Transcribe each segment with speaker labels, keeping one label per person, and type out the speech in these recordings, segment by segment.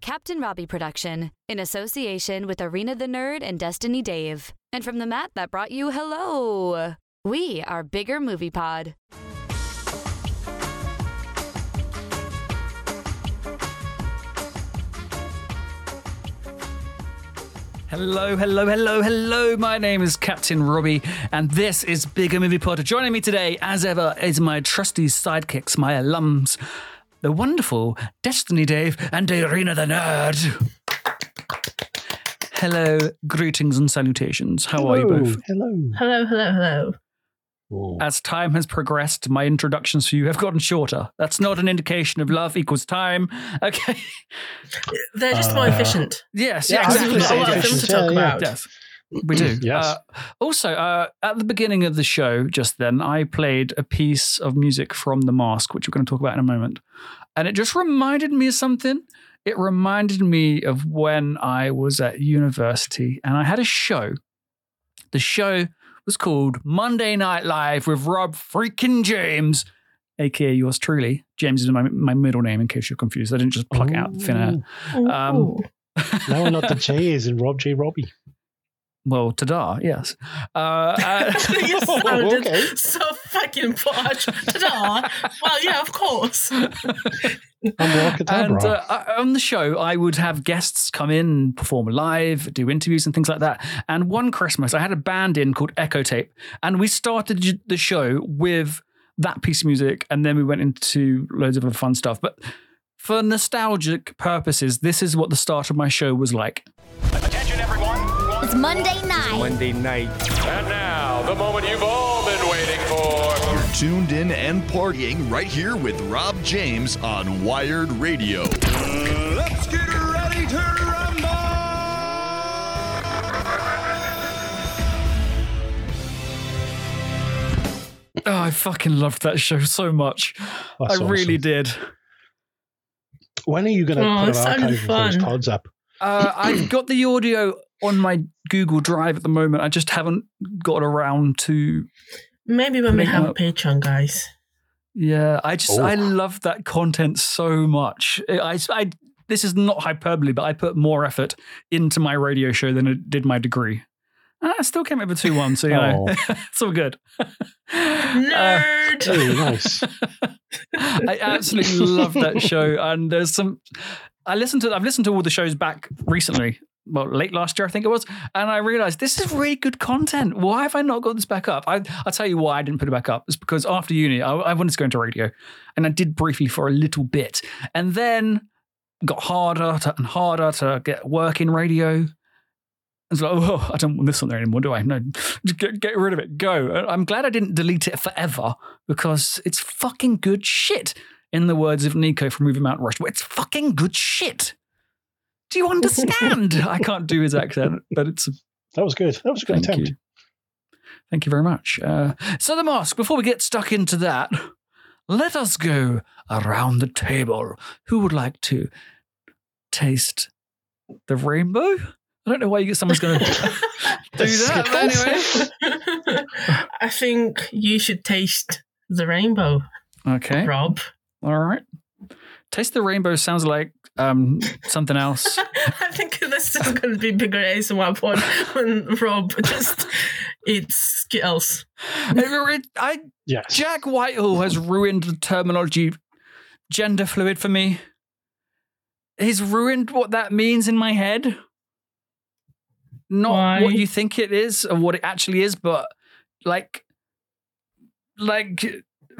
Speaker 1: Captain Robbie production in association with Arena the Nerd and Destiny Dave. And from the mat that brought you hello, we are Bigger Movie Pod.
Speaker 2: Hello, hello, hello, hello. My name is Captain Robbie, and this is Bigger Movie Pod. Joining me today, as ever, is my trusty sidekicks, my alums, the wonderful Destiny Dave and Irina the Nerd. Hello, greetings and salutations. How Oh, are you both? Uh,
Speaker 3: Hello.
Speaker 4: Hello, hello, hello.
Speaker 2: As time has progressed, my introductions for you have gotten shorter. That's not an indication of love equals time. Okay.
Speaker 4: They're just more
Speaker 3: Uh,
Speaker 4: efficient.
Speaker 2: Yes,
Speaker 3: Yeah, I was
Speaker 4: We've
Speaker 3: gonna
Speaker 4: got
Speaker 3: say
Speaker 4: a lot of them to
Speaker 3: efficient,
Speaker 4: talk
Speaker 3: yeah, yeah.
Speaker 4: about.
Speaker 2: Yes, we do.
Speaker 3: Yes.
Speaker 2: Uh, also, uh, at the beginning of the show, just then, I played a piece of music from The Mask, which we're going to talk about in a moment. And it just reminded me of something. It reminded me of when I was at university and I had a show. The show was called Monday Night Live with Rob freaking James, aka yours truly. James is my, my middle name, in case you're confused. I didn't just pluck it out
Speaker 3: Oh.
Speaker 2: of thin air. Um,
Speaker 4: Ooh.
Speaker 3: No, not the J is in Rob J. Robbie.
Speaker 2: Well, ta-da, yes. Uh, uh,
Speaker 4: you sounded
Speaker 3: okay.
Speaker 4: so fucking posh. Ta-da. well, yeah, of course.
Speaker 3: I'm
Speaker 2: and
Speaker 3: Alcantara.
Speaker 2: uh, I- on the show, I would have guests come in, and perform live, do interviews and things like that. And one Christmas, I had a band in called Echo Tape, and we started j- the show with that piece of music, and then we went into loads of other fun stuff. But for nostalgic purposes, this is what the start of my show was like.
Speaker 5: Attention, everyone.
Speaker 6: It's Monday night.
Speaker 7: Monday night.
Speaker 5: And now, the moment you've all been waiting for.
Speaker 8: tuned in and partying right here with Rob James on Wired Radio.
Speaker 5: Let's get ready to rumble.
Speaker 2: Oh, I fucking loved that show so much. I
Speaker 3: Oh, That's
Speaker 2: really
Speaker 3: awesome.
Speaker 2: did.
Speaker 3: When are you going to
Speaker 4: Oh, it
Speaker 3: put an
Speaker 4: sounded
Speaker 3: archive of those
Speaker 4: fun.
Speaker 3: pods up?
Speaker 2: Uh, I've got the audio on my Google Drive at the moment. I just haven't got around to
Speaker 4: Maybe when we
Speaker 2: Link
Speaker 4: have a
Speaker 2: up.
Speaker 4: Patreon, guys.
Speaker 2: Yeah, I just I
Speaker 3: Oh.
Speaker 2: love that content so much. I, I this is not hyperbole, but I put more effort into my radio show than it did my degree. And I still came up with two one, so you know it's all good. Uh,
Speaker 4: Nerd.
Speaker 3: Oh, nice.
Speaker 2: I absolutely love that show, and there's some. I listened to I've listened to all the shows back recently. Well, late last year, I think it was, and I realized this is really good content. Why have I not got this back up? I, I'll tell you why I didn't put it back up. It's because after uni, I, I wanted to go into radio, and I did briefly for a little bit, and then got harder to, and harder to get work in radio. It's like, oh, I don't want this on there anymore, do I? No, just get, get rid of it. Go. And I'm glad I didn't delete it forever because it's fucking good shit. In the words of Nico from Movie Mountain Rushmore, it's fucking good shit. Do you understand? I can't do his accent, but it's a
Speaker 3: That was good. That was a good
Speaker 2: thank
Speaker 3: attempt.
Speaker 2: you. Thank you very much. Uh, so the mask. Before we get stuck into that, let us go around the table. Who would like to taste the rainbow? I don't know why you get someone's going to. Do that, but anyway.
Speaker 3: Uh,
Speaker 4: I think you should taste the rainbow,
Speaker 3: Eh?
Speaker 2: Okay.
Speaker 4: Rob.
Speaker 2: All right. Taste the rainbow sounds like um, something else.
Speaker 4: I think this is going to be bigger ASMR pod when Rob just eats Skittles.
Speaker 2: I,
Speaker 3: Yes.
Speaker 2: Jack Whitehall has ruined the terminology gender fluid for me. He's ruined what that means in my head. Not
Speaker 4: Why?
Speaker 2: what you think it is or what it actually is, but like like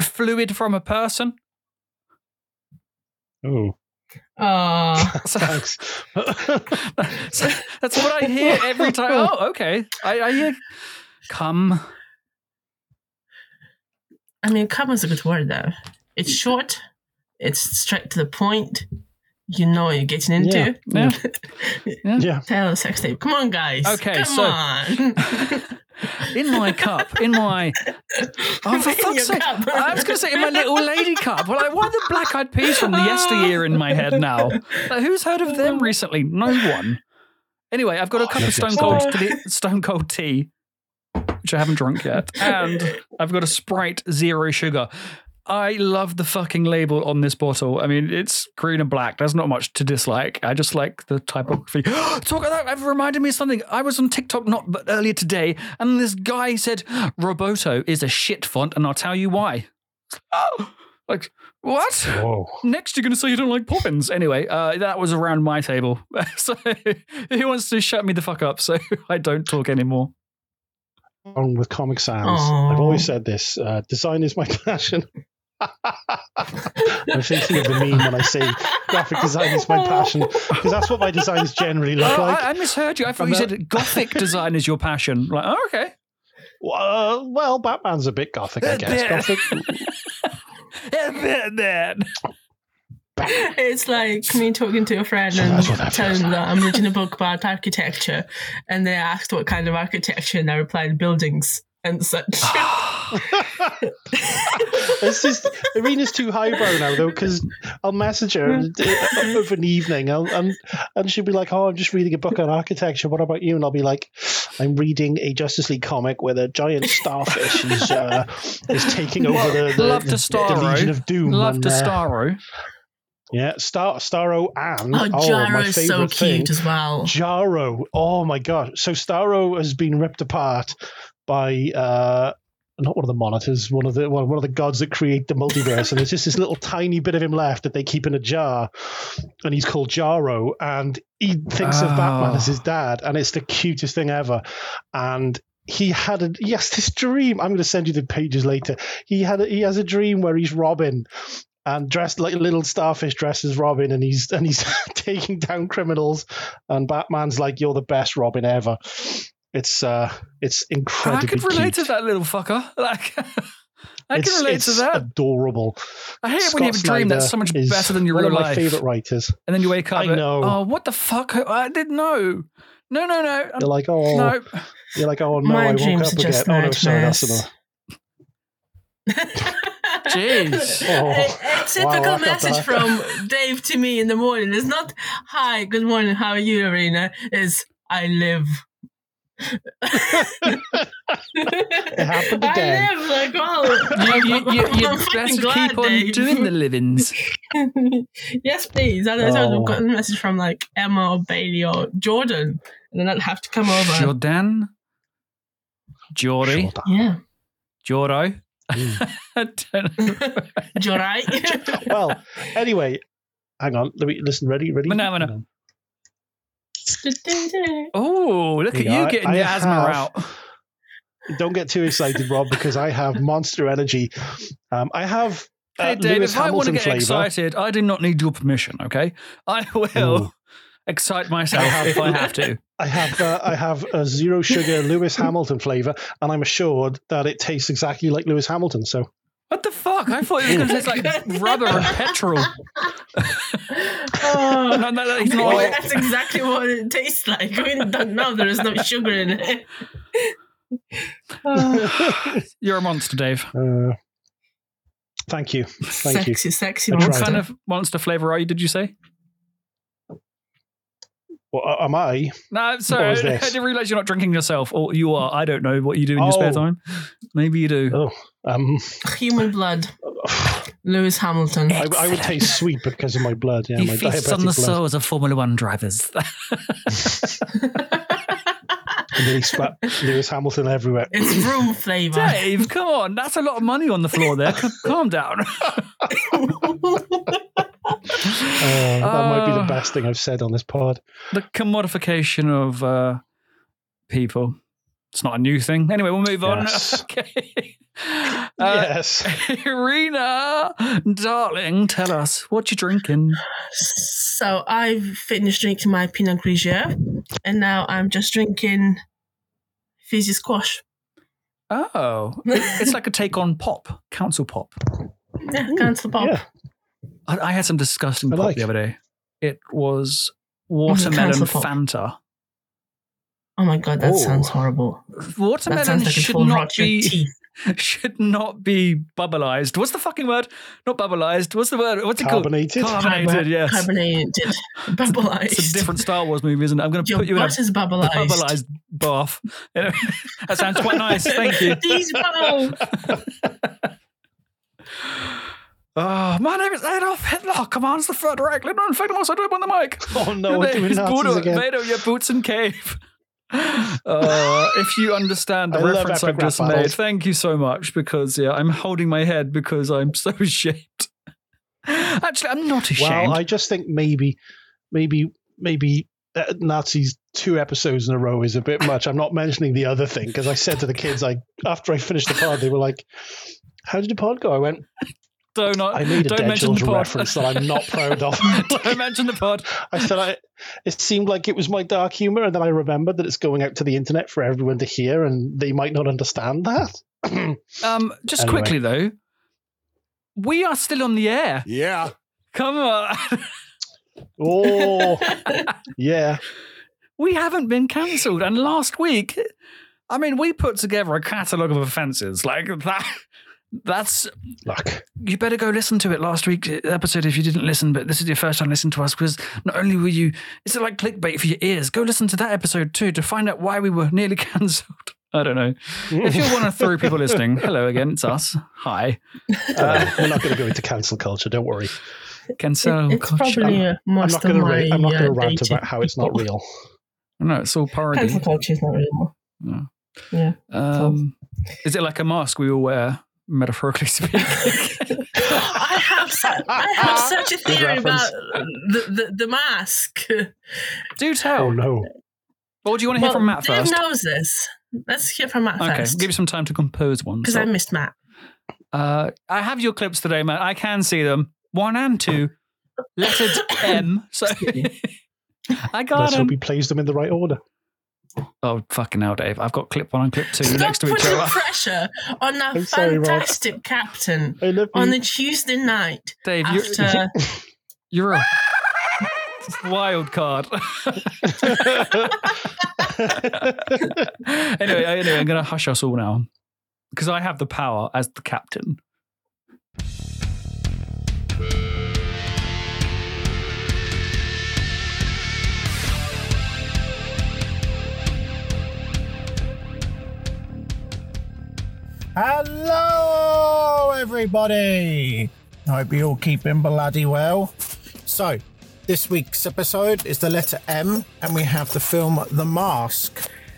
Speaker 2: fluid from a person.
Speaker 3: Oh,
Speaker 4: Oh,
Speaker 2: So,
Speaker 3: thanks.
Speaker 2: so that's what I hear every time. Oh, okay. I, I hear come.
Speaker 4: I mean, cum is a good word though. It's short, it's straight to the point. You know what you're getting into.
Speaker 2: Yeah.
Speaker 3: yeah.
Speaker 4: Tell a sex tape. Come on, guys.
Speaker 2: Okay,
Speaker 4: Come
Speaker 2: so-
Speaker 4: on.
Speaker 2: in my cup, in my oh for
Speaker 4: In your
Speaker 2: fuck's sake!
Speaker 4: cup.
Speaker 2: I was going to say in my little lady cup. Well, I want the black eyed peas from the yesteryear in my head now. Like, who's heard of them recently? No one. Anyway, I've got a cup of
Speaker 3: yes, yes.
Speaker 2: stone cold tea- stone cold tea, which I haven't drunk yet, and I've got a Sprite zero sugar. I love the fucking label on this bottle. I mean, it's green and black. There's not much to dislike. I just like the typography. Talk about that. It reminded me of something. I was on TikTok not but earlier today, and this guy said Roboto is a shit font, and I'll tell you why. like what?
Speaker 3: Whoa.
Speaker 2: Next, you're going to say you don't like Poppins. Anyway, uh, that was around my table. so he wants to shut me the fuck up, so I don't talk anymore.
Speaker 3: On with Comic Sans.
Speaker 4: Aw.
Speaker 3: I've always said this. Uh, design is my passion. I'm thinking of the meme when I see graphic design is my passion because that's what my designs generally look
Speaker 2: Oh,
Speaker 3: like.
Speaker 2: I, I misheard you. I thought
Speaker 3: I'm
Speaker 2: you
Speaker 3: not-
Speaker 2: said gothic design is your passion. Like, oh, okay.
Speaker 3: Uh, well, Batman's a bit gothic,
Speaker 2: Uh,
Speaker 3: I guess. Gothic.
Speaker 2: Yeah,
Speaker 3: Ah,
Speaker 2: man.
Speaker 4: It's like me talking to a friend and
Speaker 3: That's what that
Speaker 4: telling
Speaker 3: feels
Speaker 4: them that I'm reading a book about architecture, and they asked what kind of architecture, and I replied buildings and such.
Speaker 3: Ah, It's just Arena's too highbrow now though because I'll message her
Speaker 2: Mm-hmm.
Speaker 3: uh, over an evening I'll, and and she'll be like, "Oh, I'm just reading a book on architecture. What about you?" And I'll be like, "I'm reading a Justice League comic where the giant starfish is uh, is taking over the, the,
Speaker 2: Love to
Speaker 3: the- the
Speaker 2: Starro.
Speaker 3: Legion of Doom.
Speaker 2: Love
Speaker 3: and,
Speaker 2: to oh.
Speaker 3: uh,
Speaker 2: Starro.
Speaker 3: Yeah, Star Starro and
Speaker 4: oh,
Speaker 3: oh,
Speaker 4: Gyro
Speaker 3: my
Speaker 4: is so
Speaker 3: favorite thing,
Speaker 4: cute as well.
Speaker 3: Jaro. Oh my gosh. So Starro has been ripped apart by uh not one of the monitors, one of the one, one of the gods that create the multiverse, and there's just this little tiny bit of him left that they keep in a jar, and he's called Jaro, and he thinks of Batman
Speaker 2: Oh.
Speaker 3: as his dad, and it's the cutest thing ever, and he had a yes this dream. I'm going to send you the pages later. He had a, he has a dream where he's Robin, and dressed like a little starfish dressed as Robin, and he's and he's taking down criminals, and Batman's like, "You're the best Robin ever." It's uh, it's
Speaker 2: I
Speaker 3: incredibly.
Speaker 2: could relate to
Speaker 3: cute.
Speaker 2: that little fucker. Like, I
Speaker 3: it's,
Speaker 2: can relate
Speaker 3: it's
Speaker 2: to that.
Speaker 3: Adorable.
Speaker 2: I hate it when you have a dream that's so much
Speaker 3: Snyder is
Speaker 2: better than your
Speaker 3: one
Speaker 2: real
Speaker 3: of my
Speaker 2: life.
Speaker 3: favorite writers.
Speaker 2: And then you wake up.
Speaker 3: I
Speaker 2: like,
Speaker 3: know.
Speaker 2: Oh, what the fuck? I didn't know. No, no, no.
Speaker 3: You're like, oh,
Speaker 2: Um, no.
Speaker 3: you're like, oh no,
Speaker 4: My
Speaker 3: I woke
Speaker 4: dreams
Speaker 3: up
Speaker 4: are
Speaker 3: again.
Speaker 4: just
Speaker 3: Oh no, sorry, that's
Speaker 4: nightmares.
Speaker 3: another.
Speaker 2: Jeez.
Speaker 3: Oh,
Speaker 4: a, a typical
Speaker 3: wow, I got
Speaker 4: message
Speaker 3: that.
Speaker 4: from Dave to me in the morning is not "Hi, good morning, how are you, Arena?" Is "I live." it
Speaker 3: happened
Speaker 4: I
Speaker 3: again.
Speaker 4: live like oh,
Speaker 2: You, you, you, you
Speaker 4: I'm fucking
Speaker 2: better
Speaker 4: glad,
Speaker 2: keep on
Speaker 4: Dave.
Speaker 2: doing the livings.
Speaker 4: yes, please. Otherwise, I would
Speaker 3: Oh.
Speaker 4: have gotten a message from like Emma or Bailey or Jordan, and then I'd have to come over.
Speaker 2: Jordan, Jory,
Speaker 3: Shut up.
Speaker 4: Yeah,
Speaker 2: Joro.
Speaker 3: Mm.
Speaker 2: I don't know.
Speaker 4: Jorai.
Speaker 3: Well, anyway, hang on. Let me listen. Ready, ready.
Speaker 2: Mana, mana.
Speaker 3: Hang on.
Speaker 2: Oh, look
Speaker 3: You
Speaker 2: at
Speaker 3: know,
Speaker 2: you
Speaker 3: I-
Speaker 2: getting
Speaker 3: I
Speaker 2: your asthma
Speaker 3: have- uh,
Speaker 2: out.
Speaker 3: Don't get too excited, Rob, because I have monster energy. Um, I have. Uh,
Speaker 2: Hey, Dave,
Speaker 3: Lewis
Speaker 2: if I
Speaker 3: Hamilton
Speaker 2: want to get
Speaker 3: flavor.
Speaker 2: excited, I do not need your permission, okay? I will
Speaker 3: Ooh.
Speaker 2: excite myself if I have to.
Speaker 3: I have uh, I have a zero sugar Lewis Hamilton flavor, and I'm assured that it tastes exactly like Lewis Hamilton. So
Speaker 2: What the fuck? I thought it was going to taste like rubber and petrol.
Speaker 4: Oh.
Speaker 2: No, no, no, it's not.
Speaker 4: Well, that's exactly what it tastes like. We don't know there is no sugar in it.
Speaker 2: You're a monster, Dave.
Speaker 3: uh, thank you, thank you.
Speaker 4: sexy, sexy
Speaker 3: I
Speaker 2: What
Speaker 3: tried
Speaker 4: monster.
Speaker 2: kind of monster flavor are you, did you say?
Speaker 3: Well, uh, am I?
Speaker 2: No, sorry.
Speaker 3: was
Speaker 2: I
Speaker 3: this?
Speaker 2: didn't realize you're not drinking yourself, or you are. I don't know what you do in your spare
Speaker 3: Oh.
Speaker 2: time. Maybe you do.
Speaker 3: Oh, um,
Speaker 4: Human blood. Lewis Hamilton.
Speaker 3: I, I would taste sweet because of my blood. Yeah,
Speaker 2: he
Speaker 3: my
Speaker 2: feasts
Speaker 3: diabetic
Speaker 2: on the
Speaker 3: blood.
Speaker 2: souls of Formula One drivers.
Speaker 3: And then he spat Lewis Hamilton everywhere.
Speaker 4: it's room flavour.
Speaker 2: Dave, come on. That's a lot of money on the floor there. C- Calm down.
Speaker 3: Uh, that might be
Speaker 2: Oh.
Speaker 3: the best thing I've said on this pod.
Speaker 2: the commodification of uh, people. It's not a new thing. Anyway, we'll move
Speaker 3: Yes.
Speaker 2: on. Okay. Uh,
Speaker 3: yes.
Speaker 2: Irina, darling, tell us what you're drinking.
Speaker 4: so I've finished drinking my Pinot Grigio and now I'm just drinking fizzy squash.
Speaker 2: Oh, it- it's like a take on pop, council pop.
Speaker 4: Yeah, cancel
Speaker 2: oh.
Speaker 4: pop.
Speaker 3: Yeah.
Speaker 2: I, I had some disgusting
Speaker 3: I
Speaker 2: pop
Speaker 3: like.
Speaker 2: the other day. It was
Speaker 4: council
Speaker 2: watermelon
Speaker 4: pop.
Speaker 2: Fanta.
Speaker 4: Oh my god, that
Speaker 3: Oh.
Speaker 4: sounds horrible.
Speaker 2: Watermelon
Speaker 4: That sounds like it
Speaker 2: should
Speaker 4: will
Speaker 2: not
Speaker 4: rot your
Speaker 2: be
Speaker 4: teeth.
Speaker 2: should not be bubbleized. What's the fucking word? Not bubbleized. What's the word? What's it called?
Speaker 3: Carbonated.
Speaker 2: Carbonated. Oh, Yes.
Speaker 4: Carbonated. Bubbleized.
Speaker 2: It's a different Star Wars movie, isn't it? I'm going to
Speaker 4: Your
Speaker 2: put you in a
Speaker 4: butt is bubbleized.
Speaker 2: bubbleized bath. Anyway, that sounds quite nice. Thank you.
Speaker 4: These bow.
Speaker 2: Oh, my name is Adolf Hitler. Commands the Third Reich. Let me in fact, I'm also doing it on the mic.
Speaker 3: Oh no, we're
Speaker 2: Your name
Speaker 3: doing
Speaker 2: is
Speaker 3: Nazis
Speaker 2: Buddha.
Speaker 3: again.
Speaker 2: Vado, your boots and cave. Uh, if you understand the
Speaker 3: I love
Speaker 2: reference I've
Speaker 3: epic rap
Speaker 2: just made,
Speaker 3: battles.
Speaker 2: thank you so much because yeah, I'm holding my head because I'm so ashamed. Actually, I'm not ashamed.
Speaker 3: Well, I just think maybe, maybe, maybe uh, Nazis two episodes in a row is a bit much. I'm not mentioning the other thing because I said to the kids, I after I finished the pod, they were like, "How did the pod go?" I went,
Speaker 2: do not.
Speaker 3: "I made a
Speaker 2: Uh, don't
Speaker 3: dead
Speaker 2: mention the
Speaker 3: children
Speaker 2: pod.
Speaker 3: reference that I'm not proud of."
Speaker 2: don't mention the pod.
Speaker 3: I said, I, "It seemed like it was my dark humor," and then I remembered that it's going out to the internet for everyone to hear, and they might not understand that.
Speaker 2: Um, just
Speaker 3: Anyway.
Speaker 2: quickly though, we are still on the air.
Speaker 8: Yeah.
Speaker 2: Come on,
Speaker 3: oh, yeah.
Speaker 2: we haven't been cancelled. And last week, I mean, we put together a catalogue of offences like that. That's
Speaker 3: Look,
Speaker 2: you better go listen to it last week's episode if you didn't listen, but this is your first time listening to us because not only were you, it's like clickbait for your ears. Go listen to that episode too to find out why we were nearly cancelled. I don't know. If you're one of three people listening, hello again, it's us. Hi.
Speaker 3: uh, we're not going to go into cancel culture. Don't worry.
Speaker 2: Cancel.
Speaker 4: it's
Speaker 2: culture.
Speaker 4: probably uh,
Speaker 3: I'm
Speaker 4: most
Speaker 3: not going
Speaker 4: of
Speaker 3: to.
Speaker 4: my.
Speaker 3: Ra- I'm not
Speaker 4: uh,
Speaker 3: going to rant
Speaker 4: dating
Speaker 3: about how it's not
Speaker 4: people.
Speaker 3: real.
Speaker 2: No, it's all parody.
Speaker 4: Cancel culture is not real.
Speaker 2: Yeah.
Speaker 4: Yeah.
Speaker 2: Um, is it like a mask we all wear, metaphorically speaking?
Speaker 4: I have, su- I have such a
Speaker 3: Good
Speaker 4: theory
Speaker 3: reference.
Speaker 4: about the, the, the mask.
Speaker 2: do tell.
Speaker 3: Oh no.
Speaker 2: Or do you want to hear
Speaker 4: Well,
Speaker 2: from Matt
Speaker 4: Dave
Speaker 2: first?
Speaker 4: knows this. Let's hear from Matt
Speaker 2: Okay,
Speaker 4: first.
Speaker 2: give you some time to compose one.
Speaker 4: Because
Speaker 2: So-
Speaker 4: I missed Matt.
Speaker 2: Uh, I have your clips today, Matt. I can see them. One and two. Lettered M. So I got
Speaker 3: Let's
Speaker 2: them.
Speaker 3: hope he plays them in the right order.
Speaker 2: Oh, fucking hell, Dave. I've got clip one and clip two
Speaker 4: Stop
Speaker 2: next to each
Speaker 4: putting
Speaker 2: other.
Speaker 4: pressure on that
Speaker 3: I'm sorry, Rob.
Speaker 4: fantastic captain
Speaker 3: I love
Speaker 4: on
Speaker 3: you.
Speaker 4: the Tuesday night
Speaker 2: Dave, you're,
Speaker 4: after
Speaker 2: you're a wild card. anyway, uh, anyway, I'm going to hush us all now because I have the power as the captain.
Speaker 6: Hello, everybody. I hope you're all keeping bloody well. So, this week's episode is the letter M, and we have the film The Mask.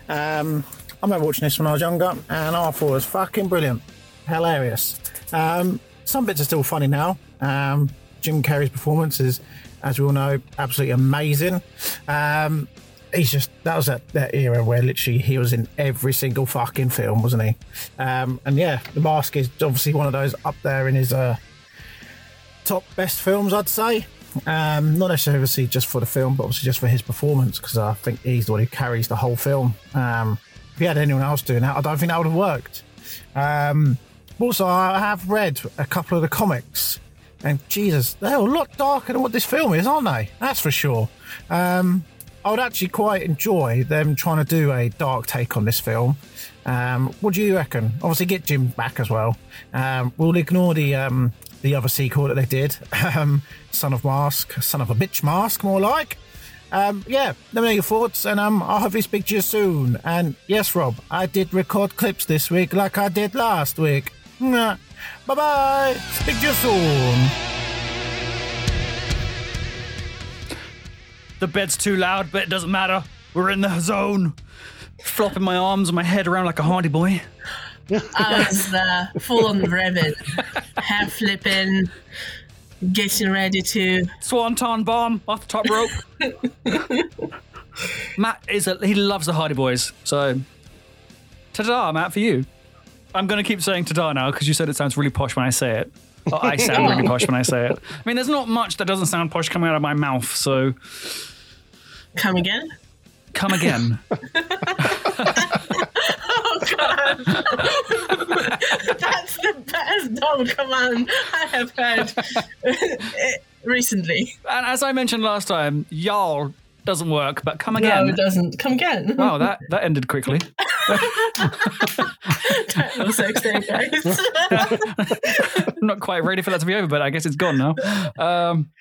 Speaker 6: Um, I remember watching this when I was younger, and I thought it was fucking brilliant, hilarious. Um, some bits are still funny now. Um, Jim Carrey's performance is, as we all know, absolutely amazing. Um, he's just that was that, that era where literally he was in every single fucking film, wasn't he? Um, and yeah, The Mask is obviously one of those up there in his uh, top best films, I'd say. Um, not necessarily obviously just for the film, but obviously just for his performance because I think he's the one who carries the whole film. Um, if he had anyone else doing that, I don't think that would have worked. Um, also, I have read a couple of the comics, and Jesus, they're a lot darker than what this film is, aren't they? That's for sure. Um, I would actually quite enjoy them trying to do a dark take on this film. Um, what do you reckon? Obviously, get Jim back as well. Um, we'll ignore the um, the other sequel that they did, um, Son of Mask, Son of a Bitch Mask, more like. Um, yeah, let me know your thoughts, and um, I'll hopefully speak to you soon. And yes, Rob, I did record clips this week like I did last week. Bye bye. Speak to you soon.
Speaker 2: The bed's too loud, but it doesn't matter. We're in the zone. Flopping my arms and my head around like a hardy boy.
Speaker 4: I was uh, full on revving, hair flipping, getting ready to.
Speaker 2: swanton bomb off the top rope. Matt is a, he loves the Hardy Boys, so ta-da, Matt, for you. I'm gonna keep saying ta-da now because you said it sounds really posh when I say it. Or I sound really posh when I say it. I mean, there's not much that doesn't sound posh coming out of my mouth, so
Speaker 4: Come again?
Speaker 2: come again.
Speaker 4: That's the best dog command I have heard recently.
Speaker 2: and as I mentioned last time, y'all doesn't work, but come
Speaker 4: No,
Speaker 2: again.
Speaker 4: it doesn't. Come again.
Speaker 2: Wow, that, that ended quickly.
Speaker 4: That was so exciting, guys.
Speaker 2: I'm not quite ready for that to be over, but I guess it's gone now. Um,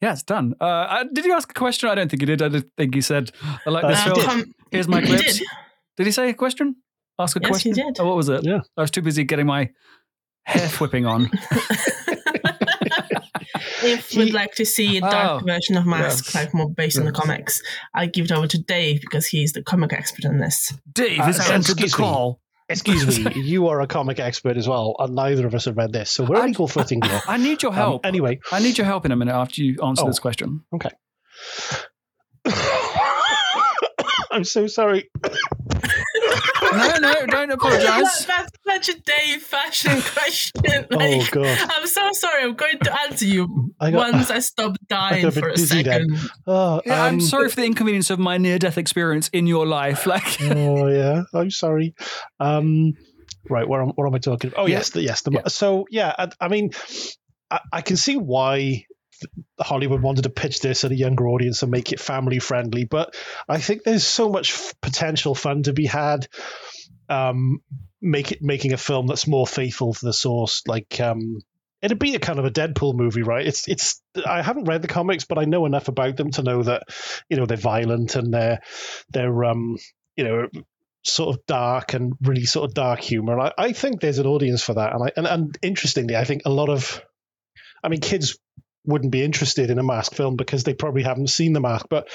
Speaker 2: yeah, it's done. Uh, I- did you ask a question? I don't think you did. I did think you said, I like this
Speaker 3: Uh,
Speaker 2: film.
Speaker 3: did.
Speaker 4: Come-
Speaker 2: Here's my
Speaker 4: You
Speaker 2: clips.
Speaker 4: Um, did.
Speaker 2: Did. he say a question? Ask a
Speaker 4: Yes, he
Speaker 2: question?
Speaker 4: did.
Speaker 2: Oh, what was it?
Speaker 3: Yeah.
Speaker 2: I was too busy getting my hair whipping on.
Speaker 4: If you'd
Speaker 3: He-
Speaker 4: like to see a dark
Speaker 2: Oh,
Speaker 4: version of Mask,
Speaker 2: yes.
Speaker 4: like more based on the comics, I'll give it over to Dave because he's the comic expert on this.
Speaker 2: Dave
Speaker 3: Uh,
Speaker 2: has
Speaker 3: so
Speaker 2: entered the
Speaker 3: excuse me.
Speaker 2: call.
Speaker 3: Excuse me, you are a comic expert as well, and neither of us have read this, so we're on
Speaker 2: I-
Speaker 3: equal footing here.
Speaker 2: I need your
Speaker 3: Um,
Speaker 2: help.
Speaker 3: anyway,
Speaker 2: I need your help in a minute after you answer
Speaker 3: Oh.
Speaker 2: this question.
Speaker 3: I'm so sorry.
Speaker 2: No, no, don't apologize.
Speaker 4: That- that's such a Dave fashion question.
Speaker 3: Oh
Speaker 4: Like,
Speaker 3: god,
Speaker 4: I'm so sorry. I'm going to answer you
Speaker 3: I got-
Speaker 4: once I stop dying
Speaker 3: I got a bit
Speaker 4: for a
Speaker 3: dizzy then.
Speaker 4: second.
Speaker 3: oh,
Speaker 2: Yeah, I'm
Speaker 3: um,
Speaker 2: sorry for the inconvenience of my near death experience in your life. Like,
Speaker 3: oh yeah, I'm sorry. Um, right, what am, what am I talking about? Oh
Speaker 2: Yeah.
Speaker 3: yes, the, yes. The,
Speaker 2: Yeah.
Speaker 3: So yeah, I, I mean, I, I can see why Hollywood wanted to pitch this at a younger audience and make it family friendly, but I think there's so much f- potential fun to be had. Um, make it making a film that's more faithful to the source, like um. It'd be a kind of a Deadpool movie, right? It's it's. I haven't read the comics, but I know enough about them to know that, you know, they're violent and they're they're um you know sort of dark and really sort of dark humor. And I, I think there's an audience for that. And I and, and interestingly, I think a lot of I mean kids wouldn't be interested in a mask film because they probably haven't seen the mask but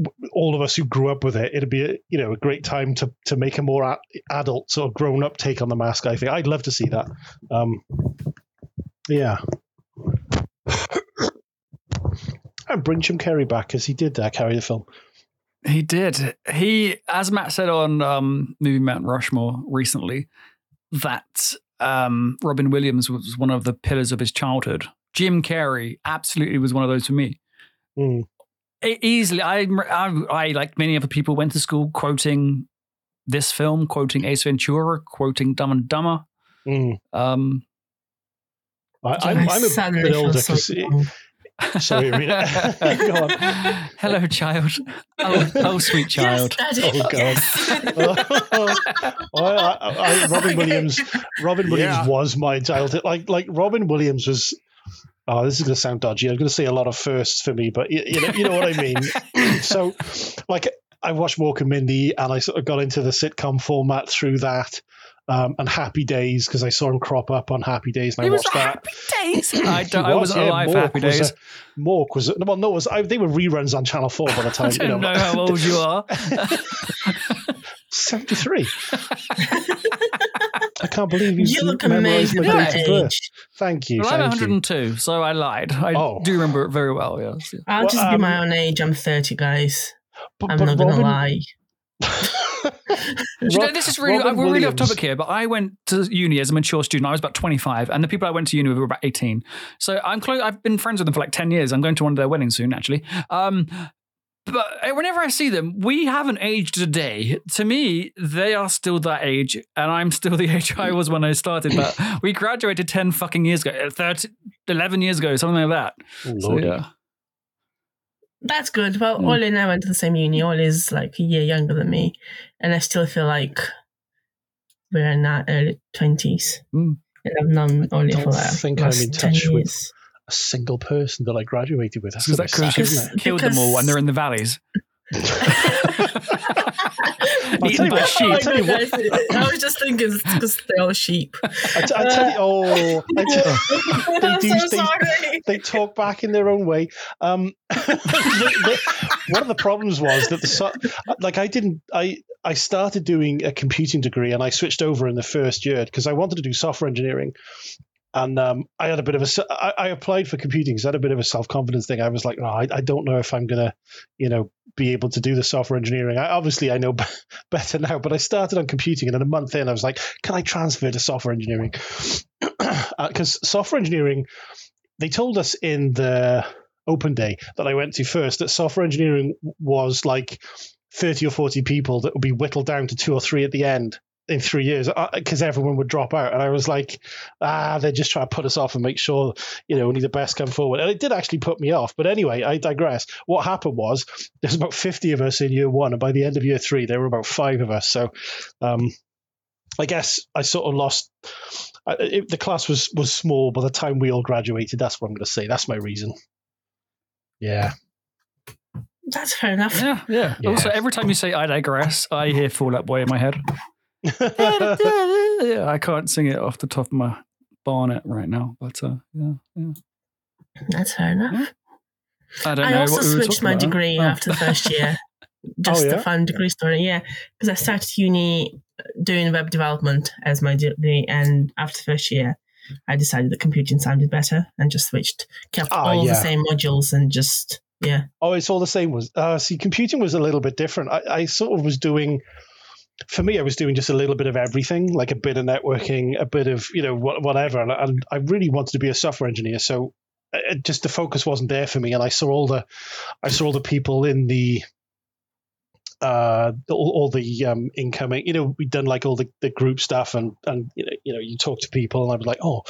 Speaker 3: w- all of us who grew up with it it'd be a, you know a great time to to make a more a- adult sort of grown up take on the mask i think i'd love to see that um yeah and bring jim carrey back because he did uh, carry the film
Speaker 2: He did. He, as Matt said on um, movie Mount Rushmore recently, that um, Robin Williams was one of the pillars of his childhood. Jim Carrey absolutely was one of those for me.
Speaker 3: Mm.
Speaker 2: E- easily, I, I, I, like many other people, went to school quoting this film, quoting Ace Ventura, quoting Dumb and Dumber.
Speaker 3: Mm.
Speaker 2: Um,
Speaker 3: I, I'm, I'm a
Speaker 4: suddenly
Speaker 3: bit
Speaker 4: feel
Speaker 3: older
Speaker 4: so
Speaker 3: because
Speaker 4: young.
Speaker 3: sorry, Rena. Go on.
Speaker 2: Hello, child. Oh, oh sweet child.
Speaker 4: Yes,
Speaker 3: Oh
Speaker 4: Daddy.
Speaker 3: god.
Speaker 4: Yes.
Speaker 3: well, Uh, I, I, I, Robin
Speaker 4: Okay.
Speaker 3: Williams. Robin Williams
Speaker 8: Yeah.
Speaker 3: was my childhood. Like like Robin Williams was. Oh, this is going to sound dodgy. I'm going to say a lot of firsts for me, but you, you know, you know what I mean. so, like, I watched Walker Mindy, and I sort of got into the sitcom format through that, um, and Happy Days because I saw him crop up on Happy Days, and I
Speaker 2: It was
Speaker 3: watched that.
Speaker 2: Happy Days. I, don't,
Speaker 3: He
Speaker 2: I
Speaker 3: was,
Speaker 2: wasn't
Speaker 3: yeah,
Speaker 2: alive for
Speaker 3: Mork
Speaker 2: Happy
Speaker 3: was
Speaker 2: Days.
Speaker 3: A, Mork was a, well, no, it was I, they were reruns on Channel Four by the time.
Speaker 2: I
Speaker 3: you
Speaker 2: don't
Speaker 3: know,
Speaker 2: know how old you are.
Speaker 3: Seventy three. I can't believe you,
Speaker 4: You look
Speaker 3: memorized
Speaker 4: amazing.
Speaker 3: my
Speaker 2: Yeah.
Speaker 3: date of birth.
Speaker 4: Age.
Speaker 3: Thank you.
Speaker 2: Well, I'm
Speaker 3: thank you.
Speaker 2: 102, so I lied. I
Speaker 3: Oh.
Speaker 2: do remember it very well. Yes.
Speaker 4: I'll
Speaker 3: Well,
Speaker 4: just be my
Speaker 3: um,
Speaker 4: own age. I'm 30, guys.
Speaker 3: But-
Speaker 4: I'm
Speaker 3: but
Speaker 4: not gonna
Speaker 3: Robin-
Speaker 4: lie.
Speaker 2: Do you know,
Speaker 3: Ro-
Speaker 2: this is really
Speaker 3: Robin
Speaker 2: we're really off
Speaker 3: Williams.
Speaker 2: topic here, but I went to uni as a mature student. I was about 25, and the people I went to uni with were about 18. So I'm close. I've been friends with them for like 10 years. I'm going to one of their weddings soon, actually. Um, but eh, whenever I see them, we haven't aged a day. To me, they are still that age, and I'm still the age I was when I started. But we graduated 10 fucking years ago, 30, 11 years ago, something like that. So,
Speaker 3: Lordy.
Speaker 2: yeah.
Speaker 4: That's good. Well,
Speaker 2: Hmm.
Speaker 4: Ollie and I went to the same uni. Ollie's like a year younger than me, and I still feel like we're in our early twenties.
Speaker 2: Hmm.
Speaker 4: And I've known Ollie
Speaker 3: don't
Speaker 4: for like
Speaker 3: think I'm
Speaker 4: last
Speaker 3: in
Speaker 4: 10
Speaker 3: touch with-
Speaker 4: years.
Speaker 3: A single person that I graduated with. That's
Speaker 2: Is
Speaker 3: gonna
Speaker 2: that
Speaker 3: be
Speaker 2: because
Speaker 3: sad,
Speaker 2: you've
Speaker 3: isn't it?
Speaker 2: killed them all and they're in the valleys?
Speaker 3: I'll tell
Speaker 2: Eaten
Speaker 3: you
Speaker 2: by
Speaker 3: what-
Speaker 2: sheep.
Speaker 3: I'll tell you what-
Speaker 4: I was just thinking it's because they're all sheep.
Speaker 3: I t- I tell you, oh, I tell,
Speaker 4: I'm
Speaker 3: do
Speaker 4: so
Speaker 3: stay-
Speaker 4: sorry.
Speaker 3: they talk back in their own way. Um, the- the- one of the problems was that the so- like I didn't I I started doing a computing degree and I switched over in the first year because I wanted to do software engineering. And um, I had a bit of a. s- I, I applied for computing because I had a bit of a self confidence thing. I was like, oh, I, I don't know if I'm gonna, you know, be able to do the software engineering. I obviously I know b- better now, but I started on computing, and then a month in, I was like, can I transfer to software engineering? Because software engineering, they told us in the open day that I went to first that software engineering was like 30 or 40 people that would be whittled down to two or three at the end in three years because everyone would drop out. And I was like, ah, they're just trying to put us off and make sure, you know, only the best come forward. And it did actually put me off. But anyway, I digress. What happened was there's about 50 of us in year one. And by the end of year three, there were about five of us. So, um, I guess I sort of lost. I, it, the class was was small by the time we all graduated. That's what I'm going to say. That's my reason. Yeah.
Speaker 4: That's fair enough.
Speaker 2: Yeah, yeah,
Speaker 3: Yeah.
Speaker 2: Also, every time you say "I digress," I hear Fall Out Boy in my head.
Speaker 3: I
Speaker 2: I can't sing it off the top of my Barnett right now, but uh, yeah, yeah.
Speaker 4: That's fair enough.
Speaker 2: I don't
Speaker 4: I
Speaker 2: know.
Speaker 4: also
Speaker 2: what we were
Speaker 4: switched
Speaker 2: talking
Speaker 4: my
Speaker 2: about.
Speaker 4: degree
Speaker 2: Oh.
Speaker 4: after the first year, just
Speaker 3: Oh,
Speaker 4: the
Speaker 3: yeah?
Speaker 4: fun degree story. Yeah, because I started uni uh, doing web development as my degree, and after the first year, I decided that computing sounded better and just switched, kept
Speaker 3: Ah,
Speaker 4: all
Speaker 3: yeah.
Speaker 4: the same modules, and just yeah.
Speaker 3: Oh, it's all the same. Was uh, see, computing was a little bit different. I, I sort of was doing, for me, I was doing just a little bit of everything, like a bit of networking, a bit of you know wha- whatever, and, and I really wanted to be a software engineer. So, uh, it just the focus wasn't there for me, and I saw all the, I saw all the people in the. Uh, all, all the um, incoming, you know, we'd done like all the, the group stuff, and and you know, you know, you talk to people, and I was like, oh,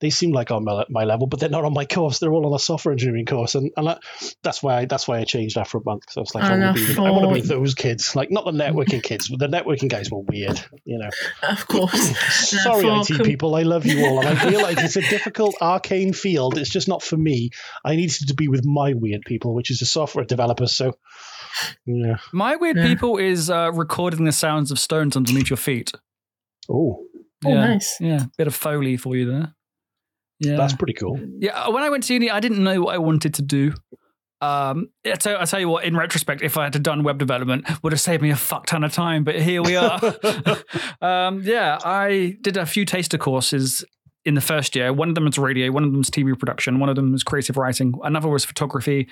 Speaker 3: they seem like on my, my level, but they're not on my course. They're all on a software engineering course, and and I, that's why I, that's why I changed after a month because I was like, I
Speaker 4: And
Speaker 3: want,
Speaker 4: I
Speaker 3: to be, I want to be
Speaker 4: thought-
Speaker 3: those kids, like not the networking kids. The networking guys were weird, you know.
Speaker 4: Of course,
Speaker 3: Sorry,
Speaker 4: thought-
Speaker 3: IT people, I love you all, and I realize it's a difficult, arcane field. It's just not for me. I needed to be with my weird people, which is the software developers. So, yeah.
Speaker 2: My weird
Speaker 4: Yeah.
Speaker 2: people is uh, recording the sounds of stones underneath your feet.
Speaker 3: Oh,
Speaker 4: Oh,
Speaker 2: yeah.
Speaker 4: nice.
Speaker 2: Yeah, bit of foley for you there. Yeah,
Speaker 3: that's pretty cool.
Speaker 2: yeah. uh, When I went to uni, I didn't know what I wanted to do. Um, I tell, I tell you what, in retrospect, if I had done web development, would have saved me a fuck ton of time. But here we are. um, yeah, I did a few taster courses in the first year. One of them was radio, one of them was TV production, one of them was creative writing, another was photography,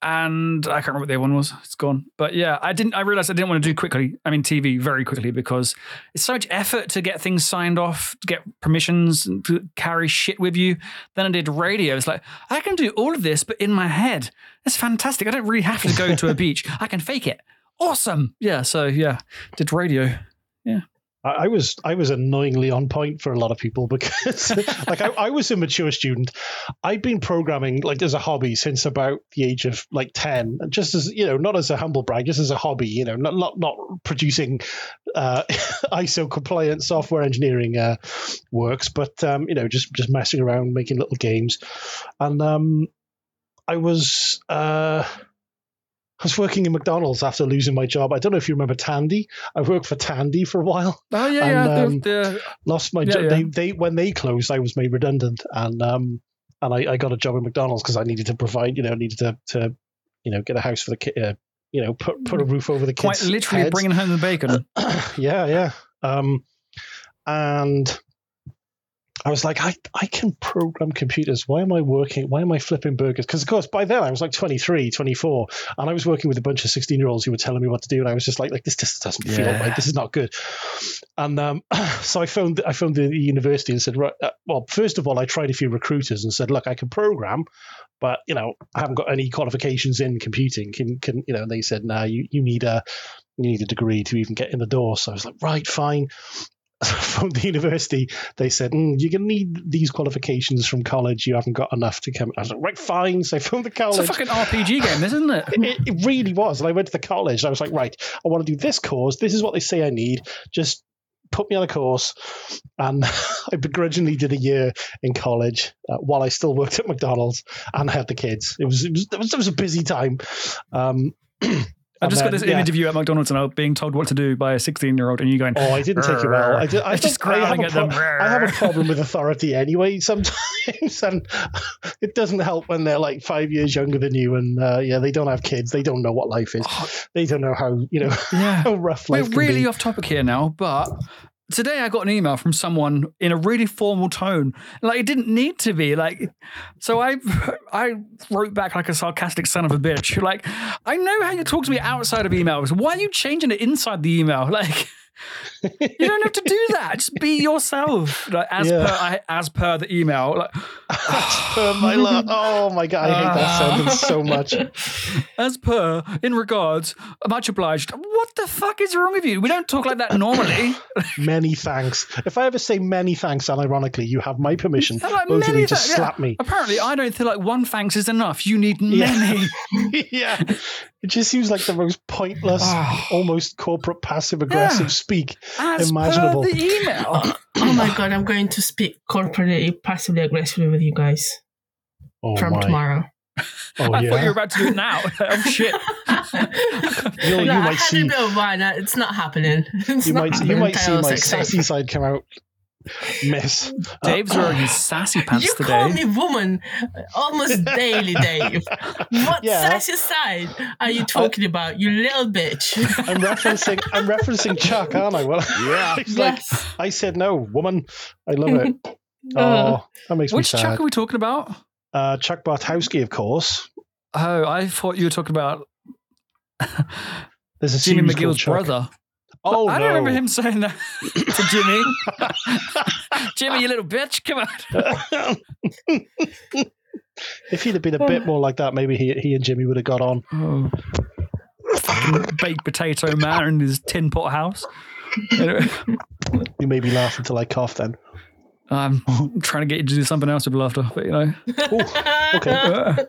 Speaker 2: and I can't remember what the other one was. It's gone. But yeah, I didn't. I realized I didn't want to do quickly. I mean, TV very quickly because it's so much effort to get things signed off, to get permissions, and to carry shit with you. Then I did radio. It's like I can do all of this, but in my head. That's fantastic. I don't really have to go to a beach. I can fake it. Awesome. Yeah. So yeah, did radio.
Speaker 3: I, I was I was annoyingly on point for a lot of people because like I, I was a mature student. I'd been programming like as a hobby since about the age of like ten, and just as you know, not as a humble brag, just as a hobby. You know, not not not producing uh, ISO compliant software engineering uh, works, but um, you know, just just messing around, making little games, and um, I was. Uh, I was working in McDonald's after losing my job. I don't know if you remember Tandy. I worked for Tandy for a while
Speaker 2: Oh yeah,
Speaker 3: And,
Speaker 2: yeah.
Speaker 3: um,
Speaker 2: the, the,
Speaker 3: lost my
Speaker 2: Yeah,
Speaker 3: job.
Speaker 2: yeah.
Speaker 3: They, they when they closed, I was made redundant, and um, and I, I got a job at McDonald's because I needed to provide, you know, needed to, to you know, get a house for the kid, uh, you know, put put a roof over the kids.
Speaker 2: Mm. quite literally
Speaker 3: heads.
Speaker 2: bringing home the bacon.
Speaker 3: yeah, yeah. Um, and I was like, I I can program computers. Why am I working? Why am I flipping burgers? Because of course, by then I was like 23, 24, and I was working with a bunch of 16 year olds who were telling me what to do, and I was just like, like this just doesn't feel
Speaker 2: Yeah.
Speaker 3: right. This is not good. And um, so I phoned I phoned the, the university and said, right, uh, well, first of all, I tried a few recruiters and said, look, I can program, but you know, I haven't got any qualifications in computing. Can can you know? And they said, no, you you need a you need a degree to even get in the door. So I was like, right, fine. from the university, they said, mm, you're going to need these qualifications from college. You haven't got enough to come. I was like, right, fine. So I phoned the
Speaker 2: It's a
Speaker 3: college.
Speaker 2: fucking RPG game, isn't it?
Speaker 3: it, it really was. And I went to the college. And I was like, right, I want to do this course. This is what they say I need. Just put me on a course. And I begrudgingly did a year in college uh, while I still worked at McDonald's and had the kids. It was, it was, it was, it was a busy time. Um,
Speaker 2: I just got
Speaker 3: and
Speaker 2: this
Speaker 3: then, yeah.
Speaker 2: interview at McDonald's and I was being told what to do by a 16 year old, and you going,
Speaker 3: Oh, I didn't take it well. I, did, I,
Speaker 2: It's just
Speaker 3: think I, have
Speaker 2: growling
Speaker 3: a
Speaker 2: at them.
Speaker 3: pro- I have a problem with authority anyway sometimes, and it doesn't help when they're like five years younger than you, and uh, yeah, they don't have kids, they don't know what life is, they don't know how you know
Speaker 2: Yeah.
Speaker 3: how rough
Speaker 2: Oh. We're
Speaker 3: life can
Speaker 2: really
Speaker 3: be.
Speaker 2: off topic here now, but today I got an email from someone in a really formal tone. Like it didn't need to be. Like so I I wrote back like a sarcastic son of a bitch. Like, I know how you talk to me outside of emails. Why are you changing it inside the email? Like you don't have to do that. Just be yourself. Like as
Speaker 3: Yeah.
Speaker 2: per I, as per the email. Like
Speaker 3: Oh my lord! Oh my god! I hate that
Speaker 2: Ah.
Speaker 3: sentence so much.
Speaker 2: As per, in regards, much obliged. What the fuck is wrong with you? We don't talk like that normally.
Speaker 3: Many thanks. If I ever say many thanks, unironically, you have my permission.
Speaker 2: I'm like,
Speaker 3: Both of
Speaker 2: many
Speaker 3: you just
Speaker 2: thanks. Yeah.
Speaker 3: slap me.
Speaker 2: Apparently, I don't feel like one thanks is enough. You need
Speaker 3: Yeah.
Speaker 2: many.
Speaker 3: yeah, it just seems like the most pointless,
Speaker 2: Ah.
Speaker 3: almost corporate passive aggressive speak
Speaker 2: As
Speaker 3: imaginable.
Speaker 2: per the email.
Speaker 4: Oh my god, I'm going to speak corporately, passively aggressively with you guys
Speaker 3: oh
Speaker 4: from
Speaker 3: my.
Speaker 4: tomorrow.
Speaker 3: Oh,
Speaker 2: I
Speaker 3: yeah. Uh,
Speaker 2: thought you were about to do it now. oh shit!
Speaker 3: you
Speaker 4: No, I
Speaker 3: might
Speaker 4: had
Speaker 3: see-
Speaker 4: a bit of wine. It's not happening. It's
Speaker 3: you
Speaker 4: not
Speaker 3: might
Speaker 4: happening.
Speaker 3: you might see
Speaker 4: Kyle's
Speaker 3: my
Speaker 4: excited.
Speaker 3: sassy side come out miss.
Speaker 2: Dave's
Speaker 3: uh,
Speaker 2: wearing his sassy pants
Speaker 4: you
Speaker 2: today.
Speaker 4: call me woman almost daily, Dave. What
Speaker 3: Yeah.
Speaker 4: sassy side are you talking about, you little bitch?
Speaker 3: I'm referencing I'm referencing Chuck, aren't I? Well,
Speaker 8: Yeah.
Speaker 3: he's like, I said no, woman. I love it.
Speaker 4: Uh,
Speaker 3: Oh, that makes
Speaker 2: Which
Speaker 3: me sad.
Speaker 2: Chuck are we talking about?
Speaker 3: Uh, Chuck Bartowski, of course.
Speaker 2: Oh, I thought you were talking about
Speaker 3: There's a
Speaker 2: Jimmy
Speaker 3: series called
Speaker 2: McGill's
Speaker 3: Chuck.
Speaker 2: brother.
Speaker 3: Oh,
Speaker 2: I
Speaker 3: no.
Speaker 2: don't remember him saying that to Jimmy. Jimmy, you little bitch, come on.
Speaker 3: if he'd have been a bit more like that, maybe he, he and Jimmy would have got on.
Speaker 2: Oh. Fucking baked potato man in his tin pot house. Anyway,
Speaker 3: You made me laugh until I coughed then.
Speaker 2: I'm trying to get you to do something else with laughter, but you know.
Speaker 3: Okay,
Speaker 2: Uh,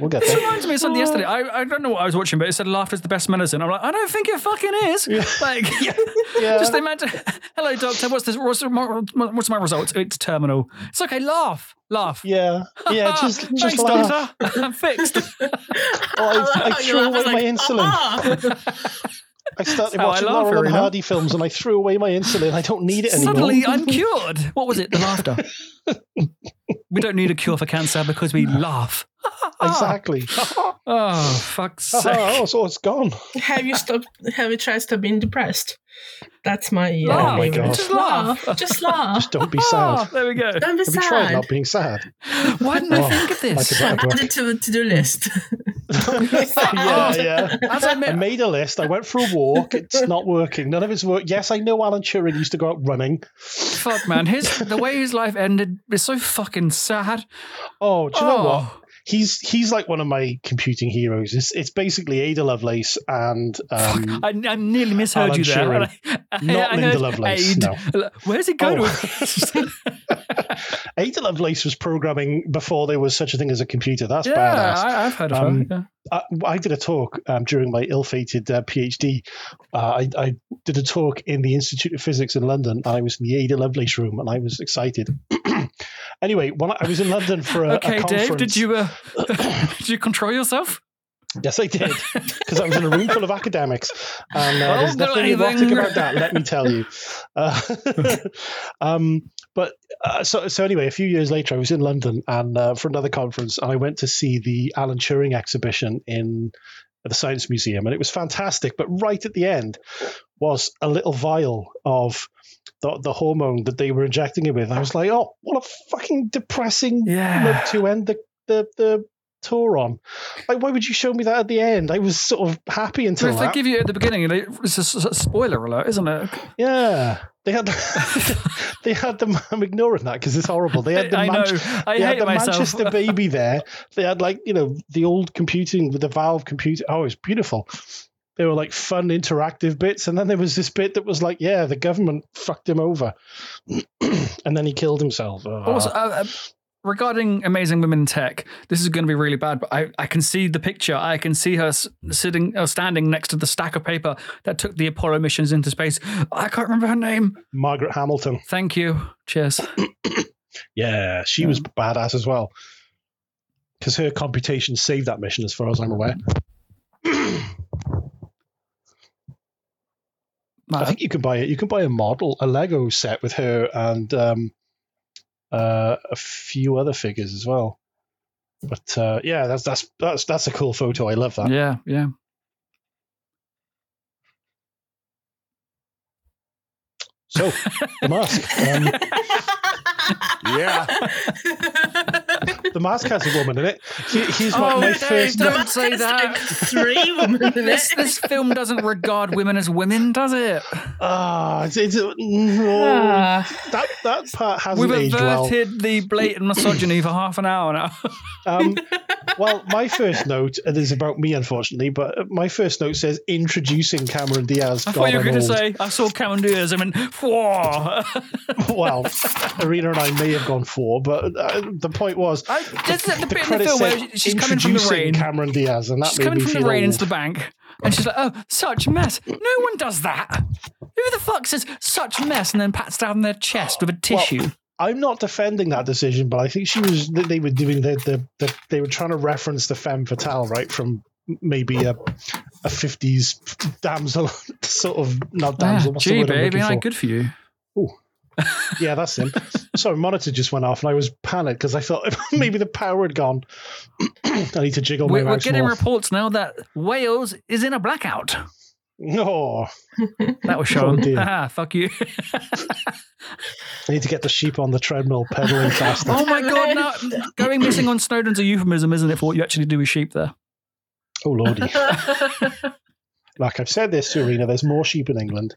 Speaker 3: we'll get
Speaker 2: it
Speaker 3: there.
Speaker 2: reminds me of something
Speaker 3: Oh.
Speaker 2: yesterday. I, I don't know what I was watching, but it said laughter's the best medicine. I'm like, I don't think it fucking is. Like,
Speaker 3: Yeah.
Speaker 2: just imagine. Hello, doctor. What's this? What's my, what's my results? It's terminal. It's okay. Laugh, laugh. Ah,
Speaker 3: Yeah, yeah, just just
Speaker 2: Thanks,
Speaker 3: laugh.
Speaker 2: doctor. I'm fixed.
Speaker 3: Oh,
Speaker 4: I love
Speaker 3: I, I
Speaker 4: how you
Speaker 3: threw
Speaker 4: laugh,
Speaker 3: away
Speaker 4: it's
Speaker 3: my
Speaker 4: like, "Uh-huh."
Speaker 3: insulin.
Speaker 4: "Ah-ha."
Speaker 3: I started
Speaker 2: how I
Speaker 3: watching
Speaker 2: laugh,
Speaker 3: Laurel and
Speaker 2: Irina.
Speaker 3: Hardy films, and I threw away my insulin. I don't need it anymore.
Speaker 2: Suddenly, I'm cured. What was it? The laughter. we don't need a cure for cancer because we laugh.
Speaker 3: exactly. oh,
Speaker 2: Oh, fuck's sake.
Speaker 3: oh, so it's gone.
Speaker 4: have you stopped? Have you tried stop being depressed? That's my. uh,
Speaker 2: Laugh.
Speaker 3: Oh my
Speaker 4: favorite.
Speaker 3: God.
Speaker 4: Just laugh. Just laugh.
Speaker 3: Just don't be sad.
Speaker 2: Ah, there we go.
Speaker 4: Don't be
Speaker 3: Have you tried
Speaker 4: sad.
Speaker 3: not being sad?
Speaker 2: Why didn't I
Speaker 3: Oh,
Speaker 2: think of
Speaker 3: Like a
Speaker 2: this?
Speaker 3: bad
Speaker 4: Add
Speaker 3: book.
Speaker 4: it to the to-do list.
Speaker 3: yeah, yeah.
Speaker 2: As I
Speaker 3: I
Speaker 2: met,
Speaker 3: made a list. I went for a walk. It's not working. None of it's work. Yes, I know Alan Turing used to go out running.
Speaker 2: fuck, man, his the way his life ended is so fucking sad.
Speaker 3: Oh, do you know what?
Speaker 2: Oh.
Speaker 3: He's he's like one of my computing heroes. It's it's basically Ada Lovelace and um,
Speaker 2: I, I nearly misheard
Speaker 3: Alan
Speaker 2: you there.
Speaker 3: Turing.
Speaker 2: I, I,
Speaker 3: Not
Speaker 2: I
Speaker 3: Linda
Speaker 2: heard
Speaker 3: Lovelace,
Speaker 2: aid.
Speaker 3: no.
Speaker 2: Where's he going
Speaker 3: Oh.
Speaker 2: with this?
Speaker 3: Ada Lovelace was programming before there was such a thing as a computer. That's
Speaker 2: yeah,
Speaker 3: badass.
Speaker 2: I, I've heard of
Speaker 3: Um,
Speaker 2: her. yeah.
Speaker 3: I, I did a talk um, during my ill-fated uh, PhD. Uh, I, I did a talk in the Institute of Physics in London, and I was in the Ada Lovelace room, and I was excited. anyway, when I, I was in London for a, a
Speaker 2: Okay, Dave, did
Speaker 3: conference-
Speaker 2: you uh, did you control yourself?
Speaker 3: Yes, I did, because I was in a room full of academics, and uh,
Speaker 2: I'll
Speaker 3: there's
Speaker 2: do
Speaker 3: nothing
Speaker 2: anything.
Speaker 3: erotic about that. Let me tell you. Uh, um, but uh, so so anyway, a few years later, I was in London and uh, for another conference, and I went to see the Alan Turing exhibition in the Science Museum, and it was fantastic. But right at the end was a little vial of. The, the hormone that they were injecting him with. I was like, oh, what a fucking depressing
Speaker 2: Yeah.
Speaker 3: note to end the, the, the tour on. Like, why would you show me that at the end? I was sort of happy until
Speaker 2: If they
Speaker 3: that.
Speaker 2: give you at the beginning, they- it's a s- s- spoiler alert, isn't it?
Speaker 3: yeah, they had they had the. I'm ignoring that because it's horrible. They had the.
Speaker 2: I know.
Speaker 3: Manch-
Speaker 2: I
Speaker 3: they
Speaker 2: hate
Speaker 3: had the
Speaker 2: myself.
Speaker 3: Manchester baby there. They had like you know the old computing with the Valve computer. Oh, it's beautiful. They were like fun interactive bits, and then there was this bit that was like, yeah, the government fucked him over, and then he killed himself. Oh.
Speaker 2: Also, uh, uh, regarding Amazing Women in Tech, this is going to be really bad, but I, I can see the picture. I can see her s- sitting or standing next to the stack of paper that took the Apollo missions into space. I can't remember her name.
Speaker 3: Margaret Hamilton.
Speaker 2: Thank you. Cheers.
Speaker 3: Yeah, she was badass as well. Because her computation saved that mission, as far as I'm aware. I think you can buy it. You can buy a model, a Lego set with her and um, uh, a few other figures as well. But uh, yeah, that's that's that's that's a cool photo. I love that.
Speaker 2: yeah, yeah.
Speaker 3: So the mask, um,
Speaker 8: Yeah.
Speaker 3: the mask has a woman in it. Here- Here's my,
Speaker 2: Oh,
Speaker 3: my
Speaker 2: Dave,
Speaker 3: first.
Speaker 2: don't
Speaker 4: That's
Speaker 2: say
Speaker 4: like
Speaker 2: that.
Speaker 4: three women in it.
Speaker 2: This, this film doesn't regard women as women, does it?
Speaker 3: Ah, it's, it's no, that that part
Speaker 2: Ah. We've
Speaker 3: hasn't aged well.
Speaker 2: averted the blatant misogyny for half an hour now.
Speaker 3: Um, well, my first note and this is about me, unfortunately, but my first note says introducing Cameron Diaz.
Speaker 2: I thought you were going
Speaker 3: going
Speaker 2: to say, I saw Cameron Diaz. I mean, whoa.
Speaker 3: Well, Arena and I may have gone four, but uh, the point was.
Speaker 2: I, this is the, bit in the
Speaker 3: credit
Speaker 2: film where
Speaker 3: said
Speaker 2: she- she's coming from the
Speaker 3: introducing
Speaker 2: rain.
Speaker 3: Cameron Diaz, and that
Speaker 2: She's
Speaker 3: made
Speaker 2: coming
Speaker 3: me
Speaker 2: from the
Speaker 3: feel
Speaker 2: rain
Speaker 3: old.
Speaker 2: into the bank, and she's like, "Oh, such mess! No one does that. Who the fuck says such mess and then pats down their chest with a tissue?"
Speaker 3: I'm not defending that decision, but I think she was. that They were doing the, the, the They were trying to reference the femme fatale, right, from maybe a a 50s damsel sort of not damsel.
Speaker 2: Ah,
Speaker 3: what's the
Speaker 2: gee,
Speaker 3: word I'm
Speaker 2: baby, ain't
Speaker 3: looking
Speaker 2: I
Speaker 3: for?
Speaker 2: good for you.
Speaker 3: Ooh. Yeah, that's him. Sorry, monitor just went off, and I was panicked because I thought maybe the power had gone. I need to jiggle
Speaker 2: We're,
Speaker 3: my
Speaker 2: we're
Speaker 3: mouse
Speaker 2: getting
Speaker 3: more.
Speaker 2: reports now that Wales is in a blackout.
Speaker 3: No,
Speaker 2: That was shown.
Speaker 3: Oh, dear.
Speaker 2: Haha, fuck you.
Speaker 3: I need to get the sheep on the treadmill pedaling faster.
Speaker 2: oh my god, now going missing on Snowden's a euphemism, isn't it, for what you actually do with sheep there?
Speaker 3: oh lordy! Like I've said this to Rena, there's more sheep in England.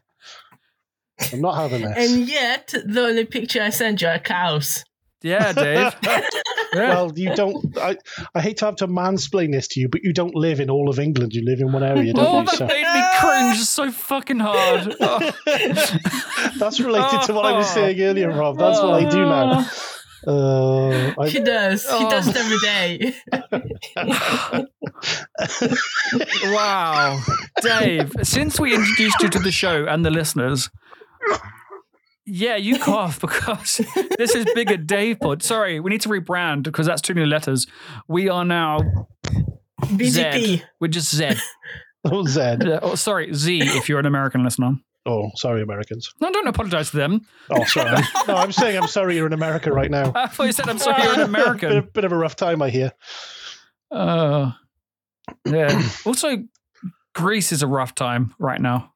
Speaker 3: I'm not having this.
Speaker 4: and yet, the only picture I sent you are cows.
Speaker 2: Yeah, Dave. Yeah.
Speaker 3: Well, you don't. I, I hate to have to mansplain this to you, but you don't live in all of England. You live in one area, don't
Speaker 2: oh,
Speaker 3: you?
Speaker 2: that
Speaker 3: So
Speaker 2: made me cringe so fucking hard. Oh.
Speaker 3: that's related to what I was saying earlier, Rob. That's what I do now. Uh, I,
Speaker 4: She does. She
Speaker 2: Oh.
Speaker 4: does it every day.
Speaker 2: Wow. Dave, since we introduced you to the show and the listeners, yeah, you cough because this is bigger Dave Pod. Sorry, we need to rebrand because that's too many letters. We are now
Speaker 4: BDP.
Speaker 2: Zed. We're just Zed.
Speaker 3: oh, Zed.
Speaker 2: Uh, oh, sorry, Z if you're an American listener.
Speaker 3: Oh, sorry, Americans.
Speaker 2: No, don't apologize to them.
Speaker 3: Oh, sorry. no, I'm saying I'm sorry you're in America right now.
Speaker 2: I thought you said, I'm sorry, you're an
Speaker 3: bit,
Speaker 2: American.
Speaker 3: of- bit of a rough time, I hear.
Speaker 2: Uh, yeah. Also, Greece is a rough time right now.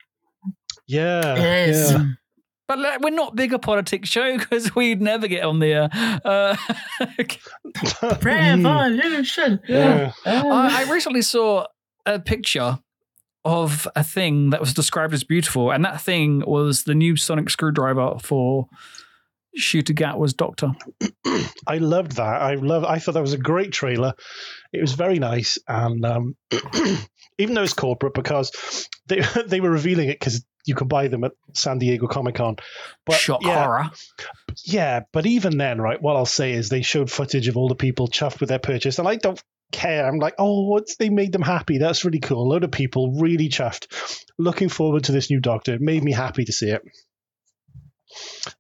Speaker 3: Yeah.
Speaker 4: Yes.
Speaker 3: yeah.
Speaker 2: But le- we're not bigger politics show because we'd never get on the air. Uh,
Speaker 4: Revolution.
Speaker 3: Yeah.
Speaker 2: I, I recently saw a picture of a thing that was described as beautiful, and that thing was the new sonic screwdriver for Shooter Gatwa's Doctor.
Speaker 3: I loved that. I love. I thought that was a great trailer. It was very nice, and um, even though it's corporate, because they they were revealing it because you can buy them at San Diego Comic Con. But
Speaker 2: Shock
Speaker 3: yeah,
Speaker 2: horror.
Speaker 3: yeah. But even then, right? What I'll say is they showed footage of all the people chuffed with their purchase, and I don't care. I'm like, oh, what's they made them happy? That's really cool. A load of people really chuffed, looking forward to this new Doctor. It made me happy to see it.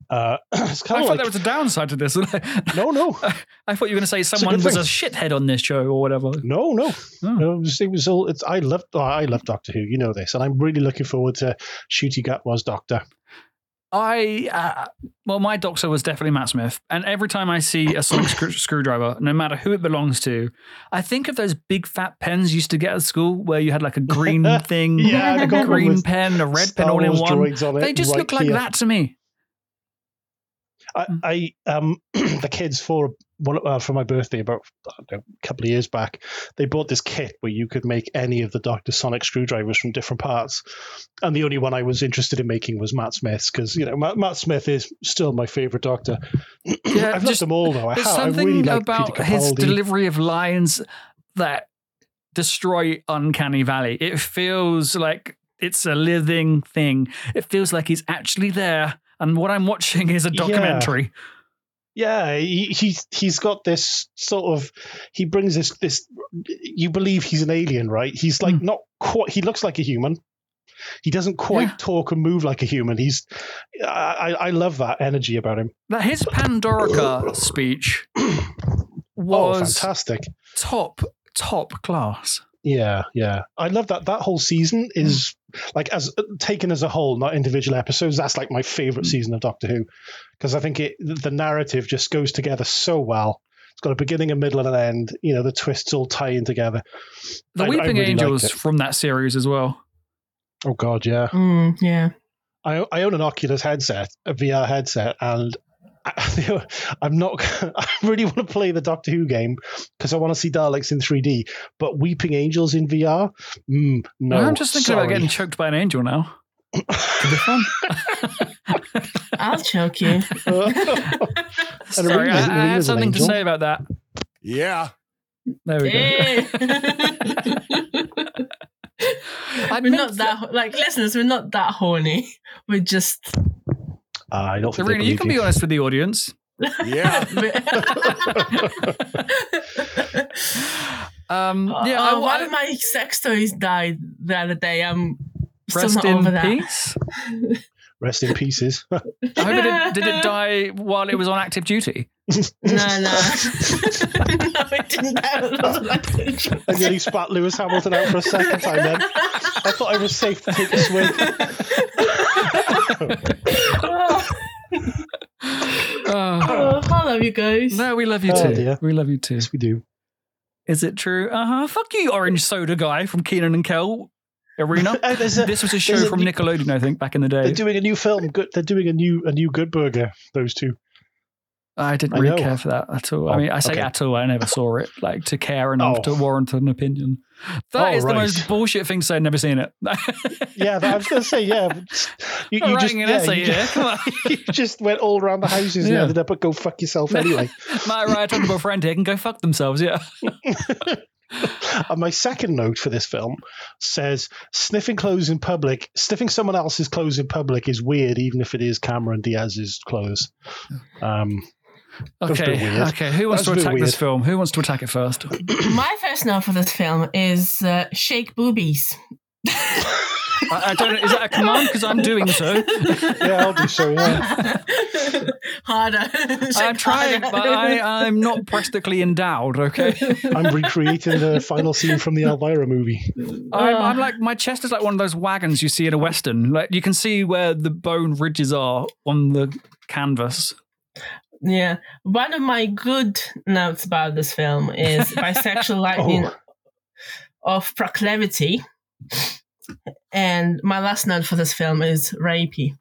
Speaker 3: Uh, it's
Speaker 2: I
Speaker 3: kind
Speaker 2: thought
Speaker 3: of like
Speaker 2: there was a downside to this.
Speaker 3: no, no.
Speaker 2: I thought you were going to say
Speaker 3: a
Speaker 2: someone
Speaker 3: good
Speaker 2: was a
Speaker 3: thing.
Speaker 2: shithead on this show or whatever.
Speaker 3: No, no,
Speaker 2: Oh.
Speaker 3: no. It was, it was all. It's I love. oh, I love Doctor Who. You know this, and I'm really looking forward to Shooty Gatwa's Doctor.
Speaker 2: I uh, well, my doctor was definitely Matt Smith, and every time I see a sonic screw- screwdriver, no matter who it belongs to, I think of those big fat pens you used to get at school where you had like a green thing,
Speaker 3: Yeah,
Speaker 2: a
Speaker 3: the gold one
Speaker 2: green
Speaker 3: with
Speaker 2: pen, a red
Speaker 3: Star
Speaker 2: pen, all in
Speaker 3: Wars
Speaker 2: one.
Speaker 3: droids on it,
Speaker 2: They just
Speaker 3: right
Speaker 2: look like
Speaker 3: here.
Speaker 2: that to me. Mm.
Speaker 3: I, I um, the kids for one uh, for my birthday about I don't know, a couple of years back, they bought this kit where you could make any of the Doctor Sonic screwdrivers from different parts, and the only one I was interested in making was Matt Smith's because you know Matt, Matt Smith is still my favorite Doctor. I've loved
Speaker 2: just-
Speaker 3: them all though. I,
Speaker 2: There's
Speaker 3: ha- I
Speaker 2: something
Speaker 3: really like
Speaker 2: about
Speaker 3: Peter
Speaker 2: his
Speaker 3: Capaldi.
Speaker 2: delivery of lines that destroy Uncanny Valley. It feels like it's a living thing. It feels like he's actually there, and what I'm watching is a
Speaker 3: Yeah.
Speaker 2: documentary.
Speaker 3: Yeah, he, he's he's got this sort of he brings this this you believe he's an alien, right? He's like
Speaker 2: Hmm.
Speaker 3: not quite he looks like a human. He doesn't quite
Speaker 2: Yeah.
Speaker 3: talk and move like a human. He's I, I I love that energy about him.
Speaker 2: That his Pandorica speech
Speaker 3: Oh,
Speaker 2: was
Speaker 3: fantastic.
Speaker 2: top top class.
Speaker 3: Yeah, yeah. I love that that whole season is like as taken as a whole, not individual episodes. That's like my favorite season of Doctor Who because I think it the narrative just goes together so well. It's got a beginning, a middle, and an end. You know, the twists all tie in together.
Speaker 2: The
Speaker 3: I- I
Speaker 2: Weeping
Speaker 3: really liked
Speaker 2: Angels
Speaker 3: it.
Speaker 2: from that series as well.
Speaker 3: Oh God, yeah.
Speaker 4: Mm, yeah.
Speaker 3: I I own an Oculus headset, a VR headset, and I, I'm not. I really want to play the Doctor Who game because I want to see Daleks in 3D. But Weeping Angels in VR, mm, no.
Speaker 2: I'm just thinking
Speaker 3: sorry.
Speaker 2: about getting choked by an angel now. Could be fun.
Speaker 4: I'll choke you.
Speaker 3: Uh, And
Speaker 2: Sorry, I, I
Speaker 3: Arena's-
Speaker 2: had
Speaker 3: Arena's an
Speaker 2: something to
Speaker 3: angel.
Speaker 2: say about that.
Speaker 8: Yeah.
Speaker 2: There we go. I
Speaker 4: Hey. we're
Speaker 2: meant
Speaker 4: not that like listeners. We're not that horny. We're just.
Speaker 3: I don't think they
Speaker 2: Serena, you
Speaker 3: believe
Speaker 2: can be honest with the audience.
Speaker 8: Yeah.
Speaker 2: Um, yeah,
Speaker 4: yeah,
Speaker 2: I,
Speaker 4: oh, one
Speaker 2: I,
Speaker 4: of my sex toys died the other day. I'm still
Speaker 2: rest
Speaker 4: not
Speaker 2: in
Speaker 4: over that.
Speaker 2: peace.
Speaker 3: Rest in pieces.
Speaker 2: I hope it did, did it die while it was on active duty.
Speaker 4: No, no, no, it didn't. That was my picture.
Speaker 3: I nearly spat Lewis Hamilton out for a second time. Then I thought I was safe to take a swig.
Speaker 4: Oh.
Speaker 2: Oh.
Speaker 4: Oh, I love you guys.
Speaker 2: No, we love you
Speaker 3: Oh,
Speaker 2: too.
Speaker 3: dear.
Speaker 2: We love you too.
Speaker 3: Yes, we do.
Speaker 2: Is it true? Uh huh. Fuck you, orange soda guy from Keenan and Kel Arena.
Speaker 3: Oh, there's a-
Speaker 2: this was a show
Speaker 3: there's a
Speaker 2: from
Speaker 3: new-
Speaker 2: Nickelodeon, I think, back in the
Speaker 3: They're
Speaker 2: day.
Speaker 3: doing a new film. Good. They're doing a new a new Good Burger. Those two.
Speaker 2: I didn't
Speaker 3: I
Speaker 2: really
Speaker 3: know.
Speaker 2: care for that at all. I
Speaker 3: Oh,
Speaker 2: mean, I say
Speaker 3: okay.
Speaker 2: at all. I never saw it. Like to care enough
Speaker 3: Oh.
Speaker 2: to warrant an opinion. That
Speaker 3: Oh,
Speaker 2: is the
Speaker 3: right.
Speaker 2: most bullshit thing. to say. I've never seen it.
Speaker 3: Yeah, that- I was going to say yeah. but You,
Speaker 2: I'm
Speaker 3: you just
Speaker 2: writing an
Speaker 3: yeah,
Speaker 2: essay
Speaker 3: you,
Speaker 2: here.
Speaker 3: just,
Speaker 2: Come on.
Speaker 3: you just went all around the houses
Speaker 2: Yeah.
Speaker 3: and ended up at go fuck yourself anyway.
Speaker 2: My right honourable friend here can go fuck themselves. Yeah.
Speaker 3: and my second note for this film says sniffing clothes in public, sniffing someone else's clothes in public is weird, even if it is Cameron Diaz's clothes. Um, That's a bit
Speaker 2: Okay.
Speaker 3: weird.
Speaker 2: Okay. Who wants
Speaker 3: That's
Speaker 2: to
Speaker 3: a bit
Speaker 2: attack
Speaker 3: weird.
Speaker 2: this film? Who wants to attack it first?
Speaker 4: My first note for this film is uh, shake boobies.
Speaker 2: I, I don't. know. Is that a command? Because I'm doing so.
Speaker 3: yeah, I'll do so. Yeah.
Speaker 4: harder. Shake
Speaker 2: I'm trying,
Speaker 4: harder.
Speaker 2: but I, I'm not practically endowed. Okay,
Speaker 3: I'm recreating the final scene from the Elvira movie.
Speaker 2: I'm, I'm like my chest is like one of those wagons you see in a western. Like you can see where the bone ridges are on the canvas.
Speaker 4: Yeah. One of my good notes about this film is bisexual lightning
Speaker 3: Oh.
Speaker 4: of proclivity. And my last note for this film is rapey.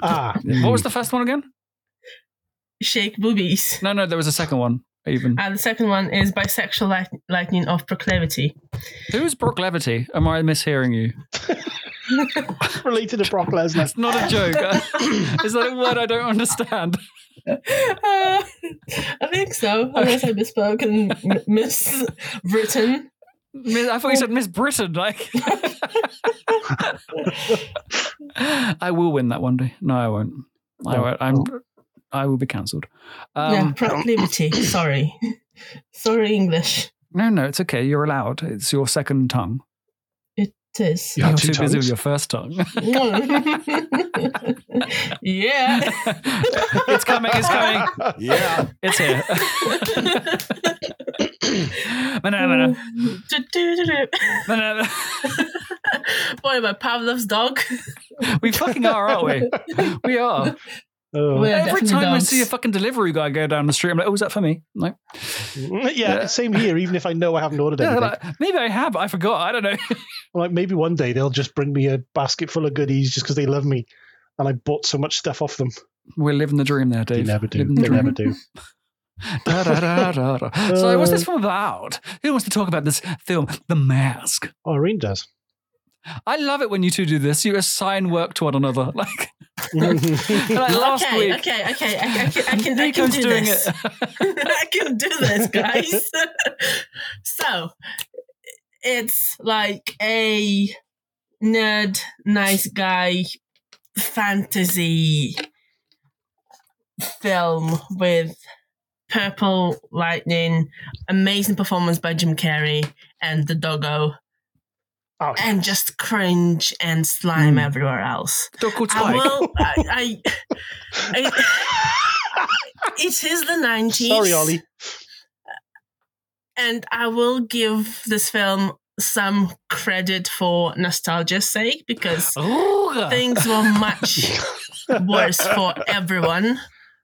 Speaker 3: Ah,
Speaker 2: What was the first one again?
Speaker 4: Shake boobies.
Speaker 2: No, no, there was a second one. Even
Speaker 4: And the second one is bisexual light- lightning of proclivity.
Speaker 2: who's Brock Levity? Am I mishearing you?
Speaker 3: related to Brock Lesnar?
Speaker 2: It's not a joke. is that a word I don't understand?
Speaker 4: Uh, I think so, unless I misspoke and m- miswritten.
Speaker 2: Miss- I thought you said Miss Britain. Like, I will win that one day. No, I won't. I
Speaker 3: Oh,
Speaker 2: won't. I'm. I will be cancelled. Um,
Speaker 4: yeah, proclivity. Sorry. Sorry, English.
Speaker 2: No, no, it's okay. You're allowed. It's your second tongue.
Speaker 4: It is.
Speaker 3: You have
Speaker 2: You're
Speaker 3: two
Speaker 2: too busy with
Speaker 3: tongues?
Speaker 2: your first tongue.
Speaker 4: yeah.
Speaker 2: it's coming. It's coming.
Speaker 8: Yeah.
Speaker 2: It's here. Banana,
Speaker 4: Du-du-du-du.
Speaker 2: banana, banana.
Speaker 4: What about Pavlov's dog?
Speaker 2: We fucking are, aren't we? We are.
Speaker 3: Oh.
Speaker 4: We're
Speaker 2: Every
Speaker 4: definitely
Speaker 2: time I
Speaker 4: dogs.
Speaker 2: see a fucking delivery guy go down the street, I'm like, oh, is that for me? No.
Speaker 3: yeah, same here. Even if I know I haven't ordered
Speaker 2: Yeah,
Speaker 3: anything,
Speaker 2: like, maybe I have. I forgot. I don't know.
Speaker 3: I'm like maybe one day they'll just bring me a basket full of goodies just because they love me, and I bought so much stuff off them.
Speaker 2: We're living the dream there,
Speaker 3: They
Speaker 2: Dave.
Speaker 3: never do.
Speaker 2: Living the
Speaker 3: They
Speaker 2: dream.
Speaker 3: never do.
Speaker 2: Da, da, da, da, da. so, what's this film about? Who wants to talk about this film, The Mask?
Speaker 3: Oh, Irene does.
Speaker 2: I love it when you two do this. You assign work to one another. Like,
Speaker 3: Oh,
Speaker 2: like last
Speaker 4: okay,
Speaker 2: week.
Speaker 4: okay, okay. I, I can, I can, I can
Speaker 2: Nico's
Speaker 4: do
Speaker 2: doing
Speaker 4: this.
Speaker 2: it.
Speaker 4: I can do this, guys. so it's like a nerd, nice guy fantasy film with purple lightning, amazing performance by Jim Carrey and the doggo,
Speaker 3: Oh,
Speaker 4: and just cringe and
Speaker 3: Hmm.
Speaker 4: slime everywhere else.
Speaker 2: Dog called
Speaker 4: I
Speaker 2: Spike.
Speaker 4: will. I. I, I- it is the 90s.
Speaker 3: sorry, Ollie.
Speaker 4: And I will give this film some credit for nostalgia's sake because
Speaker 2: Ooga.
Speaker 4: things were much worse for everyone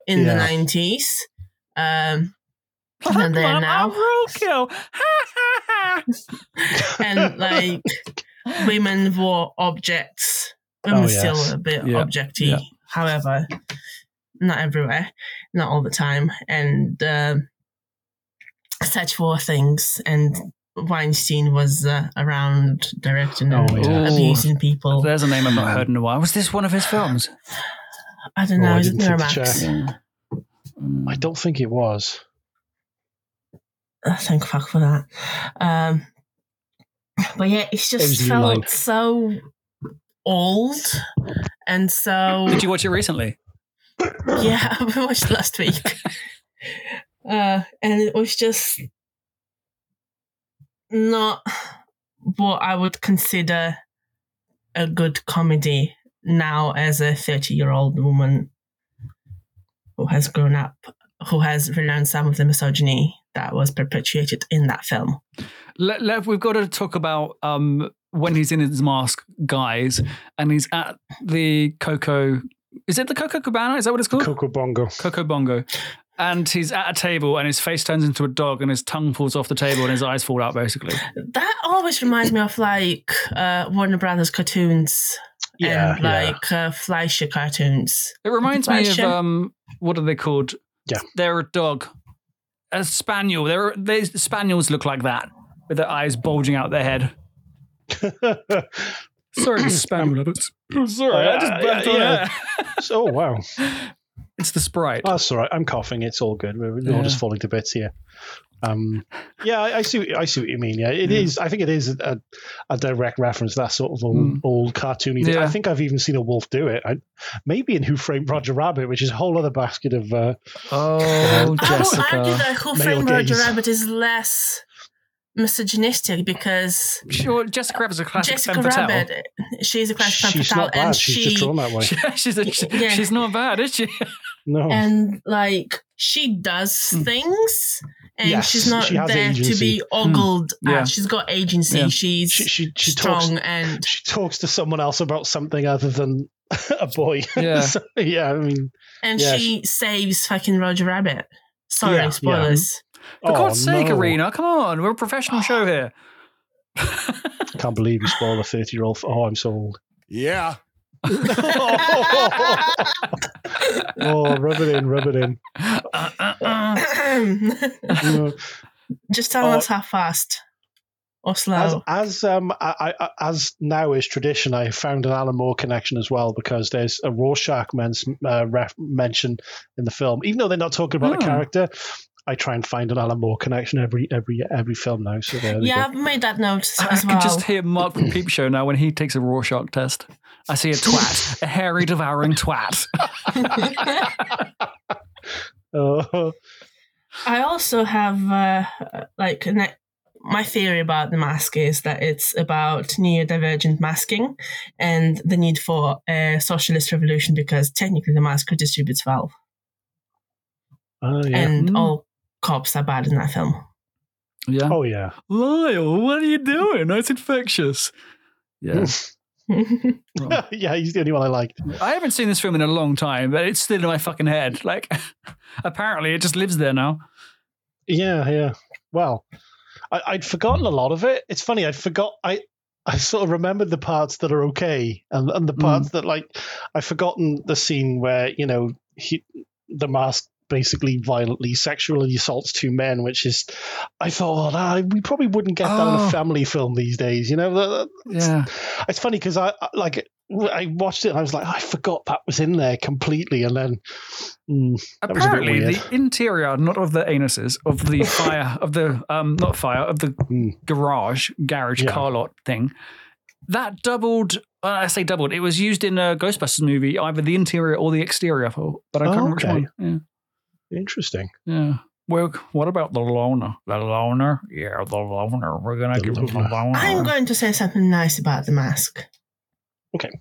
Speaker 4: in
Speaker 3: Yeah.
Speaker 4: the 90s. Um, than they are now.
Speaker 2: I'm roadkill.
Speaker 4: and like women wore objects.
Speaker 3: Oh,
Speaker 4: Women
Speaker 3: yes.
Speaker 4: still a bit
Speaker 2: Yeah,
Speaker 4: objecty,
Speaker 2: yeah.
Speaker 4: however, not everywhere, not all the time, and um such war things. And Weinstein was uh, around directing
Speaker 3: Oh,
Speaker 4: and
Speaker 2: yeah.
Speaker 4: abusing people.
Speaker 2: There's a name I've not heard in a while. Was this one of his films?
Speaker 4: I don't
Speaker 3: Oh,
Speaker 4: know.
Speaker 3: I
Speaker 4: is it
Speaker 3: didn't think to
Speaker 4: Miramax?
Speaker 3: check. I don't think it was.
Speaker 4: I Uh, thank fuck for that. Um, but yeah, it's just
Speaker 3: was new line.
Speaker 4: felt so old and so
Speaker 2: Did you watch it recently?
Speaker 4: Yeah, we watched it last week. uh, and it was just not what I would consider a good comedy now as a 30 year old woman who has grown up, who has renounced some of the misogyny that was perpetuated in that film.
Speaker 2: Let, let- we've got to talk about um, when he's in his mask, guys, and he's at the Coco Is it the Coco Cabana? Is that what it's called?
Speaker 3: Coco Bongo.
Speaker 2: Coco Bongo. And he's at a table and his face turns into a dog and his tongue falls off the table and his eyes fall out, basically.
Speaker 4: That always reminds me of like uh, Warner Brothers cartoons
Speaker 3: Yeah,
Speaker 4: and
Speaker 3: yeah.
Speaker 4: like uh, Fleischer cartoons.
Speaker 2: It reminds me of,
Speaker 4: Fleischer.
Speaker 2: um, what are they called?
Speaker 3: Yeah.
Speaker 2: They're a dog. A spaniel. They're, they, spaniels look like that with their eyes bulging out their head. Sorry, spaniel lovers. Sorry, I just
Speaker 3: Uh,
Speaker 2: burped
Speaker 3: yeah,
Speaker 2: on
Speaker 3: yeah.
Speaker 2: air.
Speaker 3: so, oh, wow.
Speaker 2: It's the sprite.
Speaker 3: Oh, that's all right. I'm coughing. It's all good. We're, we're
Speaker 2: Yeah.
Speaker 3: all just falling to bits here. Um, yeah, I, I see. I see what you mean. Yeah, it is. I think it is a, a direct reference. to That sort of old,
Speaker 2: Mm.
Speaker 3: old cartoony. thing.
Speaker 2: Yeah.
Speaker 3: I think I've even seen a wolf do it. I, maybe in Who Framed Roger Rabbit, which is a whole other basket of. Uh,
Speaker 2: Oh,
Speaker 4: I would argue that Who
Speaker 3: Male
Speaker 4: Framed Roger
Speaker 3: gaze.
Speaker 4: Rabbit is less misogynistic because
Speaker 2: Sure, Jessica Rabbit's a classic
Speaker 4: Jessica
Speaker 2: femme fatale.
Speaker 4: Rabbit, she's a classic femme
Speaker 3: she's
Speaker 4: fatale,
Speaker 3: not bad.
Speaker 4: and
Speaker 3: She's
Speaker 4: she
Speaker 3: just drawn that way.
Speaker 2: she's, a, she-
Speaker 4: Yeah.
Speaker 2: she's not bad, is she?
Speaker 3: No.
Speaker 4: and like she does things, and
Speaker 3: Hmm. Yes,
Speaker 4: she's not
Speaker 3: she has
Speaker 4: there to
Speaker 3: agency.
Speaker 4: be ogled
Speaker 2: Hmm. Yeah.
Speaker 4: at. She's got agency.
Speaker 2: Yeah.
Speaker 4: She's
Speaker 3: she she, she
Speaker 4: strong
Speaker 3: talks.
Speaker 4: and
Speaker 3: She talks to someone else about something other than a boy.
Speaker 2: Yeah.
Speaker 3: So, yeah. I mean,
Speaker 4: and
Speaker 3: Yeah,
Speaker 4: she saves fucking Roger Rabbit. Sorry,
Speaker 3: Yeah, yeah.
Speaker 4: spoilers.
Speaker 2: For
Speaker 3: oh,
Speaker 2: God's sake,
Speaker 3: no.
Speaker 2: Arena, come on. We're a professional show here.
Speaker 3: Can't believe you spoil a thirty-year-old. Oh, I'm so old.
Speaker 8: Yeah.
Speaker 3: oh, rub it in, rub it in.
Speaker 2: Uh, uh, uh.
Speaker 3: Yeah.
Speaker 4: Just tell
Speaker 3: Oh.
Speaker 4: us how fast or slow.
Speaker 3: as as um I, I, as now is tradition, I found an Alan Moore connection as well because there's a Rorschach men, uh, ref, mention in the film, even though they're not talking about
Speaker 2: Oh.
Speaker 3: a character. I try and find an Alan Moore connection every every every film now. So there we go.
Speaker 4: yeah, I've made that note
Speaker 2: I
Speaker 4: as
Speaker 2: can
Speaker 4: well.
Speaker 2: just hear Mark from Peep Show now when he takes a Rorschach test. I see a twat, a hairy, devouring twat.
Speaker 3: Oh,
Speaker 4: I also have uh, like an, my theory about the mask is that it's about neurodivergent masking and the need for a socialist revolution because technically the mask distributes valve
Speaker 3: oh, yeah.
Speaker 4: and
Speaker 2: Mm.
Speaker 4: all cops are bad in that film.
Speaker 2: Yeah.
Speaker 3: oh yeah.
Speaker 2: Lyle, what are you doing? That's infectious. Yeah.
Speaker 3: Uh-huh.
Speaker 2: Wrong.
Speaker 3: yeah, he's the only one I liked.
Speaker 2: I haven't seen this film in a long time, but it's still in my fucking head. Like, apparently, it just lives there now.
Speaker 3: Yeah, yeah. Well, I, I'd forgotten a lot of it. It's funny. I'd forgot. I I sort of remembered the parts that are okay, and and the parts that like I've forgotten the scene where you know he the mask basically violently sexually assaults two men, which is I thought well, nah, we probably wouldn't get that in
Speaker 2: Oh.
Speaker 3: a family film these days. You know, That- that-
Speaker 2: Yeah.
Speaker 3: it's funny because I I- like. I watched it and I was like, I forgot that was in there completely. And then, mm, That was a bit
Speaker 2: Apparently,
Speaker 3: weird.
Speaker 2: the interior, not of the anuses, of the fire, of the um, not fire, of the
Speaker 3: Mm.
Speaker 2: garage, garage
Speaker 3: Yeah.
Speaker 2: car lot thing, that doubled. Uh, I say doubled. It was used in a Ghostbusters movie, either the interior or the exterior, for- but I can't
Speaker 3: Oh,
Speaker 2: remember
Speaker 3: okay.
Speaker 2: which one.
Speaker 3: interesting.
Speaker 2: Yeah. yeah. Well, what about the loner? The loner? Yeah, the loner. We're gonna
Speaker 3: The
Speaker 2: give him the
Speaker 3: loner.
Speaker 2: loner.
Speaker 4: I'm going to say something nice about the mask.
Speaker 3: Okay.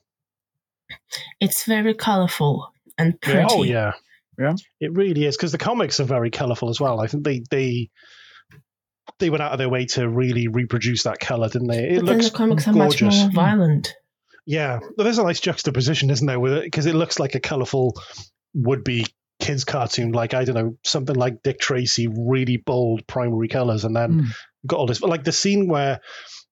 Speaker 4: It's very colourful and pretty.
Speaker 3: Oh yeah,
Speaker 2: Yeah.
Speaker 3: It really is because the comics are very colourful as well. I think they they they went out of their way to really reproduce that colour, didn't they? It
Speaker 4: But then
Speaker 3: looks
Speaker 4: the comics are
Speaker 3: gorgeous.
Speaker 4: much more violent.
Speaker 3: Yeah, Well, there's a nice juxtaposition, isn't there? With it because it looks like a colourful would be kids cartoon, like I don't know something like Dick Tracy, really bold primary colours, and then
Speaker 2: Mm.
Speaker 4: Hmm.
Speaker 3: got all this. But like the scene where.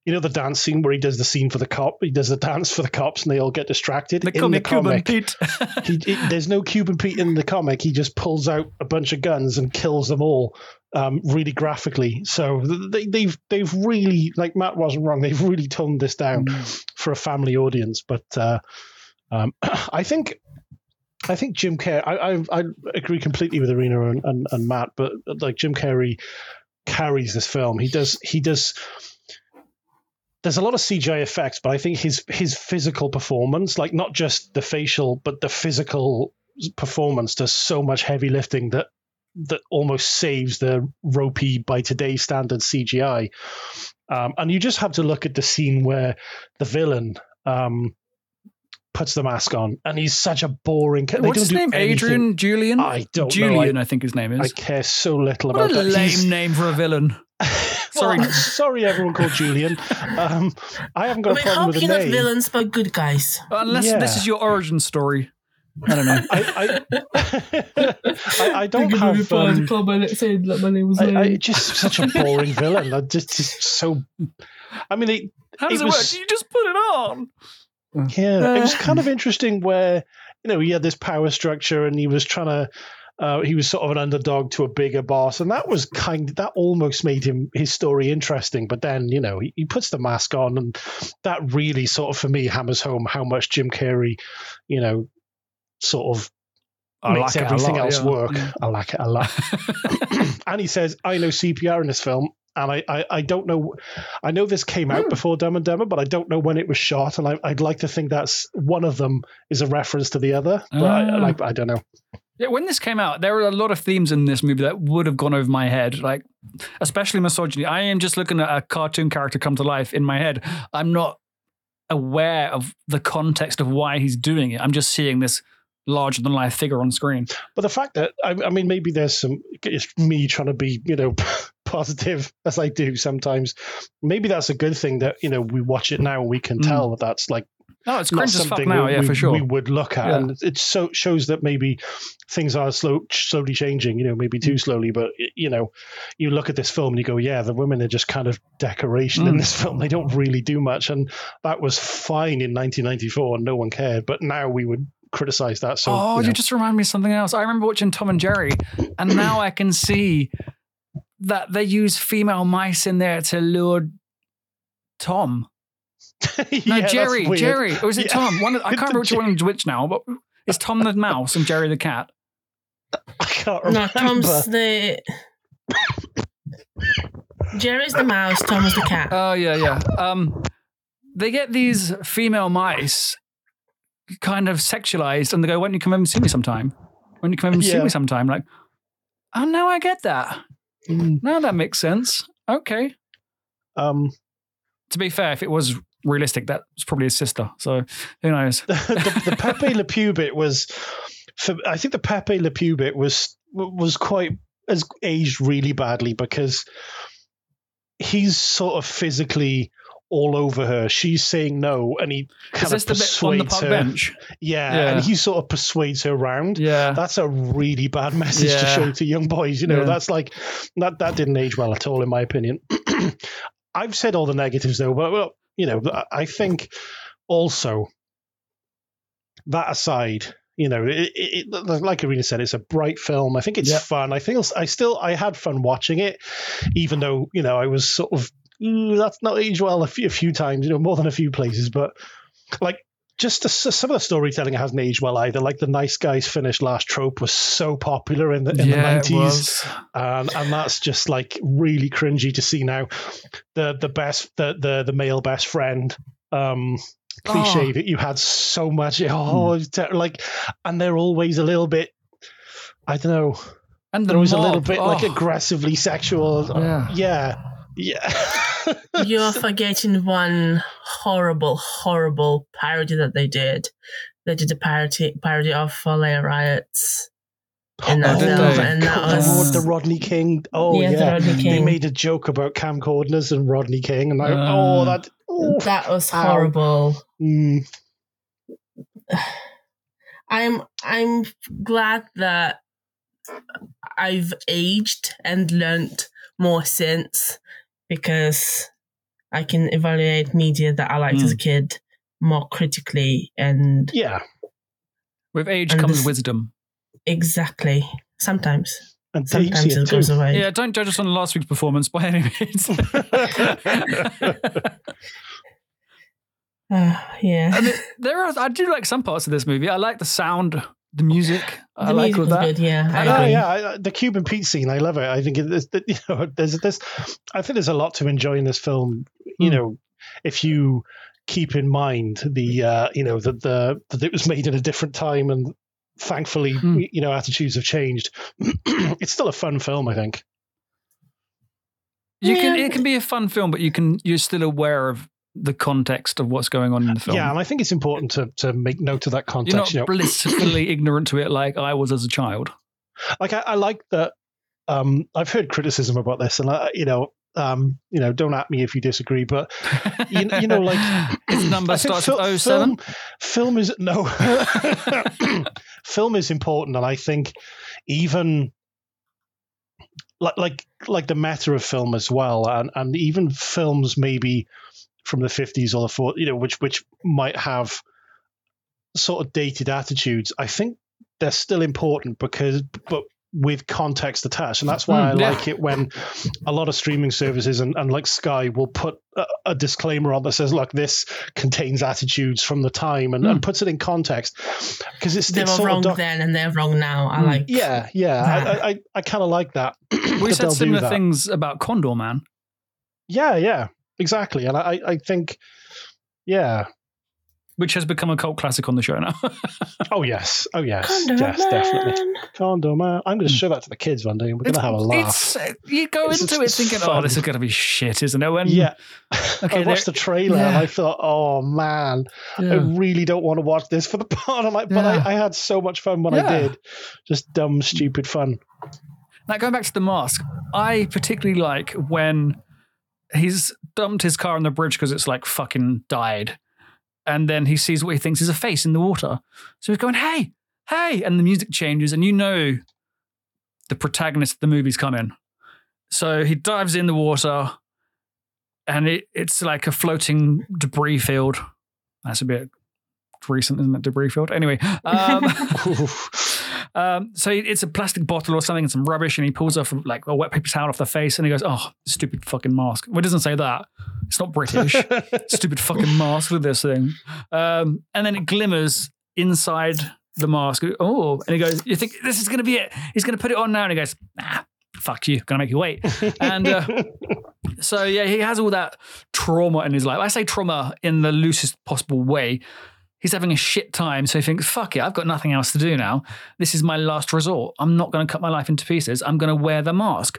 Speaker 3: You know the dance scene where he does the scene for the cop. He does the dance for the cops, and they all get distracted.
Speaker 2: They
Speaker 3: in
Speaker 2: call me
Speaker 3: the
Speaker 2: Cuban
Speaker 3: comic,
Speaker 2: Pete.
Speaker 3: he, it- there's no Cuban Pete in the comic. He just pulls out a bunch of guns and kills them all, um, really graphically. So th- they, they've they've really like Matt wasn't wrong. They've really toned this down for a family audience. But uh, um, I think I think Jim Carrey. I, I I agree completely with Arena and, and, and Matt, but like Jim Carrey carries this film. He does he does. There's a lot of CGI effects, but I think his his physical performance, like not just the facial, but the physical performance, does so much heavy lifting that that almost saves the ropey by today's standard CGI. Um, and you just have to look at the scene where the villain um, puts the mask on, and he's such a boring. ca- They
Speaker 2: What's
Speaker 3: don't
Speaker 2: his
Speaker 3: do
Speaker 2: name?
Speaker 3: anything.
Speaker 2: Adrian Julian.
Speaker 3: I don't know.
Speaker 2: Julian, I think his name
Speaker 3: I
Speaker 2: is.
Speaker 3: care so little
Speaker 2: What
Speaker 3: about
Speaker 2: a
Speaker 3: that.
Speaker 2: lame
Speaker 3: He's-
Speaker 2: name for a villain. Sorry.
Speaker 3: Well, I'm sorry, everyone called Julian. Um, I haven't got a
Speaker 4: we
Speaker 3: problem
Speaker 4: hope
Speaker 3: with the
Speaker 4: you're not
Speaker 3: name.
Speaker 4: villains, but good guys.
Speaker 2: Unless
Speaker 3: Yeah.
Speaker 2: this is your origin story. I don't know.
Speaker 3: I, I, I, I don't have. um,
Speaker 4: club and it said that my name was
Speaker 3: I, I, just such a boring villain. I just, just so. I mean, it,
Speaker 2: How does
Speaker 3: It
Speaker 2: it,
Speaker 3: was-
Speaker 2: work? You just put it on.
Speaker 3: yeah, it was
Speaker 2: Uh.
Speaker 3: kind of interesting where you know he had this power structure and he was trying to. Uh, he was sort of an underdog to a bigger boss, and that was kind. That almost made him his story interesting. But then, you know, he, he puts the mask on, and that really sort of for me hammers home how much Jim Carrey, you know, sort of makes
Speaker 2: it a
Speaker 3: everything
Speaker 2: lot,
Speaker 3: else
Speaker 2: yeah. Mm.
Speaker 3: work. I like it a lot. and he says, "I know CPR in this film, and I, I, I don't know. I know this came out before Dumb and Dumber, but I don't know when it was shot. And I, I'd like to think that's one of them is a reference to the other, but I,
Speaker 2: Ah.
Speaker 3: like I don't know.
Speaker 2: Yeah, when this came out, there were a lot of themes in this movie that would have gone over my head, like especially misogyny. I am just looking at a cartoon character come to life in my head. I'm not aware of the context of why he's doing it. I'm just seeing this larger than life figure on screen.
Speaker 3: But the fact that I, I mean, maybe there's some. It's me trying to be, you know, positive as I do sometimes. Maybe that's a good thing that you know we watch it now and we can
Speaker 2: Mm.
Speaker 3: tell that that's like.
Speaker 2: Oh, it's
Speaker 3: not
Speaker 2: cringe as fuck
Speaker 3: something
Speaker 2: now,
Speaker 3: we,
Speaker 2: yeah,
Speaker 3: we-
Speaker 2: for sure.
Speaker 3: we would look at.
Speaker 2: Yeah.
Speaker 3: And it so shows that maybe things are slow, slowly changing, you know, maybe
Speaker 2: Mm.
Speaker 3: too slowly. But, y- you know, you look at this film and you go, yeah, the women are just kind of decoration in
Speaker 2: Mm.
Speaker 3: this film. They don't really do much. And that was fine in 1994 and no one cared. But now we would criticize that. So,
Speaker 2: oh,
Speaker 3: you
Speaker 2: you,
Speaker 3: know.
Speaker 2: just remind me of something else. I remember watching Tom and Jerry, and now I can see that they use female mice in there to lure Tom. No,
Speaker 3: Yeah, that's
Speaker 2: Jerry,
Speaker 3: weird.
Speaker 2: Jerry. Or is it
Speaker 3: Yeah.
Speaker 2: Tom? One of- I
Speaker 3: The
Speaker 2: can't remember which one is which now, but it's Tom the mouse and Jerry the cat.
Speaker 3: I can't
Speaker 4: No,
Speaker 3: remember.
Speaker 4: Tom's the. Jerry's the mouse, Tom is the cat.
Speaker 2: Oh yeah, yeah. Um, they get these female mice kind of sexualized, and they go, "Why don't you come over and see me sometime? Why don't you come over and see
Speaker 3: Yeah.
Speaker 2: me sometime?" Like, oh, now I get that.
Speaker 3: Mm,
Speaker 2: Now that makes sense. Okay.
Speaker 3: um,
Speaker 2: To be fair, if it was realistic, that was probably his sister. So who knows?
Speaker 3: the, the Pepe Le Pew bit was, for, I think the Pepe Le Pew bit was was quite has aged really badly because he's sort of physically all over her. She's saying no, and he
Speaker 2: Is
Speaker 3: kind
Speaker 2: this
Speaker 3: of
Speaker 2: the bit on the
Speaker 3: persuades
Speaker 2: park
Speaker 3: her.
Speaker 2: bench?
Speaker 3: Yeah,
Speaker 2: Yeah.
Speaker 3: and he sort of persuades her round.
Speaker 2: Yeah.
Speaker 3: That's a really bad message to
Speaker 2: Yeah.
Speaker 3: show to young boys. You know,
Speaker 2: Yeah.
Speaker 3: that's like that that didn't age well at all, in my opinion. I've said all the negatives though, but well, you know, I- I think also that aside, you know, it, it, it, like Irina said, it's a bright film. I think it's
Speaker 2: Yeah.
Speaker 3: fun. I think I still I had fun watching it, even though you know I was sort of "Ooh, that's not aged well a few, a few times, you know, more than a few places, but like. Just the, s- some of the storytelling hasn't aged well either. Like the nice guys finish last trope was so popular in the in the
Speaker 2: yeah, it
Speaker 3: nineties,
Speaker 2: was.
Speaker 3: and and that's just like really cringy to see now. The the best the the the male best friend um cliche
Speaker 2: Oh. Hmm.
Speaker 3: that you had so much oh it's ter- like and they're always a little bit I don't know
Speaker 2: And the
Speaker 3: they're always a little
Speaker 2: mob.
Speaker 3: bit like
Speaker 2: Oh.
Speaker 3: aggressively sexual
Speaker 2: Yeah.
Speaker 3: yeah yeah
Speaker 4: You're forgetting one horrible, horrible parody that they did. They did a parody parody of Foley Riots. in that
Speaker 2: Oh, did
Speaker 4: film,
Speaker 2: they?
Speaker 4: and that
Speaker 3: God,
Speaker 4: was
Speaker 3: the Rodney King oh
Speaker 4: Yeah,
Speaker 3: yeah,
Speaker 4: the Rodney
Speaker 3: they
Speaker 4: King.
Speaker 3: made a joke about camcorders and Rodney King and I,
Speaker 2: Uh.
Speaker 3: oh that oh,
Speaker 4: that was
Speaker 3: Ow.
Speaker 4: horrible.
Speaker 3: mm,
Speaker 4: I'm I'm glad that I've aged and learnt more since because I can evaluate media that I liked as a kid more critically and
Speaker 3: yeah
Speaker 2: With age
Speaker 4: And
Speaker 2: comes
Speaker 4: this-
Speaker 2: wisdom.
Speaker 4: exactly sometimes
Speaker 3: and
Speaker 4: sometimes
Speaker 3: Daisy
Speaker 4: it
Speaker 3: too.
Speaker 4: goes away.
Speaker 2: Yeah, don't judge us on last week's performance by any means.
Speaker 4: Uh, yeah.
Speaker 2: I mean, there are. I do like some parts of this movie. I like the sound, the music. I
Speaker 4: the
Speaker 2: like
Speaker 4: music
Speaker 2: all
Speaker 4: was
Speaker 2: that.
Speaker 4: good, yeah. I
Speaker 2: And, uh,
Speaker 3: Oh
Speaker 4: agree.
Speaker 3: yeah, I, I- the Cuban Pete scene. I love it. I think it, it's- that, you know, there's this. I think there's a lot to enjoy in this film. You
Speaker 2: Hmm.
Speaker 3: know, if you keep in mind the uh, you know that the that it was made at a different time and thankfully
Speaker 2: Hmm.
Speaker 3: you know attitudes have changed. it's still a fun film, I think.
Speaker 2: You can.
Speaker 4: Yeah.
Speaker 2: It can be a fun film, but you can. You're still aware of the context of what's going on in the film.
Speaker 3: Yeah, and I think it's important to to make note of that
Speaker 2: you're not
Speaker 3: context. you know.
Speaker 2: blissfully ignorant to it like I was as a child.
Speaker 3: like I, I like that um i've heard criticism about this and i you know Um, you know, don't at me if you disagree, but you, you know, like
Speaker 2: Its number
Speaker 3: I think
Speaker 2: starts
Speaker 3: fil-
Speaker 2: with 07.
Speaker 3: Film, film is no, film is important, and I think even like like like the matter of film as well, and and even films maybe from the fifties or the 40s, you know, which which might have sort of dated attitudes. I think they're still important because, but with context attached, and that's why I
Speaker 2: Mm, yeah.
Speaker 3: like it when a lot of streaming services and, and like Sky will put a, a disclaimer on that says, "Look, this contains attitudes from the time," and, and puts it in context because it's,
Speaker 4: They
Speaker 3: it's
Speaker 4: were
Speaker 3: sort
Speaker 4: wrong
Speaker 3: of doc- Mm,
Speaker 4: then and they're wrong now. I like
Speaker 3: yeah, yeah.
Speaker 4: Nah.
Speaker 3: I I, I, I kind of like that.
Speaker 2: We
Speaker 3: that
Speaker 2: said
Speaker 3: they'll do
Speaker 2: similar
Speaker 3: that.
Speaker 2: things about Condor Man.
Speaker 3: Yeah, yeah, exactly. And I I- I think, yeah.
Speaker 2: Which has become a cult classic on the show now.
Speaker 3: Oh yes, oh yes,
Speaker 4: Condom
Speaker 3: yes, definitely.
Speaker 4: Man.
Speaker 3: Condom man. I'm going to show that to the kids one day. and We're going to have a laugh.
Speaker 2: It's, uh, you go
Speaker 3: It's-
Speaker 2: into it
Speaker 3: it's
Speaker 2: thinking, "Oh,
Speaker 3: fun.
Speaker 2: this is going to be shit, isn't it?" When
Speaker 3: Yeah.
Speaker 2: Okay,
Speaker 3: I watched
Speaker 2: there-
Speaker 3: the trailer and
Speaker 2: yeah.
Speaker 3: I thought, oh man, I
Speaker 2: Yeah.
Speaker 3: really don't want to watch this for the part. I'm like, but
Speaker 2: Yeah.
Speaker 3: I, I had so much fun when I
Speaker 2: Yeah.
Speaker 3: did. Just dumb, stupid fun.
Speaker 2: Now, going back to the mask, I particularly like when he's dumped his car on the bridge because it's like fucking died. And then he sees what he thinks is a face in the water. So he's going, hey, hey. And the music changes, and you know the protagonist of the movie's coming. So he dives in the water, and it, it's like a floating debris field. That's a bit recent, isn't it? Debris field. Anyway. Um, Um, so it's a plastic bottle or something and some rubbish, and he pulls off like a wet paper towel off the face, and he goes, "Oh, stupid fucking mask." Well, it doesn't say that. It's not British. stupid fucking mask with this thing. Um, and then it glimmers inside the mask. Oh, and he goes, "You think this is gonna be it? He's gonna put it on now?" And he goes, "Nah, fuck you. Gonna make you wait." And uh, so yeah, he has all that trauma in his life. I say trauma in the loosest possible way. He's having a shit time, so he thinks, "Fuck it, I've got nothing else to do now. This is my last resort. I'm not going to cut my life into pieces. I'm going to wear the mask."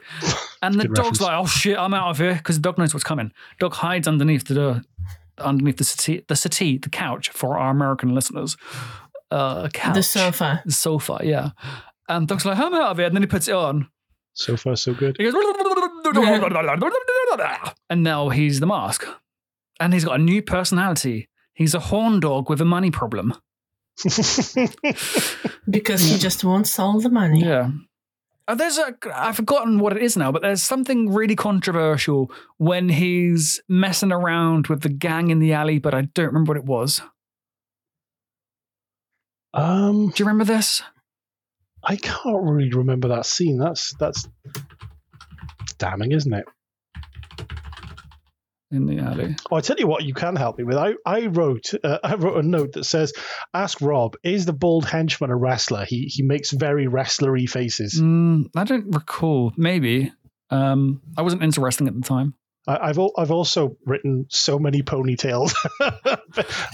Speaker 2: And the
Speaker 3: Good
Speaker 2: dog's
Speaker 3: reference.
Speaker 2: like, "Oh shit, I'm out of here," because the dog knows what's coming. Dog hides underneath the underneath the settee, the settee, the couch for our American listeners. Uh, couch,
Speaker 4: the sofa.
Speaker 2: The sofa, yeah. And dog's like, "I'm out of here," and then he puts it on.
Speaker 3: so far, so good.
Speaker 2: He goes, and now he's the mask. And he's got a new personality. He's a horn dog with a money problem.
Speaker 4: Because he just wants all the money.
Speaker 2: Yeah. Uh, There's a, I've forgotten what it is now, but there's something really controversial when he's messing around with the gang in the alley, but I don't remember what it was.
Speaker 3: um,
Speaker 2: Do you remember this?
Speaker 3: I can't really remember that scene. That's that's damning, isn't it?
Speaker 2: In the alley.
Speaker 3: Oh, I tell you what, you can help me with. I I wrote uh, I wrote a note that says, "Ask Rob, is the bald henchman a wrestler? He he makes very wrestlery faces."
Speaker 2: Mm, I don't recall. Maybe. Um, I wasn't into wrestling at the time.
Speaker 3: I, I've al- I've also written so many ponytails.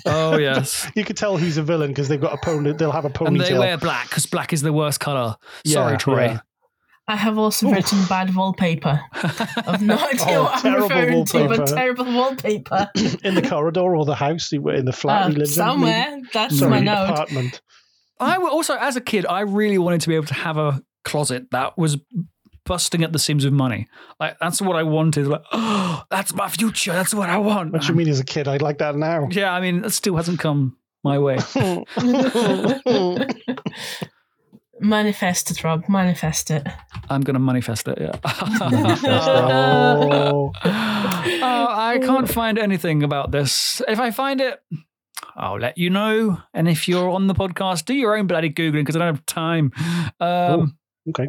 Speaker 2: Oh, yes.
Speaker 3: you could tell he's a villain because they've got a pony. They'll have a ponytail.
Speaker 2: and they wear black because black is the worst color. Sorry,
Speaker 3: Yeah,
Speaker 2: Troy.
Speaker 3: yeah.
Speaker 4: I have also written bad wallpaper. I've no idea
Speaker 3: Oh,
Speaker 4: what I'm
Speaker 3: terrible
Speaker 4: referring to, but
Speaker 3: wallpaper.
Speaker 4: terrible wallpaper.
Speaker 3: in the corridor or the house he- in the flat
Speaker 4: Uh,
Speaker 3: he lives in.
Speaker 4: somewhere. That's
Speaker 3: Sorry,
Speaker 4: my
Speaker 3: the
Speaker 4: note.
Speaker 3: apartment.
Speaker 2: I wa- also, as a kid, I really wanted to be able to have a closet that was busting at the seams with money. Like that's what I wanted. Like, oh, that's my future. That's what I want.
Speaker 3: What do you mean as a kid? I'd like that now.
Speaker 2: Yeah, I mean, that still hasn't come my way.
Speaker 4: Manifest it, Rob. Manifest it.
Speaker 2: I'm gonna manifest it. Yeah.
Speaker 3: oh,
Speaker 2: oh, I can't find anything about this. If I find it, I'll let you know. And if you're on the podcast, do your own bloody googling because I don't have time.
Speaker 3: Oh,
Speaker 2: Um,
Speaker 3: okay.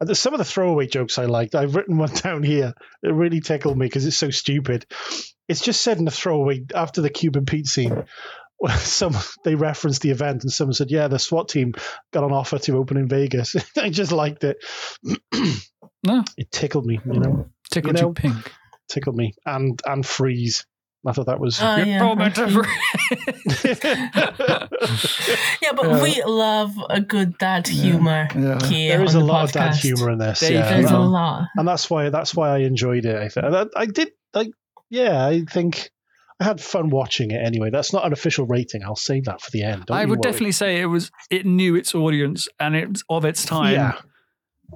Speaker 3: And there's some of the throwaway jokes I liked. I've written one down here. It really tickled me because it's so stupid. It's just said in the throwaway after the Cuban Pete scene. where Some they referenced the event and someone said, "Yeah, the SWAT team got an offer to open in Vegas." I just liked it.
Speaker 2: No.
Speaker 3: it tickled me. You know,
Speaker 2: tickled
Speaker 3: You
Speaker 2: you,
Speaker 3: know-
Speaker 2: pink.
Speaker 3: tickled me and and freeze. I thought that was
Speaker 4: Oh,
Speaker 2: You're
Speaker 4: yeah.
Speaker 2: tormented
Speaker 4: okay.
Speaker 3: there
Speaker 4: Yeah, but we love a good dad humor
Speaker 2: Yeah.
Speaker 4: here.
Speaker 3: is a
Speaker 4: on the
Speaker 3: lot of dad
Speaker 4: podcast.
Speaker 3: humor in this,
Speaker 2: There you
Speaker 3: yeah,
Speaker 2: go.
Speaker 4: There's a
Speaker 2: Well.
Speaker 4: lot.
Speaker 3: and that's why that's why I enjoyed it. I think And I, I did. I yeah, I think I had fun watching it. Anyway, that's not an official rating. I'll save that for the end. Don't
Speaker 2: I
Speaker 3: you
Speaker 2: would
Speaker 3: worry.
Speaker 2: definitely say it was it knew its audience and it was of its time.
Speaker 3: Yeah,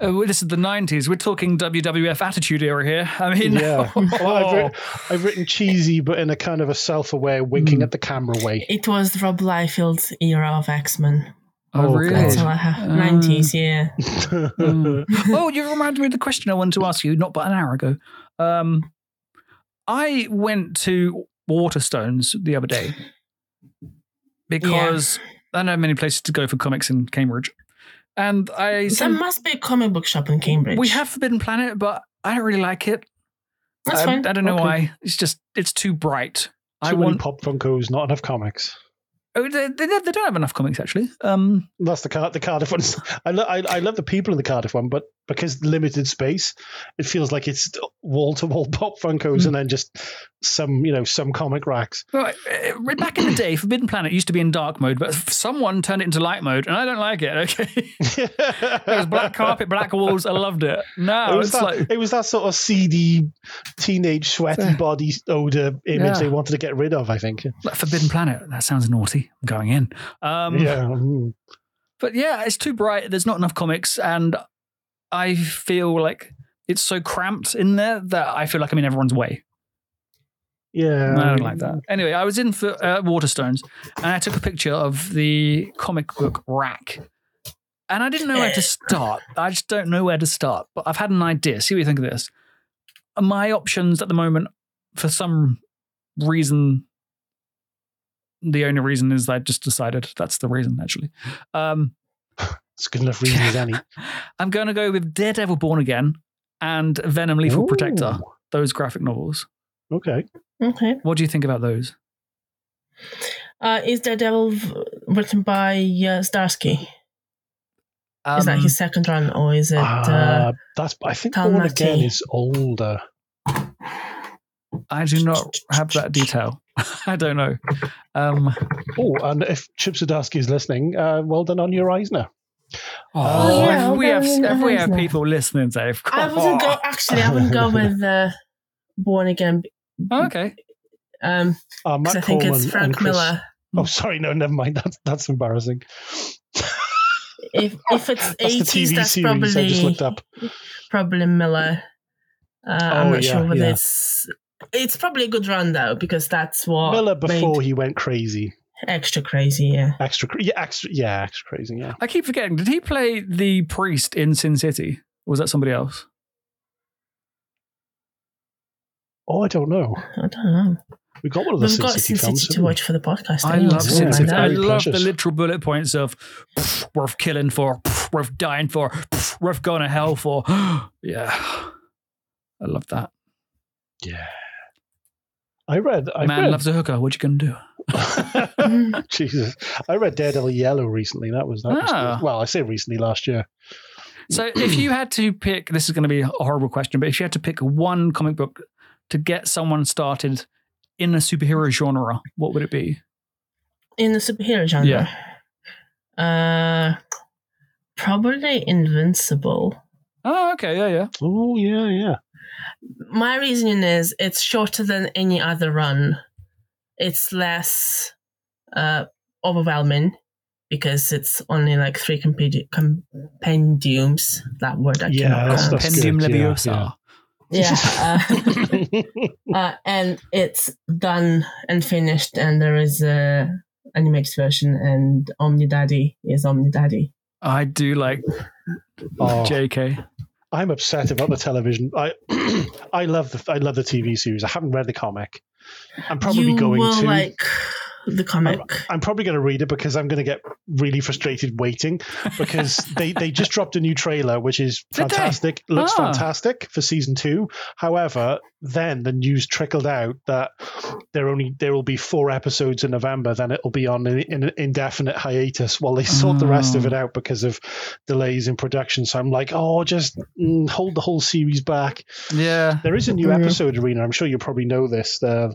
Speaker 2: Uh, well, this is the 90s. We're talking WWF Attitude Era here. I mean,
Speaker 3: Yeah. Well, I've, writ-
Speaker 2: Oh.
Speaker 3: I've written cheesy, but in a kind of a self-aware,
Speaker 2: Hmm.
Speaker 3: winking at the camera way.
Speaker 4: It was Rob Liefeld's era of X Men.
Speaker 2: oh,
Speaker 3: Oh,
Speaker 2: really?
Speaker 4: That's all I have.
Speaker 2: Um,
Speaker 4: Nineties, yeah.
Speaker 2: oh, you reminded me of the question I wanted to ask you not but an hour ago. Um, I went to Waterstones the other day because I know many places to go for comics in Cambridge, and I
Speaker 4: There
Speaker 2: said,
Speaker 4: must be a comic book shop in Cambridge.
Speaker 2: we have Forbidden Planet, but I don't really like it. Um,
Speaker 4: That's
Speaker 2: I,
Speaker 4: fine.
Speaker 2: I don't know
Speaker 3: Okay.
Speaker 2: why. It's just it's too bright. I
Speaker 3: Too many
Speaker 2: want.
Speaker 3: pop Funkos, not enough comics.
Speaker 2: Oh, they, they, they don't have enough comics actually. Um,
Speaker 3: That's the Car- the Cardiff one. I, lo- I I love the people in the Cardiff one, but because limited space, it feels like it's wall to wall pop Funkos
Speaker 2: Hmm.
Speaker 3: and then just some you know some comic racks.
Speaker 2: well, uh, back in the day, Forbidden Planet used to be in dark mode, but someone turned it into light mode, and I don't like it. Okay. It was black carpet, black walls. I loved it.
Speaker 3: it
Speaker 2: No,
Speaker 3: was
Speaker 2: it's
Speaker 3: that.
Speaker 2: like
Speaker 3: it was that sort of seedy, teenage sweaty body odor image
Speaker 2: Yeah.
Speaker 3: they wanted to get rid of. I think.
Speaker 2: like Forbidden Planet. That sounds naughty. I'm going in. Um,
Speaker 3: yeah. Mm.
Speaker 2: But yeah, it's too bright. There's not enough comics, and I feel like it's so cramped in there that I feel like I'm in everyone's way.
Speaker 3: Yeah.
Speaker 2: I don't
Speaker 4: Um,
Speaker 2: like that. Anyway, I was in for, uh, Waterstones, and I took a picture of the comic book rack. And I didn't know where to start. I just don't know where to start. But I've had an idea. See what you think of this. My options at the moment, for some reason, the only reason is I just decided that's the reason, actually. Um,
Speaker 3: It's good enough reason as any.
Speaker 2: I'm going to go with Daredevil Born Again and Venom Lethal Protector,
Speaker 3: Ooh,
Speaker 2: those graphic novels.
Speaker 3: Okay.
Speaker 4: Okay.
Speaker 2: What do you think about those?
Speaker 4: Uh, is the Devil v- written by uh, Starsky? is that
Speaker 2: Um,
Speaker 4: his second run, or is it? Uh,
Speaker 3: Uh, that's. I think
Speaker 4: Tom
Speaker 3: Born Again
Speaker 4: Nutty.
Speaker 3: is older.
Speaker 2: I do not have that detail. I don't know. Um,
Speaker 3: Oh, and if Chip Zdarsky is listening, uh, well done on your Eisner. Uh,
Speaker 2: oh,
Speaker 4: yeah,
Speaker 2: if we have
Speaker 4: well,
Speaker 2: if we have
Speaker 4: nice.
Speaker 2: people listening, Dave.
Speaker 4: I wouldn't go. Actually, I wouldn't go with uh, Born Again.
Speaker 2: Oh, okay.
Speaker 4: Um,
Speaker 3: Uh,
Speaker 4: 'cause
Speaker 3: Matt
Speaker 4: I think
Speaker 3: Coleman
Speaker 4: it's Frank
Speaker 3: and Chris-
Speaker 4: Miller.
Speaker 3: Oh, sorry, no, never mind. That's that's embarrassing.
Speaker 4: If if it's
Speaker 3: That's the
Speaker 4: eighties,
Speaker 3: TV
Speaker 4: that's
Speaker 3: series I just
Speaker 4: probably
Speaker 3: looked up.
Speaker 4: probably Miller. Uh,
Speaker 3: Oh,
Speaker 4: I'm not
Speaker 3: yeah,
Speaker 4: sure whether
Speaker 3: yeah.
Speaker 4: it's. It's probably a good run though because that's what
Speaker 3: Miller before
Speaker 4: made
Speaker 3: he went crazy,
Speaker 4: extra crazy. Yeah.
Speaker 3: extra, cra- yeah, extra, yeah, extra crazy, yeah.
Speaker 2: I keep forgetting. Did he play the priest in Sin City? Or was that somebody else?
Speaker 3: Oh, I don't know.
Speaker 4: I don't know.
Speaker 3: We got one of the
Speaker 4: We've
Speaker 3: Sin
Speaker 4: got
Speaker 3: City
Speaker 4: Sin City
Speaker 3: films.
Speaker 4: to
Speaker 3: haven't we?
Speaker 4: watch for the podcast.
Speaker 2: I
Speaker 4: eh?
Speaker 2: love
Speaker 4: Something
Speaker 2: Sin
Speaker 4: like
Speaker 2: City.
Speaker 4: that.
Speaker 2: I
Speaker 3: very
Speaker 2: love the
Speaker 3: precious.
Speaker 2: literal bullet points of "Pff, worth killing for, pff, worth dying for, pff, worth going to hell for. yeah, I love that.
Speaker 3: Yeah. I read. I
Speaker 2: Man
Speaker 3: read.
Speaker 2: loves a hooker. What you gonna do?
Speaker 3: Jesus, I read Daredevil Yellow recently. That was that. was
Speaker 2: Ah.
Speaker 3: good. well, I say recently last year.
Speaker 2: So if you had to pick, this is going to be a horrible question, but if you had to pick one comic book to get someone started in the superhero genre, what would it be?
Speaker 4: in the superhero genre. Uh, probably Invincible.
Speaker 2: Oh, okay, yeah, yeah.
Speaker 3: Oh yeah, yeah.
Speaker 4: My reasoning is it's shorter than any other run. It's less uh, overwhelming because it's only like three compendi- compendiums. That word I
Speaker 3: Yeah,
Speaker 4: cannot
Speaker 3: that's-
Speaker 4: pronounce.
Speaker 3: that's
Speaker 2: Compendium
Speaker 3: good, yeah,
Speaker 2: Leviosa.
Speaker 3: yeah.
Speaker 4: Yeah. Uh, uh, and it's done and finished and there is a animated version and omni daddy is omni daddy
Speaker 2: I do like
Speaker 3: Oh.
Speaker 2: JK.
Speaker 3: I'm upset about the television. I I love the I love the TV series. I haven't read the comic. I'm probably
Speaker 4: you
Speaker 3: going
Speaker 4: will
Speaker 3: to. Um,
Speaker 4: like the comic
Speaker 3: I'm probably going to read it because I'm going to get really frustrated waiting because they, they just dropped a new trailer which is
Speaker 2: Did they?
Speaker 3: fantastic. Looks
Speaker 2: Ah.
Speaker 3: fantastic for season 2. However, then the news trickled out that there only there will be four episodes in November then it'll be on in, in an indefinite hiatus while they sort the rest of
Speaker 2: Oh.
Speaker 3: it out because of delays in production. So I'm like, "Oh, just mm, hold the whole series back."
Speaker 2: Yeah.
Speaker 3: There is a new
Speaker 4: Yeah.
Speaker 3: episode, Arena. I'm sure you probably know this. Uh,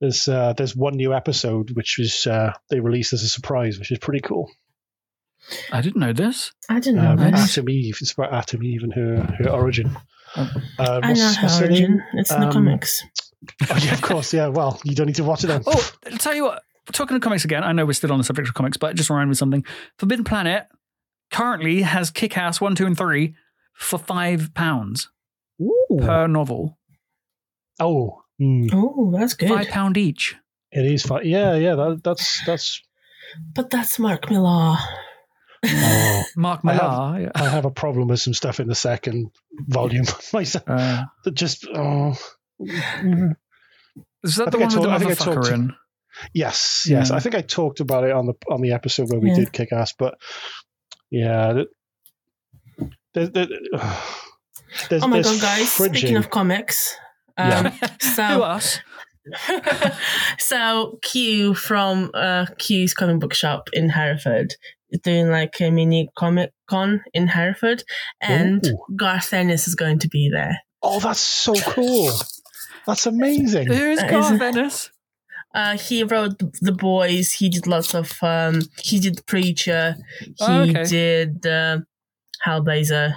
Speaker 3: there's uh, there's one new episode which was uh, they released as a surprise, which is pretty cool.
Speaker 2: I didn't know this.
Speaker 4: i don't know
Speaker 3: Um,
Speaker 2: Nice.
Speaker 4: this.
Speaker 3: Atom Eve. It's about Atom Eve and her her origin.
Speaker 2: Oh.
Speaker 3: Uh,
Speaker 4: i know
Speaker 3: what's- what's
Speaker 4: her
Speaker 3: her
Speaker 4: origin
Speaker 3: name?
Speaker 4: it's in
Speaker 3: Um,
Speaker 4: the comics
Speaker 3: Oh, yeah, of course. Yeah. Well, you don't need to watch it then.
Speaker 2: Oh, I'll tell you what, talking of comics again, I know we're still on the subject of comics, but it just reminded me of something. Forbidden Planet currently has Kick Ass 1, 2, and 3 for £5 pounds
Speaker 3: Ooh.
Speaker 2: per novel.
Speaker 3: Oh, mm,
Speaker 4: Oh, that's good.
Speaker 2: £5 pound each.
Speaker 3: it is fun. Yeah, yeah. That, that's that's.
Speaker 4: But that's Mark Millar.
Speaker 3: Oh,
Speaker 2: Mark
Speaker 3: I have-
Speaker 2: Millar. yeah.
Speaker 3: I have a problem with some stuff in the second volume myself.
Speaker 2: Uh,
Speaker 3: That just oh.
Speaker 4: Mm-hmm.
Speaker 2: is
Speaker 3: I
Speaker 2: that the
Speaker 3: think
Speaker 2: one with
Speaker 3: I
Speaker 2: the
Speaker 3: told- I think I told
Speaker 2: motherfucker
Speaker 3: you.
Speaker 2: in?
Speaker 3: Yes, yes.
Speaker 2: Yeah.
Speaker 3: I think I talked about it on the on the episode where we
Speaker 4: Yeah.
Speaker 3: did kick ass, but yeah. th- There's, there- ugh. there's,
Speaker 4: Oh my
Speaker 3: there's
Speaker 4: god, guys! Speaking
Speaker 3: fridging.
Speaker 4: of comics,
Speaker 3: Yeah.
Speaker 4: um,
Speaker 2: Who
Speaker 4: so
Speaker 2: us?
Speaker 4: so Q from uh, Q's comic book shop in Hereford is doing like a mini comic con in Hereford, and
Speaker 3: Ooh.
Speaker 4: Garth Ennis is going to be there.
Speaker 3: Oh, that's so cool. That's amazing.
Speaker 2: Who's
Speaker 4: Uh,
Speaker 2: Carl
Speaker 4: is-
Speaker 2: Venice?
Speaker 4: Uh, he wrote the boys. He did lots of. Um, he did preacher. He
Speaker 2: Oh, okay.
Speaker 4: did uh, Hellblazer.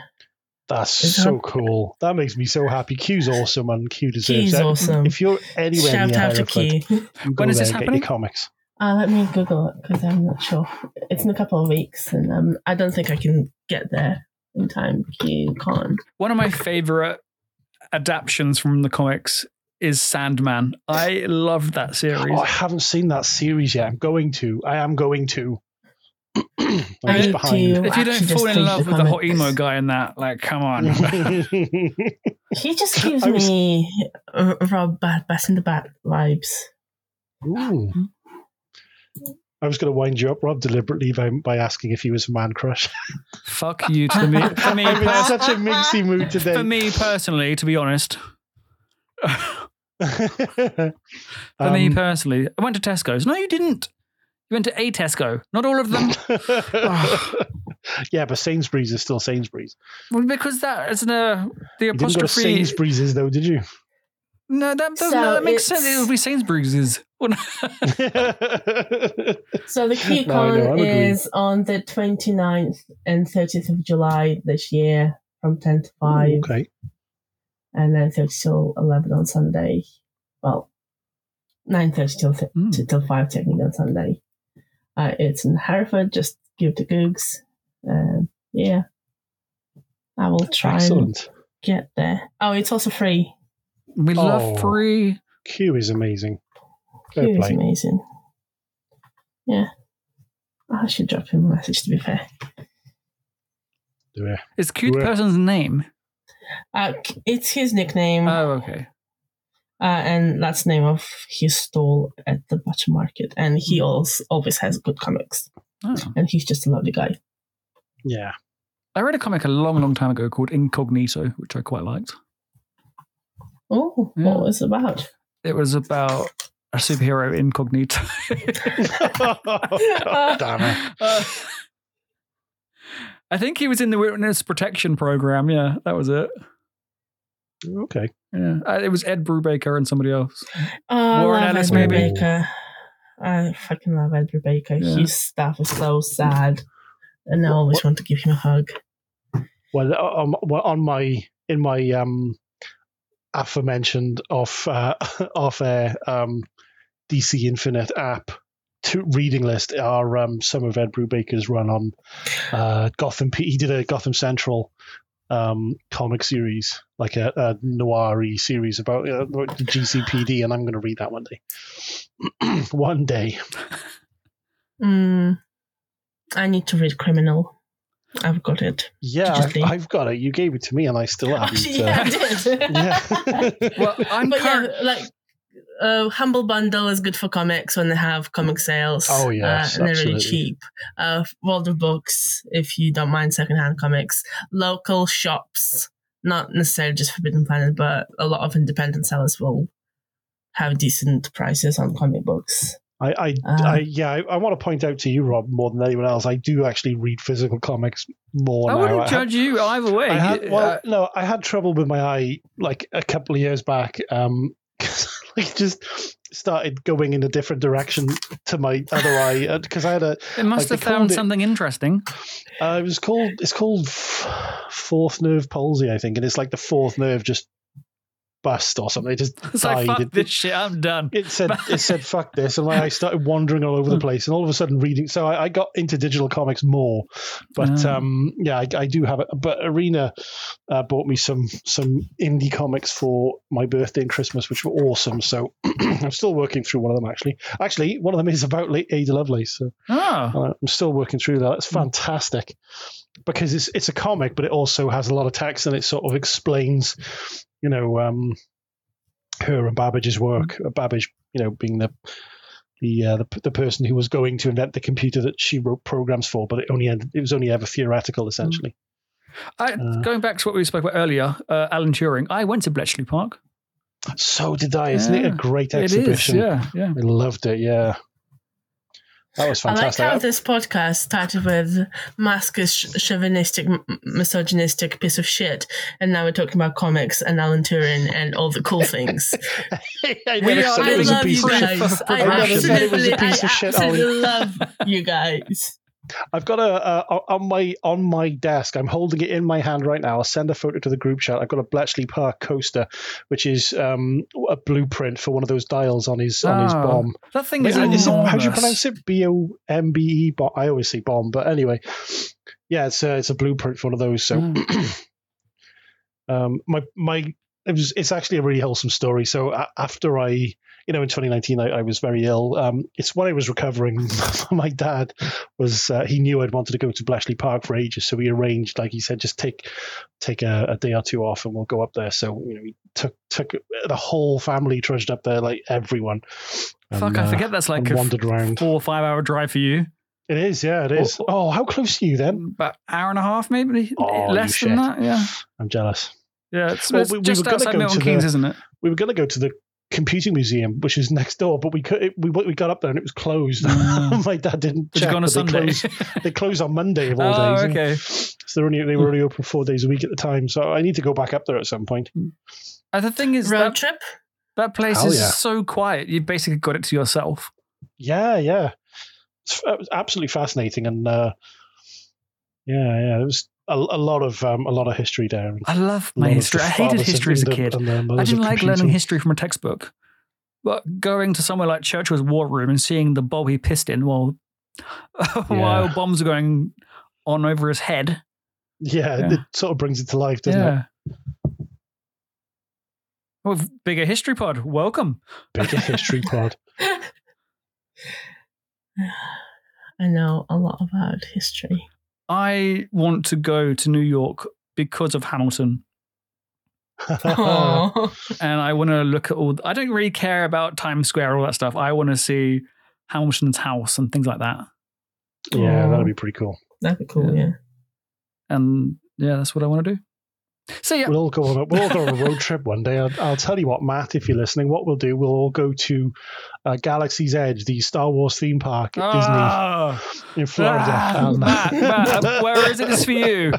Speaker 3: That's
Speaker 4: Is
Speaker 3: so cool. That makes me so happy. Q's awesome, and Q deserves
Speaker 4: Q's
Speaker 3: it.
Speaker 4: awesome.
Speaker 3: If you're anywhere
Speaker 4: Shout
Speaker 3: near
Speaker 4: out to
Speaker 3: Hereford,
Speaker 4: Q.
Speaker 3: you go
Speaker 2: When is
Speaker 3: there
Speaker 2: this
Speaker 3: and get
Speaker 2: happening?
Speaker 3: your comics.
Speaker 4: Uh, let me Google it because I'm not sure. It's in a couple of weeks, and um, I don't think I can get there in time. Q con.
Speaker 2: One of my favorite adaptions from the comics is Sandman. I love that series.
Speaker 3: Oh, I haven't seen that series yet. I'm going to. I am going to. I'm
Speaker 4: I
Speaker 3: just
Speaker 4: need
Speaker 3: behind.
Speaker 2: if
Speaker 4: to
Speaker 2: you
Speaker 4: actually
Speaker 2: don't
Speaker 4: just
Speaker 2: fall
Speaker 4: read
Speaker 2: in love with the hot
Speaker 4: comics.
Speaker 2: emo guy in that, like, come on.
Speaker 4: he just gives
Speaker 3: I was-
Speaker 4: me uh, Rob Bat, Bat and the Bat vibes.
Speaker 3: Ooh.
Speaker 2: Mm-hmm.
Speaker 3: I was going to wind you up, Rob, deliberately by, by asking if he was a man crush.
Speaker 2: Fuck you to me. For me,
Speaker 3: I'm in
Speaker 2: pers-
Speaker 3: such a minxy mood today.
Speaker 2: for me personally, to be honest.
Speaker 3: For
Speaker 2: For me
Speaker 3: Um,
Speaker 2: personally, I went to Tesco's. No, you didn't. You went to a Tesco. Not all of them.
Speaker 3: Um, yeah, but Sainsbury's is still Sainsbury's.
Speaker 2: Well, because that isn't a the
Speaker 3: You didn't go to
Speaker 2: apostrophe.
Speaker 3: Sainsbury's, though, did you?
Speaker 2: No, that doesn't.
Speaker 4: So
Speaker 2: that makes sense.
Speaker 4: it's-
Speaker 2: It would be Sainsbury's.
Speaker 4: So the QCon
Speaker 3: No, I know, I'm agreeing.
Speaker 4: is on the 29th and 30th of July this year from 10 to 5
Speaker 3: okay.
Speaker 4: and then 30 till 11 on Sunday. Well, 9.30 till, th-
Speaker 3: Hmm.
Speaker 2: Mm.
Speaker 4: till 5 technically on Sunday. Uh, it's in Hereford, just give the googs. Um, yeah. I will try and
Speaker 3: Excellent.
Speaker 4: get there. Oh, it's also free.
Speaker 2: We
Speaker 3: Oh.
Speaker 2: love free.
Speaker 3: Q is amazing. Fair
Speaker 4: He was
Speaker 3: play.
Speaker 4: amazing. Yeah. I should drop him a message to be fair.
Speaker 3: Yeah.
Speaker 2: It's cute
Speaker 3: Right.
Speaker 2: person's name.
Speaker 4: Uh, c- it's his
Speaker 3: Mm.
Speaker 4: nickname.
Speaker 2: Oh, okay.
Speaker 4: Uh, and that's the name of his stall at the butcher market. And he
Speaker 3: Hmm.
Speaker 4: also always has good comics.
Speaker 2: Oh.
Speaker 4: And he's just a lovely guy.
Speaker 3: Yeah.
Speaker 2: I read a comic a long, long time ago called Incognito, which I quite liked.
Speaker 4: Oh,
Speaker 2: Yeah.
Speaker 4: what was it about?
Speaker 2: It was about a superhero incognito. Oh,
Speaker 3: Damn it.
Speaker 2: Uh, I think he was in the witness protection program. Yeah, that was it.
Speaker 3: Okay.
Speaker 2: Yeah, uh, it was Ed Brubaker and somebody else.
Speaker 4: Oh, I
Speaker 2: Warren
Speaker 4: love
Speaker 2: Ellis,
Speaker 4: Edward
Speaker 3: maybe?
Speaker 4: Baker. I fucking love Edward Baker.
Speaker 2: Yeah.
Speaker 4: His stuff is so sad. And I always want to give him a hug.
Speaker 3: Well, on, well, on my in my um, aforementioned off uh, off air um, DC Infinite app to reading list are um, some of Ed Brubaker's run on uh, Gotham. P- He did a Gotham Central um, comic series, like a, a noiry series about uh, about the GCPD, and I'm going to read that one day. one day.
Speaker 4: Mm, I need to read Criminal. I've got it.
Speaker 3: Yeah,
Speaker 4: Did you
Speaker 3: I've,
Speaker 4: think-
Speaker 3: I've got it. You gave it to me, and I still
Speaker 4: Oh,
Speaker 3: haven't.
Speaker 4: yeah,
Speaker 3: uh,
Speaker 4: I did.
Speaker 3: yeah.
Speaker 2: Well, I'm
Speaker 4: but
Speaker 2: current.
Speaker 4: yeah, like uh, Humble Bundle is good for comics when they have comic sales.
Speaker 3: Oh, yes,
Speaker 4: uh, and they're really
Speaker 3: absolutely.
Speaker 4: cheap. Uh, World of Books, if you don't mind secondhand comics, local shops, not necessarily just Forbidden Planet, but a lot of independent sellers will have decent prices on comic books.
Speaker 3: I, I,
Speaker 4: Um,
Speaker 3: I yeah, I, I want to point out to you, Rob, more than anyone else, I do actually read physical comics more
Speaker 2: I
Speaker 3: now.
Speaker 2: wouldn't
Speaker 3: I had-
Speaker 2: judge you either way.
Speaker 3: I had, well,
Speaker 2: Uh,
Speaker 3: no, I had trouble with my eye like a couple of years back. Um, 'cause I just started going in a different direction to my other eye because I had a.
Speaker 2: it must have
Speaker 3: like, they called
Speaker 2: found
Speaker 3: it-
Speaker 2: something interesting.
Speaker 3: Uh, it was called. It's called f- fourth nerve palsy, I think, and it's like the fourth nerve just bust or something. It just
Speaker 2: It's like,
Speaker 3: died.
Speaker 2: fuck
Speaker 3: It-
Speaker 2: this shit, I'm done.
Speaker 3: it said it said fuck this and like, i started wandering all over the place and all of a sudden reading so i, I got into digital comics more but
Speaker 2: Ah.
Speaker 3: um yeah I, I do have it but arena uh, bought me some some indie comics for my birthday and christmas which were awesome so i'm still working through one of them actually actually one of them is about La- ada lovelace so
Speaker 2: Oh,
Speaker 3: uh, i'm still working through that
Speaker 2: Hmm.
Speaker 3: it's fantastic because it's it's a comic but it also has a lot of text and it sort of explains you know um her and Babbage's work.
Speaker 2: Hmm.
Speaker 3: Uh, Babbage, you know, being the the uh, the the person who was going to invent the computer that she wrote programs for, but it only ended, it was only ever
Speaker 2: Hmm.
Speaker 3: theoretical essentially.
Speaker 2: I,
Speaker 3: Uh.
Speaker 2: going back to what we spoke about earlier, uh, Alan Turing. I went to Bletchley Park.
Speaker 3: So did I. Isn't it
Speaker 2: Yeah.
Speaker 3: a great
Speaker 2: It is,
Speaker 3: exhibition?
Speaker 2: yeah, yeah.
Speaker 3: I loved it. Yeah, that was fantastic.
Speaker 4: I like how this podcast started with Musk is ch- chauvinistic, m- misogynistic piece of shit, and now we're talking about comics and Alan Turing and all the cool things.
Speaker 3: I
Speaker 2: We
Speaker 3: never
Speaker 2: are-
Speaker 3: said
Speaker 4: I
Speaker 3: it was a
Speaker 4: love you
Speaker 3: piece of shit.
Speaker 4: guys. I
Speaker 3: I never said it was a
Speaker 4: absolutely, I
Speaker 3: piece of shit, Oh. Alan.
Speaker 4: absolutely love you guys.
Speaker 3: I've got a uh, on my on my desk. I'm holding it in my hand right now. I'll send a photo to the group chat. I've got a Bletchley Park coaster, which is um, a blueprint for one of those dials on his on his
Speaker 2: Ah.
Speaker 3: bomb.
Speaker 2: That thing is,
Speaker 3: Wait, is it- how do you
Speaker 2: enormous.
Speaker 3: pronounce it? B O M B E. Bo- I always say bomb, but anyway, yeah, it's a, it's a blueprint for one of those. So,
Speaker 2: Hmm.
Speaker 3: um, my my it was it's actually a really wholesome story. So a- after I, you know, in 2019, I, I was very ill. Um, it's when I was recovering. my dad was uh, he knew I'd wanted to go to Bletchley Park for ages, so we arranged, like he said, just take take a, a day or two off, and we'll go up there. So you know, we took took the whole family trudged up there, like everyone.
Speaker 2: Fuck,
Speaker 3: And,
Speaker 2: I
Speaker 3: uh,
Speaker 2: forget that's like
Speaker 3: and
Speaker 2: a f-
Speaker 3: wandered around.
Speaker 2: four or five hour drive for you.
Speaker 3: It is, yeah, it is.
Speaker 2: Oh,
Speaker 3: Oh, how close are you then?
Speaker 2: About hour and a half, maybe
Speaker 3: Oh, you
Speaker 2: less than
Speaker 3: shit.
Speaker 2: that. Yeah,
Speaker 3: I'm jealous.
Speaker 2: yeah. It's,
Speaker 3: Well,
Speaker 2: it's
Speaker 3: we- we
Speaker 2: just
Speaker 3: were gonna
Speaker 2: outside
Speaker 3: go
Speaker 2: Milton
Speaker 3: to the-
Speaker 2: Keynes, isn't it?
Speaker 3: We were going to go to the computing museum, which is next door, but we could it, we we got up there and it was closed.
Speaker 2: Ah.
Speaker 3: My dad didn't
Speaker 2: Did you
Speaker 3: check.
Speaker 2: go on a
Speaker 3: but they
Speaker 2: Sunday?
Speaker 3: closed- They close on Monday of all
Speaker 2: Oh,
Speaker 3: days.
Speaker 2: okay.
Speaker 3: So they're only they were only open four days a week at the time. So I need to go back up there at some point.
Speaker 2: And the thing is,
Speaker 4: Road
Speaker 2: that,
Speaker 4: trip?
Speaker 2: that place
Speaker 3: Hell
Speaker 2: is
Speaker 3: yeah.
Speaker 2: so quiet. You basically got it to yourself.
Speaker 3: Yeah, yeah. It's f- it was absolutely fascinating, and uh, yeah, yeah. There was a, a lot of um, a lot of history there. and
Speaker 2: I love
Speaker 3: a lot
Speaker 2: my
Speaker 3: of
Speaker 2: history.
Speaker 3: the
Speaker 2: I hated
Speaker 3: fathers
Speaker 2: history as a
Speaker 3: and the-
Speaker 2: kid.
Speaker 3: and the
Speaker 2: I
Speaker 3: mothers of
Speaker 2: didn't like learning
Speaker 3: computing.
Speaker 2: history from a textbook. But going to somewhere like Churchill's War Room and seeing the bob he pissed in while while bombs are going on over his head.
Speaker 3: Yeah,
Speaker 2: Yeah.
Speaker 3: it sort of brings it to life, doesn't it?
Speaker 2: yeah. Well, bigger history pod, welcome.
Speaker 3: Bigger history pod.
Speaker 4: I know a lot about history.
Speaker 2: I want to go to New York because of Hamilton,
Speaker 4: Oh,
Speaker 2: and I want to look at all. I don't really care about Times Square, all that stuff. I want to see Hamilton's house and things like that.
Speaker 3: Yeah,
Speaker 4: Aw.
Speaker 3: that'd be pretty cool.
Speaker 4: that'd be cool, yeah.
Speaker 2: And yeah, that's what I want to do. So yeah,
Speaker 3: We'll all go on a, we'll all go on a road trip one day. I'll, I'll tell you what, Matt, if you're listening, what we'll do, we'll all go to uh, Galaxy's Edge, the Star Wars theme park at
Speaker 2: Ah.
Speaker 3: Disney in Florida.
Speaker 2: Ah,
Speaker 3: Um,
Speaker 2: Matt, Matt, where is it? It's for you.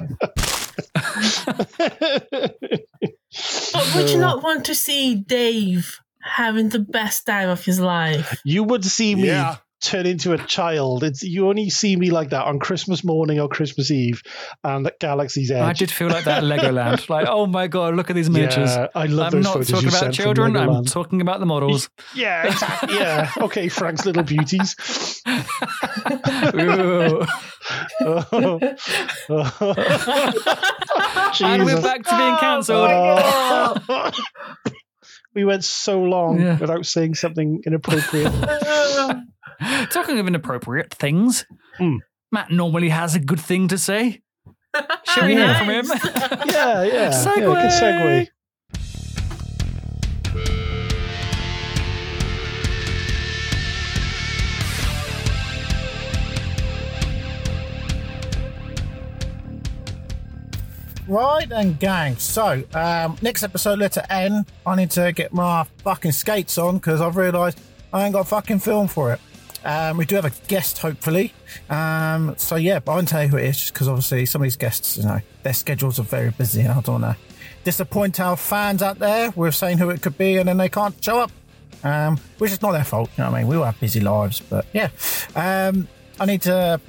Speaker 4: But would you
Speaker 3: Uh,
Speaker 4: not want to see Dave having the best time of his life?
Speaker 3: You would see me.
Speaker 8: Yeah.
Speaker 3: Turn into a child. It's you only see me like that on Christmas morning or Christmas Eve, and at Galaxy's Edge.
Speaker 2: I did feel like that at Legoland. Like, oh my god, look at these miniatures.
Speaker 3: Yeah, I love
Speaker 2: I'm
Speaker 3: those
Speaker 2: not
Speaker 3: photos
Speaker 2: talking
Speaker 3: you
Speaker 2: about
Speaker 3: sent from
Speaker 2: children. I'm
Speaker 3: Legoland.
Speaker 2: talking about the models.
Speaker 3: Yeah, exactly. yeah. Okay, Frank's little beauties.
Speaker 2: Ooh. And we're
Speaker 3: Jesus.
Speaker 2: back to being cancelled.
Speaker 3: Oh. we went so long
Speaker 2: Yeah.
Speaker 3: without saying something inappropriate.
Speaker 2: Talking of inappropriate things,
Speaker 3: Hmm.
Speaker 2: Matt normally has a good thing to say. Shall we hear from him?
Speaker 3: yeah, yeah.
Speaker 2: Segue.
Speaker 3: Yeah, good segue.
Speaker 6: Right then, gang. So, um, next episode, letter N. I need to get my fucking skates on because I've realised I ain't got a fucking film for it. Um, we do have a guest, hopefully. Um, so, yeah, but I won't tell you who it is just because obviously some of these guests, you know, their schedules are very busy and I don't want to disappoint our fans out there. We're saying who it could be and then they can't show up, um, which is not their fault. You know what I mean? We all have busy lives, but yeah. Um, I need to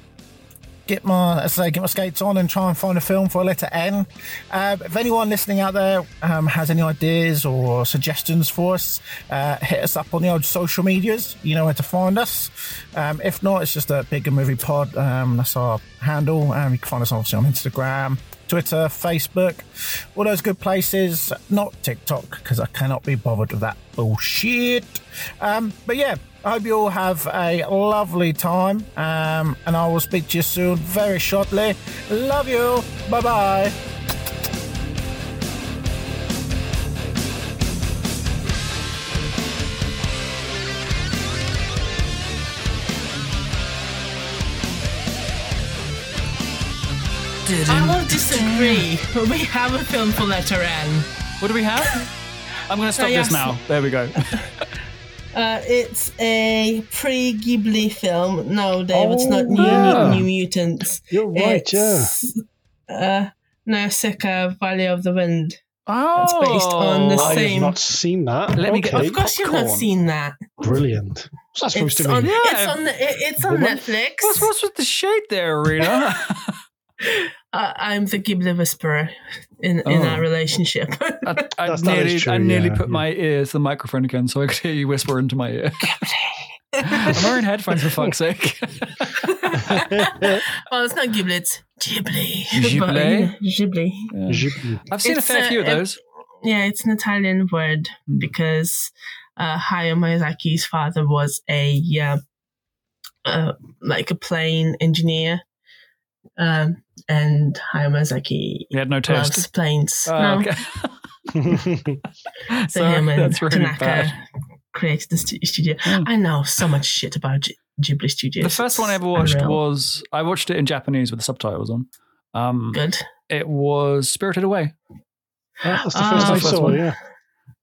Speaker 6: get my as I say, get my skates on and try and find a film for a letter N. Uh, if anyone listening out there um, has any ideas or suggestions for us, uh, hit us up on the old social medias. You know where to find us. Um, if not, it's just a bigger movie pod. Um, that's our handle. Um, you can find us obviously on Instagram. Twitter, Facebook, all those good places. Not TikTok because I cannot be bothered with that bullshit. Um, but yeah, I hope you all have a lovely time, um, and I will speak to you soon, very shortly. Love you. Bye bye.
Speaker 4: I will disagree. We have a film for letter N.
Speaker 2: What do we have? I'm going to stop
Speaker 4: yeah,
Speaker 2: this now. There we go.
Speaker 4: Uh, it's a pre Ghibli film. No, Dave, it's not New,
Speaker 2: yeah.
Speaker 4: New Mutants.
Speaker 3: You're right, yeah.
Speaker 4: it's, uh, Nausicaa, Valley of the Wind.
Speaker 2: Oh,
Speaker 4: based on the
Speaker 3: I have
Speaker 4: same-
Speaker 3: not seen that.
Speaker 2: Let me get-
Speaker 3: Okay,
Speaker 4: Of course, you've not
Speaker 2: Popcorn.
Speaker 4: seen that.
Speaker 3: brilliant. What's that supposed
Speaker 4: It's
Speaker 3: to
Speaker 4: on,
Speaker 3: mean?
Speaker 4: it's
Speaker 2: Yeah.
Speaker 4: on, it- it's on
Speaker 3: Woman.
Speaker 4: Netflix.
Speaker 2: What's, what's with the shade there, Rita?
Speaker 4: I, Uh, I'm the Ghibli whisperer in, in
Speaker 2: Oh.
Speaker 4: our relationship.
Speaker 2: I, I
Speaker 3: That's not
Speaker 2: nearly,
Speaker 3: as true,
Speaker 2: I nearly
Speaker 3: yeah,
Speaker 2: put
Speaker 3: yeah.
Speaker 2: my ear to the microphone again so I could hear you whisper into my ear. I'm wearing headphones for fuck's sake.
Speaker 4: well, it's not Ghibli, it's Ghibli. But,
Speaker 2: Ghibli?
Speaker 4: you know, Ghibli.
Speaker 3: Ghibli.
Speaker 2: I've seen
Speaker 4: It's,
Speaker 2: a fair
Speaker 4: uh,
Speaker 2: few of
Speaker 4: it-
Speaker 2: those.
Speaker 4: Yeah, it's an Italian word
Speaker 2: Mm.
Speaker 4: because uh, Hayao Miyazaki's father was a uh, uh, like a plane engineer, um, and Hayao Miyazaki
Speaker 2: He had no
Speaker 4: loves
Speaker 2: taste.
Speaker 4: planes.
Speaker 2: Oh,
Speaker 4: no,
Speaker 2: okay.
Speaker 4: so
Speaker 2: Sorry,
Speaker 4: him and
Speaker 2: that's really
Speaker 4: Tanaka
Speaker 2: bad.
Speaker 4: created the stu- studio.
Speaker 2: Mm.
Speaker 4: I know so much shit about G- Ghibli Studios.
Speaker 2: The first one I
Speaker 4: It's
Speaker 2: ever watched
Speaker 4: unreal.
Speaker 2: was I watched it in Japanese with the subtitles on. Um,
Speaker 4: good.
Speaker 2: it was Spirited Away.
Speaker 3: That's the
Speaker 4: Ah.
Speaker 3: first I
Speaker 2: That's the
Speaker 3: saw,
Speaker 2: one.
Speaker 3: yeah.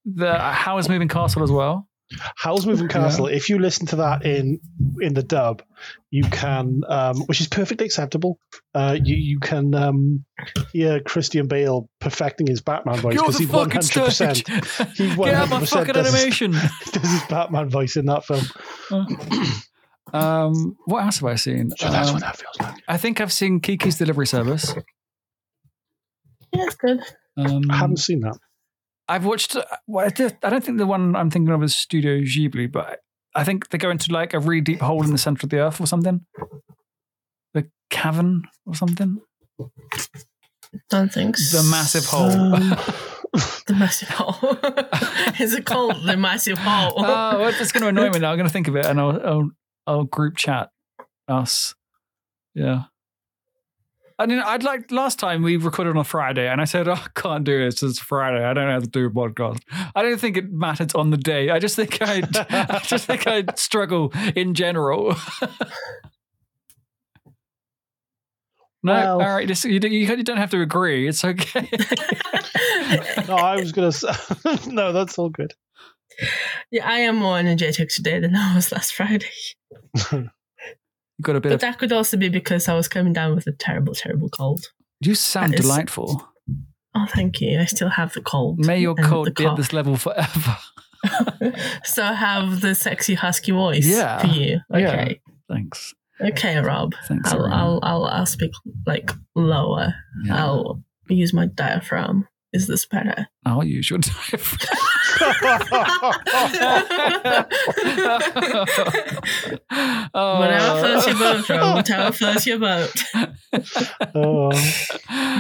Speaker 2: The Howard's Moving Castle as well.
Speaker 3: Howl's Moving Castle. If you listen to that in in the dub, you can, um, which is perfectly acceptable. Uh, you you can um, hear Christian Bale perfecting his Batman voice
Speaker 2: You're
Speaker 3: because
Speaker 2: the
Speaker 3: he one
Speaker 2: fucking
Speaker 3: hundred percent
Speaker 2: stage.
Speaker 3: he
Speaker 2: Get out my
Speaker 3: 100%
Speaker 2: fucking
Speaker 3: does his-
Speaker 2: animation.
Speaker 3: does his Batman voice in that film.
Speaker 2: um, what else have I seen?
Speaker 3: So that's
Speaker 2: Um,
Speaker 3: what that feels like.
Speaker 2: I think I've seen Kiki's Delivery Service.
Speaker 4: Yeah, it's good.
Speaker 2: Um,
Speaker 3: I haven't seen that.
Speaker 2: I've watched. uh, Well, I did- I don't think the one I'm thinking of is Studio Ghibli, but I think they go into like a really deep hole in the center of the earth or something, the cavern or something,
Speaker 4: Don't think
Speaker 2: the massive hole.
Speaker 3: Um,
Speaker 4: The massive hole. Is it called the massive hole?
Speaker 2: Oh, well, it's going to annoy me now. I'm going to think of it and I'll, I'll, I'll group chat us. Yeah. I mean, I'd like last time we recorded on a Friday and I said, oh, I can't do this. It's Friday. I don't know how to do a podcast. I don't think it mattered on the day. I just think I'd, I just think I'd struggle in general. No,
Speaker 3: Well-
Speaker 2: all right. This, you, don't- you don't have to agree. It's okay.
Speaker 3: no, I was gonna. Say, no, that's all good.
Speaker 4: yeah, I am more energetic today than I was last Friday.
Speaker 2: You've got a bit
Speaker 4: But
Speaker 2: of.
Speaker 4: that could also be because I was coming down with a terrible, terrible cold.
Speaker 2: You sound
Speaker 4: that is-
Speaker 2: delightful.
Speaker 4: Oh, thank you. I still have the cold.
Speaker 2: May your
Speaker 4: and the
Speaker 2: cold be at
Speaker 4: cough.
Speaker 2: this level forever.
Speaker 4: So I have the sexy husky voice
Speaker 2: Yeah.
Speaker 4: for you. Okay.
Speaker 2: Thanks.
Speaker 4: Okay, Rob.
Speaker 2: Thanks.
Speaker 4: I'll,
Speaker 2: everyone.
Speaker 4: I'll, I'll, I'll speak like lower.
Speaker 2: Yeah.
Speaker 4: I'll use my diaphragm. Is this better?
Speaker 2: I'll use your diaphragm. oh,
Speaker 4: Whatever floats your boat, Rob. Whatever floats your boat.
Speaker 3: oh,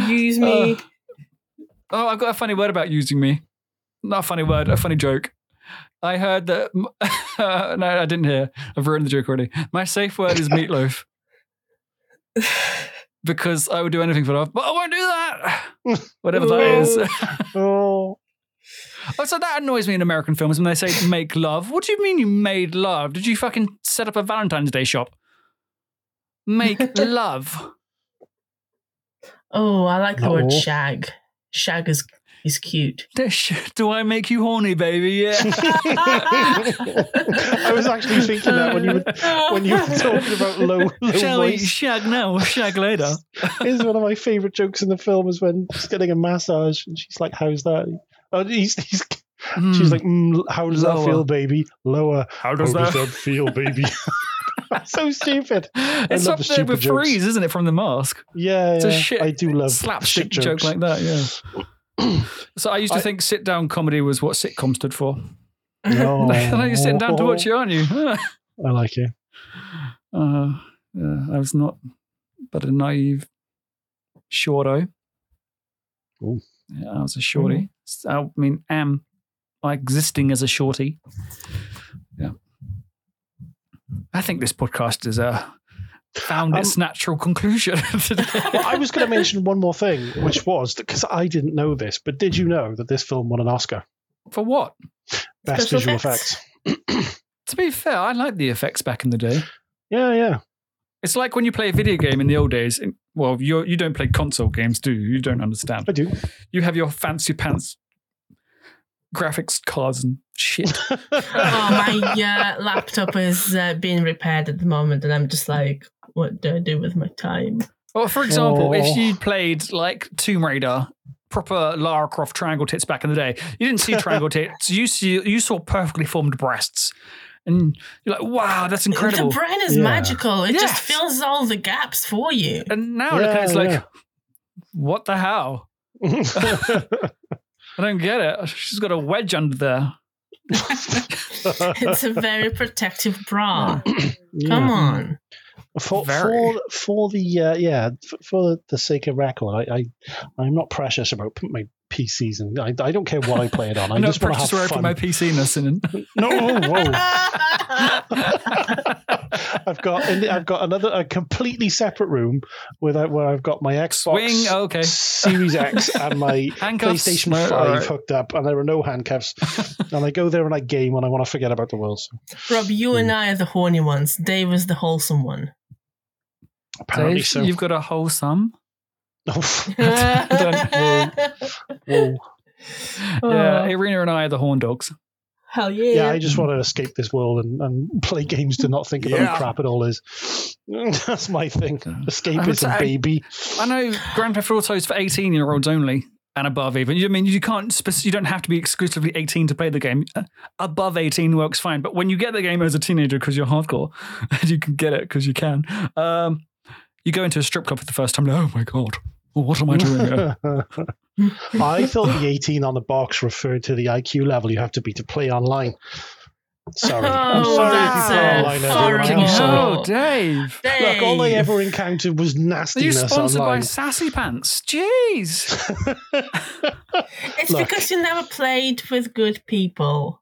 Speaker 4: Use me.
Speaker 2: Uh, oh, I've got a funny word about using me. Not a funny word, a funny joke. I heard that. no, I didn't hear. I've ruined the joke already. My safe word is meatloaf because I would do anything for love, but I won't do that. Whatever that is.
Speaker 3: oh.
Speaker 2: Oh, so that annoys me in American films when they say make love. What do you mean you made love? Did you fucking set up a Valentine's Day shop? Make love.
Speaker 4: Oh, I like the word
Speaker 3: No.
Speaker 4: shag. Shag is is cute.
Speaker 2: Dish, Do I make you horny, baby? Yeah.
Speaker 3: I was actually thinking that when you were when you were talking about low, low
Speaker 2: Shall we
Speaker 3: voice.
Speaker 2: shag now or shag later?
Speaker 3: Is one of my favorite jokes in the film is when she's getting a massage and she's like, "How's that?" Oh, he's, he's,
Speaker 2: Hmm.
Speaker 3: she's like, mm, "How does that
Speaker 2: Lower.
Speaker 3: feel, baby? Lower.
Speaker 2: how
Speaker 3: How does that feel, baby?" so stupid.
Speaker 2: It's
Speaker 3: love
Speaker 2: up
Speaker 3: the
Speaker 2: there with
Speaker 3: stupid jokes.
Speaker 2: Freeze, isn't it, from The Mask?
Speaker 3: Yeah,
Speaker 2: It's a
Speaker 3: yeah.
Speaker 2: shit-
Speaker 3: I do love
Speaker 2: Slapstick
Speaker 3: shit
Speaker 2: joke
Speaker 3: jokes.
Speaker 2: like that, yeah. So I used to
Speaker 3: I-
Speaker 2: think sit down comedy was what sitcom stood for.
Speaker 3: No,
Speaker 2: I know you're sitting down to watch it, aren't you?
Speaker 3: I like it.
Speaker 2: Uh, yeah, I was not, but a naive shorto.
Speaker 3: Ooh.
Speaker 2: Yeah, I was a shorty. S- I mean, am I existing as a shorty? Yeah. I think this podcast is uh, found its natural conclusion.
Speaker 3: Well, I was going to mention one more thing, which was because I didn't know this, but did you know that this film won an Oscar?
Speaker 2: For what?
Speaker 3: Best
Speaker 4: Special
Speaker 3: visual
Speaker 4: effects.
Speaker 3: effects.
Speaker 2: To be fair, I liked the effects back in the day.
Speaker 3: Yeah, yeah.
Speaker 2: It's like when you play a video game in the old days. and- Well, you're, you don't play console games, do you? You don't understand.
Speaker 3: I do.
Speaker 2: you have your fancy pants graphics cards and shit.
Speaker 4: oh, my uh, laptop is uh, being repaired at the moment, and I'm just like, what do I do with my time?
Speaker 2: Well, for example, if
Speaker 3: Oh.
Speaker 2: you played like Tomb Raider, proper Lara Croft triangle tits back in the day, you didn't see triangle tits. You see, you saw perfectly formed breasts, and you're like, wow, that's incredible.
Speaker 4: The brain is
Speaker 3: Yeah.
Speaker 4: magical. It just
Speaker 2: Yes.
Speaker 4: fills all the gaps for you.
Speaker 2: and now look
Speaker 3: Yeah,
Speaker 2: at it's like,
Speaker 3: yeah.
Speaker 2: what the hell? I don't get it. She's got a wedge under there.
Speaker 4: It's a very protective bra. Come
Speaker 3: Yeah.
Speaker 4: on.
Speaker 3: For,
Speaker 2: Very.
Speaker 3: for for the uh, yeah for, for the sake of record, I, I I'm not precious about my PCs and I, I don't care what I play it on. I
Speaker 2: I'm not
Speaker 3: just want to
Speaker 2: practice
Speaker 3: have
Speaker 2: where I put
Speaker 3: fun.
Speaker 2: my PC in this in.
Speaker 3: No, whoa.
Speaker 2: Oh. Swing
Speaker 3: I've got in the- I've got another a completely separate room with uh, where I've got my Xbox
Speaker 2: okay.
Speaker 3: Series X and my
Speaker 2: Handcuffs.
Speaker 3: PlayStation
Speaker 2: No,
Speaker 3: 5
Speaker 2: alright.
Speaker 3: hooked up, and there are no handcuffs. and I go there and I game and I want to forget about the world. So
Speaker 4: Rob, you and I are the horny ones. Dave is the wholesome one.
Speaker 3: apparently
Speaker 2: Dave,
Speaker 3: so.
Speaker 2: You've got a whole sum.
Speaker 3: Done. Whoa.
Speaker 2: Yeah,
Speaker 3: Uh.
Speaker 4: Oh.
Speaker 2: Irina and I are the horn dogs.
Speaker 4: Hell yeah.
Speaker 3: Yeah, I just want to escape this world and, and play games to not think about
Speaker 8: Yeah.
Speaker 3: how crap it all is. That's my thing.
Speaker 2: I would say-
Speaker 3: Escapism, baby.
Speaker 2: I know Grand Theft Auto's for eighteen-year-olds only and above. Even I mean, you can't. spec- You don't have to be exclusively eighteen to play the game. Uh, Above eighteen works fine, but when you get the game as a teenager because you're hardcore, and you can get it because you can. Um, you go into a strip club for the first time. Like, oh my god, what am I doing? here?"
Speaker 3: I thought the 18 on the box referred to the IQ level you have to be to play online. Sorry. I'm
Speaker 4: Oh,
Speaker 3: sorry if you
Speaker 4: that's
Speaker 3: play
Speaker 4: a
Speaker 3: online, everyone. I'm
Speaker 4: horrible-
Speaker 3: sorry.
Speaker 2: Oh, Dave.
Speaker 4: Dave.
Speaker 3: Look, all I ever encountered was
Speaker 2: Are you
Speaker 3: nastiness
Speaker 2: sponsored by
Speaker 3: online.
Speaker 2: Sassy Pants? Jeez.
Speaker 4: It's
Speaker 3: Look.
Speaker 4: because you never played with good people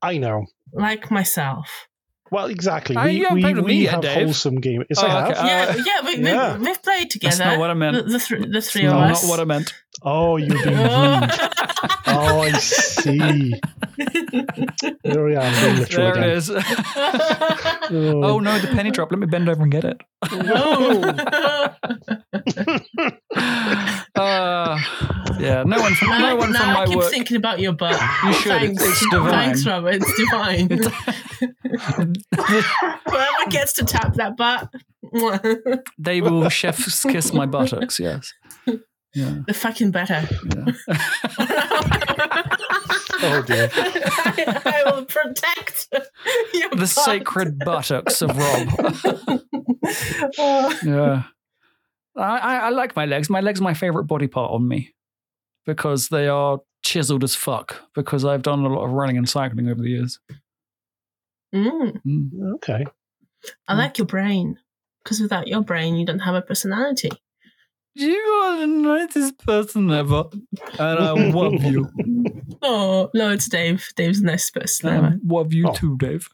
Speaker 3: I know.
Speaker 4: like myself.
Speaker 3: Well, exactly.
Speaker 2: Oh, you
Speaker 3: we
Speaker 2: haven't
Speaker 3: we,
Speaker 2: played with
Speaker 3: we
Speaker 2: me yet,
Speaker 3: have
Speaker 2: Dave.
Speaker 3: wholesome game. Yes,
Speaker 2: Oh,
Speaker 3: I have.
Speaker 2: okay. Uh,
Speaker 4: yeah, yeah, we,
Speaker 3: yeah.
Speaker 4: We, we've played
Speaker 2: That's
Speaker 4: together.
Speaker 2: not what I meant.
Speaker 4: The, the, three- the three of
Speaker 2: No, not
Speaker 4: us.
Speaker 2: what I meant.
Speaker 3: Oh, you've been rude. Oh, I see. There I am, being
Speaker 2: There
Speaker 3: literal again.
Speaker 2: it is.
Speaker 3: Oh,
Speaker 2: oh no, the penny drop. Let me bend over and get it. Uh, yeah, no one from
Speaker 4: Now,
Speaker 2: no one
Speaker 4: now
Speaker 2: from
Speaker 4: I
Speaker 2: my
Speaker 4: keep
Speaker 2: work.
Speaker 4: thinking about your butt.
Speaker 2: You should.
Speaker 4: Thanks.
Speaker 2: It's divine.
Speaker 4: Thanks, Robert. It's divine. Whoever gets to tap that butt, the
Speaker 2: They will chef's kiss my buttocks. Yes. Yeah.
Speaker 4: fucking better.
Speaker 2: yeah.
Speaker 3: oh dear.
Speaker 4: I, I will protect your
Speaker 2: The
Speaker 4: butt.
Speaker 2: sacred buttocks of Rob.
Speaker 4: Oh.
Speaker 2: Yeah. I, I, I like my legs. My legs are my favorite body part on me because they are chiseled as fuck because I've done a lot of running and cycling over the years.
Speaker 4: Mm,
Speaker 2: Mm.
Speaker 3: Okay.
Speaker 4: I like your brain because without your brain, you don't have a personality.
Speaker 2: You are the nicest person ever, and I love you.
Speaker 4: Oh, no, it's Dave. Dave's the nice person ever.
Speaker 2: Um, what have you
Speaker 3: Oh.
Speaker 2: too, Dave?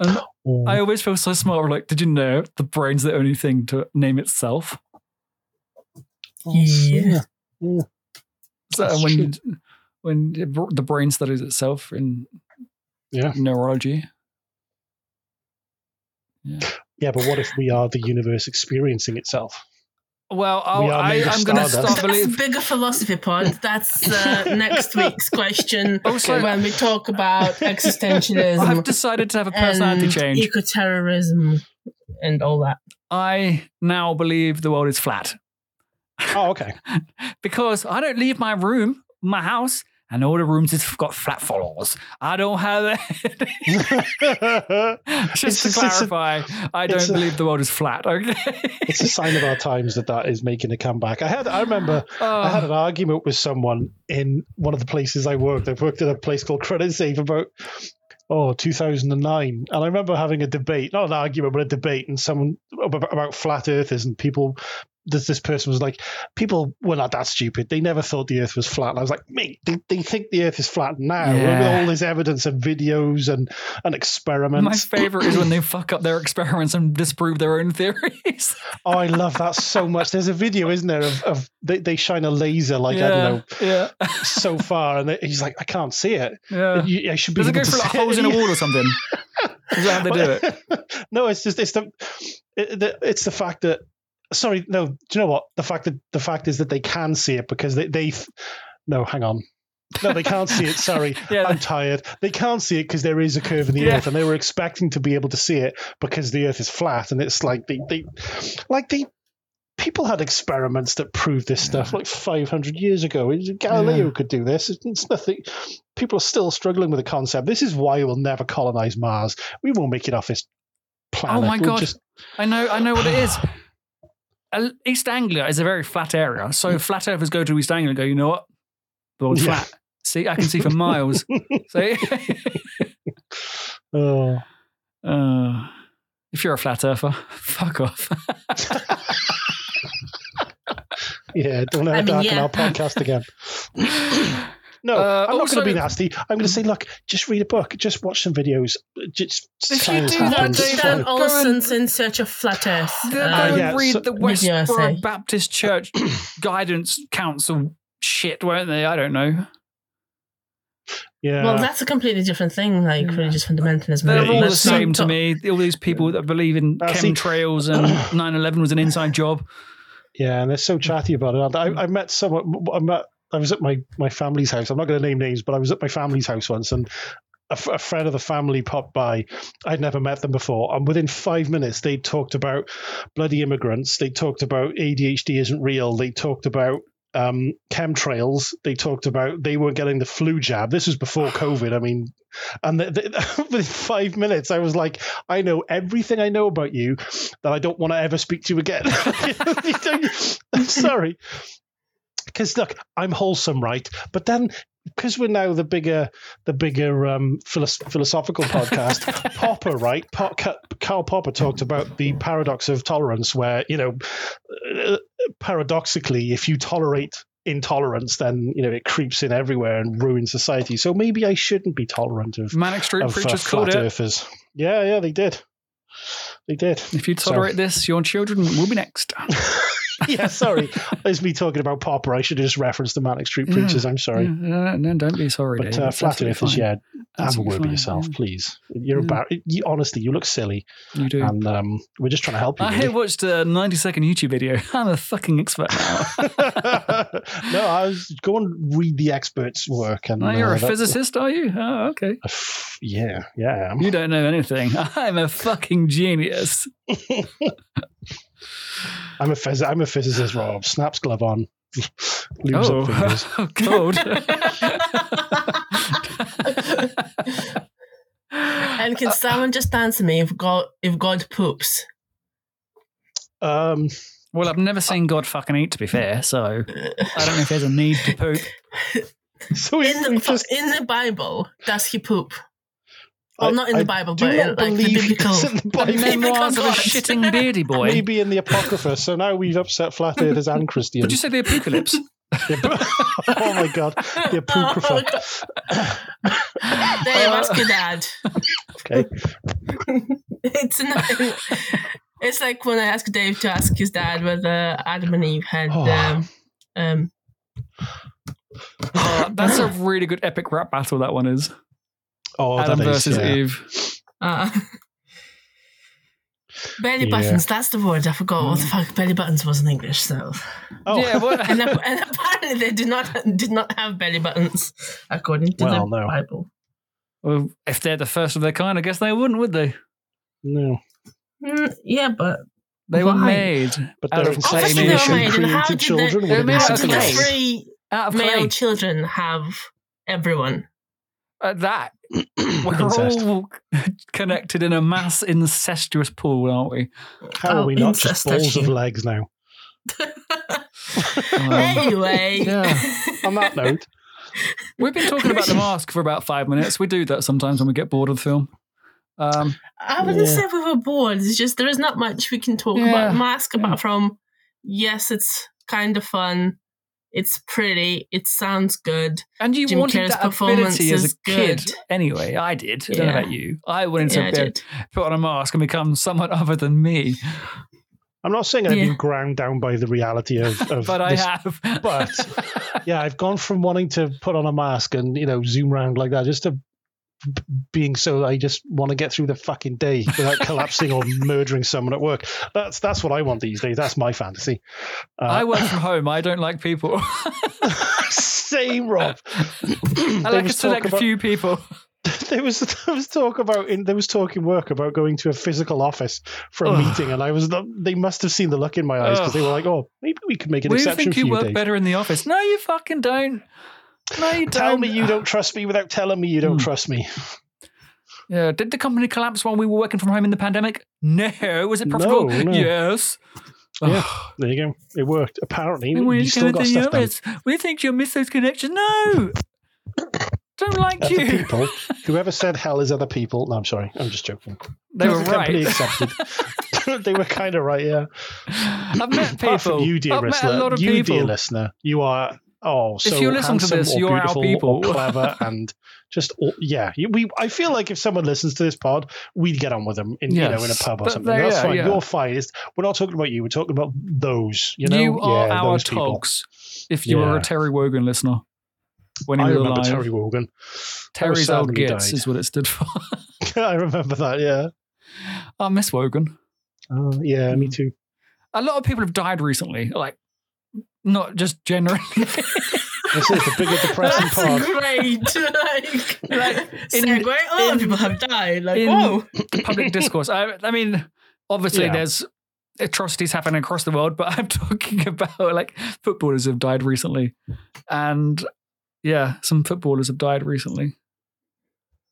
Speaker 2: And
Speaker 3: Oh,
Speaker 2: I always feel so smart. Like, did you know the brain's the only thing to name itself?
Speaker 4: Yeah.
Speaker 2: So
Speaker 3: That's
Speaker 2: when you- when it br- the brain studies itself in
Speaker 3: Yeah.
Speaker 2: neurology,
Speaker 3: yeah, but what if we are the universe experiencing itself?
Speaker 2: well, I'll,
Speaker 3: We are
Speaker 2: I,
Speaker 3: made of
Speaker 2: I'm going to
Speaker 3: stardust.
Speaker 2: start
Speaker 4: That's
Speaker 2: believe.
Speaker 4: bigger philosophy pod. That's uh, next week's question
Speaker 2: Also-
Speaker 4: when we talk about existentialism
Speaker 3: um,
Speaker 2: I've decided to have a personality
Speaker 4: and
Speaker 2: change.
Speaker 3: e-
Speaker 4: eco-terrorism and all that.
Speaker 2: I now believe the world is flat
Speaker 3: Oh, okay.
Speaker 2: because I don't leave my room, my house. and all the rooms has got flat floors. I don't have it. Just
Speaker 3: It's-
Speaker 2: to
Speaker 3: it's- it's a-
Speaker 2: clarify, I don't
Speaker 3: it's a-
Speaker 2: believe the world is flat. Okay.
Speaker 3: it's a sign of our times that that is making a comeback. I had, I remember, I
Speaker 2: Oh,
Speaker 3: had an argument with someone in one of the places I worked. I worked at a place called Credit Save about oh 2009, and I remember having a debate, not an argument, but a debate, and someone about about flat earthers and people. This this person was like, people were not that stupid. They never thought the Earth was flat. And I was like, mate, they, they think the Earth is flat now.
Speaker 2: Yeah.
Speaker 3: With all this evidence and videos and and experiments.
Speaker 2: My favorite is when they fuck up their experiments and disprove their own theories.
Speaker 3: Oh, I love that so much. There's a video, isn't there, of, of they, they shine a laser like I
Speaker 2: yeah,
Speaker 3: don't know
Speaker 2: yeah,
Speaker 3: so far, and they, he's like, I can't see it.
Speaker 2: yeah.
Speaker 3: You- I should be
Speaker 2: Does it Uh,
Speaker 3: able
Speaker 2: go
Speaker 3: to
Speaker 2: through like
Speaker 3: see
Speaker 2: holes in a
Speaker 3: Yeah.
Speaker 2: wall or something? Is that how they do it?
Speaker 3: no, it's just it's the, it, the it's the fact that sorry, no, do you know what the fact that the fact is that they can see it because they they no, hang on. No, they can't see it. Sorry,
Speaker 2: Yeah.
Speaker 3: I'm tired. They can't see it because there is a curve in the
Speaker 2: Yeah.
Speaker 3: earth, and they were expecting to be able to see it because the earth is flat. And it's like they, they like they, people had experiments that proved this stuff like 500 years ago. It- Galileo could do this. It's, it's nothing. People are still struggling with the concept. This is why we'll never colonize Mars. We won't make it off this planet.
Speaker 2: Oh my
Speaker 3: We'll
Speaker 2: God. I know, I know what it is. Uh, East Anglia is a very flat area, so flat earthers go to East Anglia and go, you know what, the world's
Speaker 3: Yeah.
Speaker 2: flat. See, I can see for miles. See,
Speaker 3: oh.
Speaker 2: uh, if you're a flat earther, fuck off.
Speaker 3: Yeah, don't let
Speaker 4: I
Speaker 3: it
Speaker 4: mean,
Speaker 3: darken
Speaker 4: yeah.
Speaker 3: our podcast again. No,
Speaker 2: Uh,
Speaker 3: I'm not
Speaker 2: also-
Speaker 3: going to be nasty. I'm going to say, look, just read a book, just watch some videos. Just
Speaker 2: you
Speaker 3: science
Speaker 2: do that,
Speaker 3: happens.
Speaker 2: Dave,
Speaker 3: It's
Speaker 2: then
Speaker 3: fine.
Speaker 4: Stan
Speaker 2: Go and-
Speaker 4: Olsen's in search of flat Earth.
Speaker 2: Go
Speaker 4: Um,
Speaker 2: and
Speaker 3: yeah,
Speaker 2: read
Speaker 3: so-
Speaker 2: the
Speaker 4: Media
Speaker 2: Westboro
Speaker 4: essay.
Speaker 2: Baptist Church Guidance Council shit, weren't they? I don't know.
Speaker 3: yeah.
Speaker 4: Well, that's a completely different thing, like religious fundamentalism.
Speaker 2: They're
Speaker 3: Yeah,
Speaker 2: all the
Speaker 4: Let's not
Speaker 2: same to
Speaker 4: talk-
Speaker 2: me. All these people that believe in
Speaker 3: Uh, see-
Speaker 2: chemtrails and 9/11 was an inside job.
Speaker 3: yeah, and they're so chatty about it. I, I met someone. I met. I was at my my family's house. I'm not going to name names, but I was at my family's house once, and a, f- a friend of the family popped by. I'd never met them before, and within five minutes, they talked about bloody immigrants. They talked about ADHD isn't real. They talked about um, chemtrails. They talked about they weren't getting the flu jab. This was before COVID. I mean, and the, the, within five minutes, I was like, I know everything I know about you that I don't want to ever speak to you again. You don't- I'm sorry. Because look, I'm wholesome, right? But then, because we're now the bigger, the bigger um, philos- philosophical podcast, Popper, right? Po- Ca- Karl Popper talked about the paradox of tolerance, where you know, uh, paradoxically, if you tolerate intolerance, then you know it creeps in everywhere and ruins society. So maybe I shouldn't be tolerant of,
Speaker 2: Manic Street
Speaker 3: of uh,
Speaker 2: Preachers called
Speaker 3: flat
Speaker 2: it.
Speaker 3: earthers. Yeah, yeah, they did. They did.
Speaker 2: If you
Speaker 3: So-
Speaker 2: tolerate this, your children will be next.
Speaker 3: yeah, sorry. It's me talking about Popper. I should have just referenced the Manic Street Preachers. I'm sorry.
Speaker 2: Yeah, no, no, don't be sorry,
Speaker 3: But
Speaker 2: David.
Speaker 3: uh,
Speaker 2: That's
Speaker 3: Flat
Speaker 2: absolutely
Speaker 3: Earthers,
Speaker 2: fine.
Speaker 3: yeah, have a
Speaker 2: Absolutely
Speaker 3: word with
Speaker 2: fine,
Speaker 3: yourself,
Speaker 2: yeah.
Speaker 3: please. You're
Speaker 2: Yeah.
Speaker 3: embarrassed. You, honestly, you look silly,
Speaker 2: You do.
Speaker 3: and um, we're just trying to help you.
Speaker 2: I
Speaker 3: really.
Speaker 2: watched a 90 second YouTube video. I'm a fucking expert now.
Speaker 3: no, I was go and read the experts' work, and
Speaker 2: Oh, you're
Speaker 3: uh,
Speaker 2: a
Speaker 3: that-
Speaker 2: physicist, are you? Oh, okay.
Speaker 3: a f- yeah, yeah, I am.
Speaker 2: You don't know anything. I'm a fucking genius.
Speaker 3: I'm a phys- I'm a physicist, Rob. Snaps glove on. Lubes
Speaker 2: Oh,
Speaker 3: up fingers.
Speaker 2: oh cold.
Speaker 4: And can someone just answer me if God if God poops?
Speaker 3: Um,
Speaker 2: well, I've never seen God fucking eat, to be fair, so I don't know if there's a need to poop.
Speaker 3: so we,
Speaker 4: In
Speaker 3: we
Speaker 4: the
Speaker 3: just
Speaker 4: in the Bible, does he poop?
Speaker 3: I-
Speaker 4: Well, not in the
Speaker 3: I
Speaker 4: Bible,
Speaker 3: do
Speaker 4: but in,
Speaker 3: not
Speaker 4: like the
Speaker 3: believe
Speaker 4: biblical.
Speaker 3: it's in the
Speaker 4: the
Speaker 3: Bible.
Speaker 4: biblical
Speaker 2: Memoirs of a
Speaker 4: God.
Speaker 2: shitting beardy boy.
Speaker 3: Maybe in the Apocrypha. So now we've upset flat earthers and
Speaker 2: Did you
Speaker 3: Christians.
Speaker 2: say the apocalypse?
Speaker 3: oh my god, the Apocrypha.
Speaker 4: Dave, ask your dad.
Speaker 3: Okay.
Speaker 4: It's not, it's like when I asked Dave to ask his dad whether Adam and Eve had
Speaker 3: Oh.
Speaker 4: um, um,
Speaker 2: Oh, that's a really good epic rap battle, that one is.
Speaker 3: Oh,
Speaker 2: Adam
Speaker 3: that is,
Speaker 2: versus
Speaker 3: yeah.
Speaker 2: Eve.
Speaker 4: Uh, belly
Speaker 3: Yeah.
Speaker 4: buttons, that's the word. I forgot what the fuck belly buttons was in English, so
Speaker 3: Oh,
Speaker 2: Yeah, what?
Speaker 4: and, ap- and apparently they did not did not have belly buttons according to
Speaker 3: Well,
Speaker 4: the
Speaker 3: no.
Speaker 4: Bible.
Speaker 2: Well, if they're the first of their kind, I guess they wouldn't, would they?
Speaker 3: no.
Speaker 4: Mm, yeah, but
Speaker 2: They were
Speaker 4: Why?
Speaker 2: made
Speaker 3: But
Speaker 2: out
Speaker 3: they're
Speaker 2: of clay
Speaker 4: Obviously they were
Speaker 2: nation.
Speaker 4: made.
Speaker 3: created
Speaker 4: How did they-
Speaker 3: children. would
Speaker 2: They're
Speaker 3: have been
Speaker 2: made out
Speaker 4: how
Speaker 2: of
Speaker 4: did
Speaker 3: something
Speaker 4: the
Speaker 2: clay.
Speaker 3: else.
Speaker 4: three
Speaker 2: Out of
Speaker 4: male
Speaker 2: clay.
Speaker 4: children have everyone.
Speaker 2: At that, we're
Speaker 3: Incest.
Speaker 2: all connected in a mass incestuous pool, aren't we?
Speaker 3: How
Speaker 4: Oh,
Speaker 3: are we not just
Speaker 4: incest,
Speaker 3: balls of
Speaker 4: actually.
Speaker 3: legs now?
Speaker 2: Um,
Speaker 4: anyway,
Speaker 2: yeah.
Speaker 3: On that note,
Speaker 2: We've been talking about the mask for about five minutes. We do that sometimes when we get bored of the film. Um,
Speaker 4: I wouldn't
Speaker 3: Yeah.
Speaker 4: say we were bored. It's just there is not much we can talk
Speaker 2: Yeah.
Speaker 4: about Mask apart from yes, it's kind of fun. It's pretty. It sounds good.
Speaker 2: and you
Speaker 4: Jim
Speaker 2: wanted
Speaker 4: Carrey's
Speaker 2: that
Speaker 4: performance
Speaker 2: ability as a
Speaker 4: is
Speaker 2: kid
Speaker 4: good.
Speaker 2: anyway. I did. I don't know
Speaker 4: Yeah.
Speaker 2: about you. I wanted
Speaker 4: Yeah, I
Speaker 2: to be-
Speaker 4: did.
Speaker 2: put on a mask and become someone other than me,
Speaker 3: I'm not saying I've
Speaker 4: Yeah.
Speaker 3: been ground down by the reality of, of
Speaker 2: but I
Speaker 3: this-
Speaker 2: have.
Speaker 3: Uh, but- yeah, I've gone from wanting to put on a mask and you know zoom around like that just to b- being so I just want to get through the fucking day without collapsing or murdering someone at work. That's that's what I want these days. That's my fantasy. Uh,
Speaker 2: I work from home. I don't like people.
Speaker 3: same, Rob.
Speaker 2: I like a select few people.
Speaker 3: There was there was talk about in there was talk in work about going to a physical office for a
Speaker 2: Ugh.
Speaker 3: meeting, and I was they must have seen the look in my eyes because they were like, oh, maybe we could make an
Speaker 2: We
Speaker 3: exception
Speaker 2: think
Speaker 3: for
Speaker 2: you
Speaker 3: you,
Speaker 2: work
Speaker 3: Dave.
Speaker 2: better in the office. No, you fucking don't. No, you
Speaker 3: Tell
Speaker 2: don't.
Speaker 3: me you don't trust me without telling me you don't
Speaker 2: Hmm.
Speaker 3: trust me.
Speaker 2: Yeah. Did the company collapse while we were working from home in the pandemic? No. Was it
Speaker 3: No,
Speaker 2: profitable?
Speaker 3: no.
Speaker 2: Yes.
Speaker 3: Yeah.
Speaker 2: Ugh.
Speaker 3: There you go. It worked. Apparently,
Speaker 2: We wanted
Speaker 3: you
Speaker 2: to
Speaker 3: still
Speaker 2: go
Speaker 3: got
Speaker 2: to the
Speaker 3: stuff done.
Speaker 2: office. We think you'll miss those connections. No. don't like
Speaker 3: Other
Speaker 2: you.
Speaker 3: people, whoever said hell is other people. No, I'm sorry. I'm just joking.
Speaker 2: They were
Speaker 3: The company
Speaker 2: right.
Speaker 3: accepted. they were kind of right. Yeah.
Speaker 2: I've met
Speaker 3: Apart from
Speaker 2: people.
Speaker 3: you, dear
Speaker 2: I've met
Speaker 3: listener,
Speaker 2: a lot of
Speaker 3: you,
Speaker 2: people.
Speaker 3: dear listener, you are oh, so
Speaker 2: you listen to
Speaker 3: handsome
Speaker 2: this,
Speaker 3: or
Speaker 2: you're our
Speaker 3: beautiful
Speaker 2: people.
Speaker 3: or clever, and just all, yeah. You, we, I feel like if someone listens to this pod, we'd get on with them in you know in a
Speaker 2: Yes.
Speaker 3: pub or
Speaker 2: But
Speaker 3: something.
Speaker 2: they-
Speaker 3: That's
Speaker 2: yeah,
Speaker 3: fine.
Speaker 2: yeah.
Speaker 3: You're fine. It's, we're not talking about you. We're talking about those. You
Speaker 2: You,
Speaker 3: know,
Speaker 2: are
Speaker 3: yeah,
Speaker 2: our
Speaker 3: those people.
Speaker 2: togs. If you were
Speaker 3: Yeah.
Speaker 2: a Terry Wogan listener, when he
Speaker 3: I
Speaker 2: was
Speaker 3: remember
Speaker 2: alive,
Speaker 3: Terry Wogan. I was
Speaker 2: Terry's
Speaker 3: sad
Speaker 2: old
Speaker 3: when he
Speaker 2: gits
Speaker 3: died.
Speaker 2: is what it stood for.
Speaker 3: I remember that. Yeah.
Speaker 2: I miss Wogan.
Speaker 3: Uh, yeah. Me too.
Speaker 2: A lot of people have died recently, like not just generally.
Speaker 3: This is the bigger depressing
Speaker 4: That's
Speaker 3: part.
Speaker 4: great. Like,
Speaker 2: Like, in-
Speaker 4: segue. A lot
Speaker 2: in-
Speaker 4: of people have died. Like,
Speaker 2: in-
Speaker 4: whoa.
Speaker 2: public discourse. I, I mean, obviously,
Speaker 3: Yeah.
Speaker 2: there's atrocities happening across the world, but I'm talking about like footballers have died recently, and yeah, some footballers have died recently.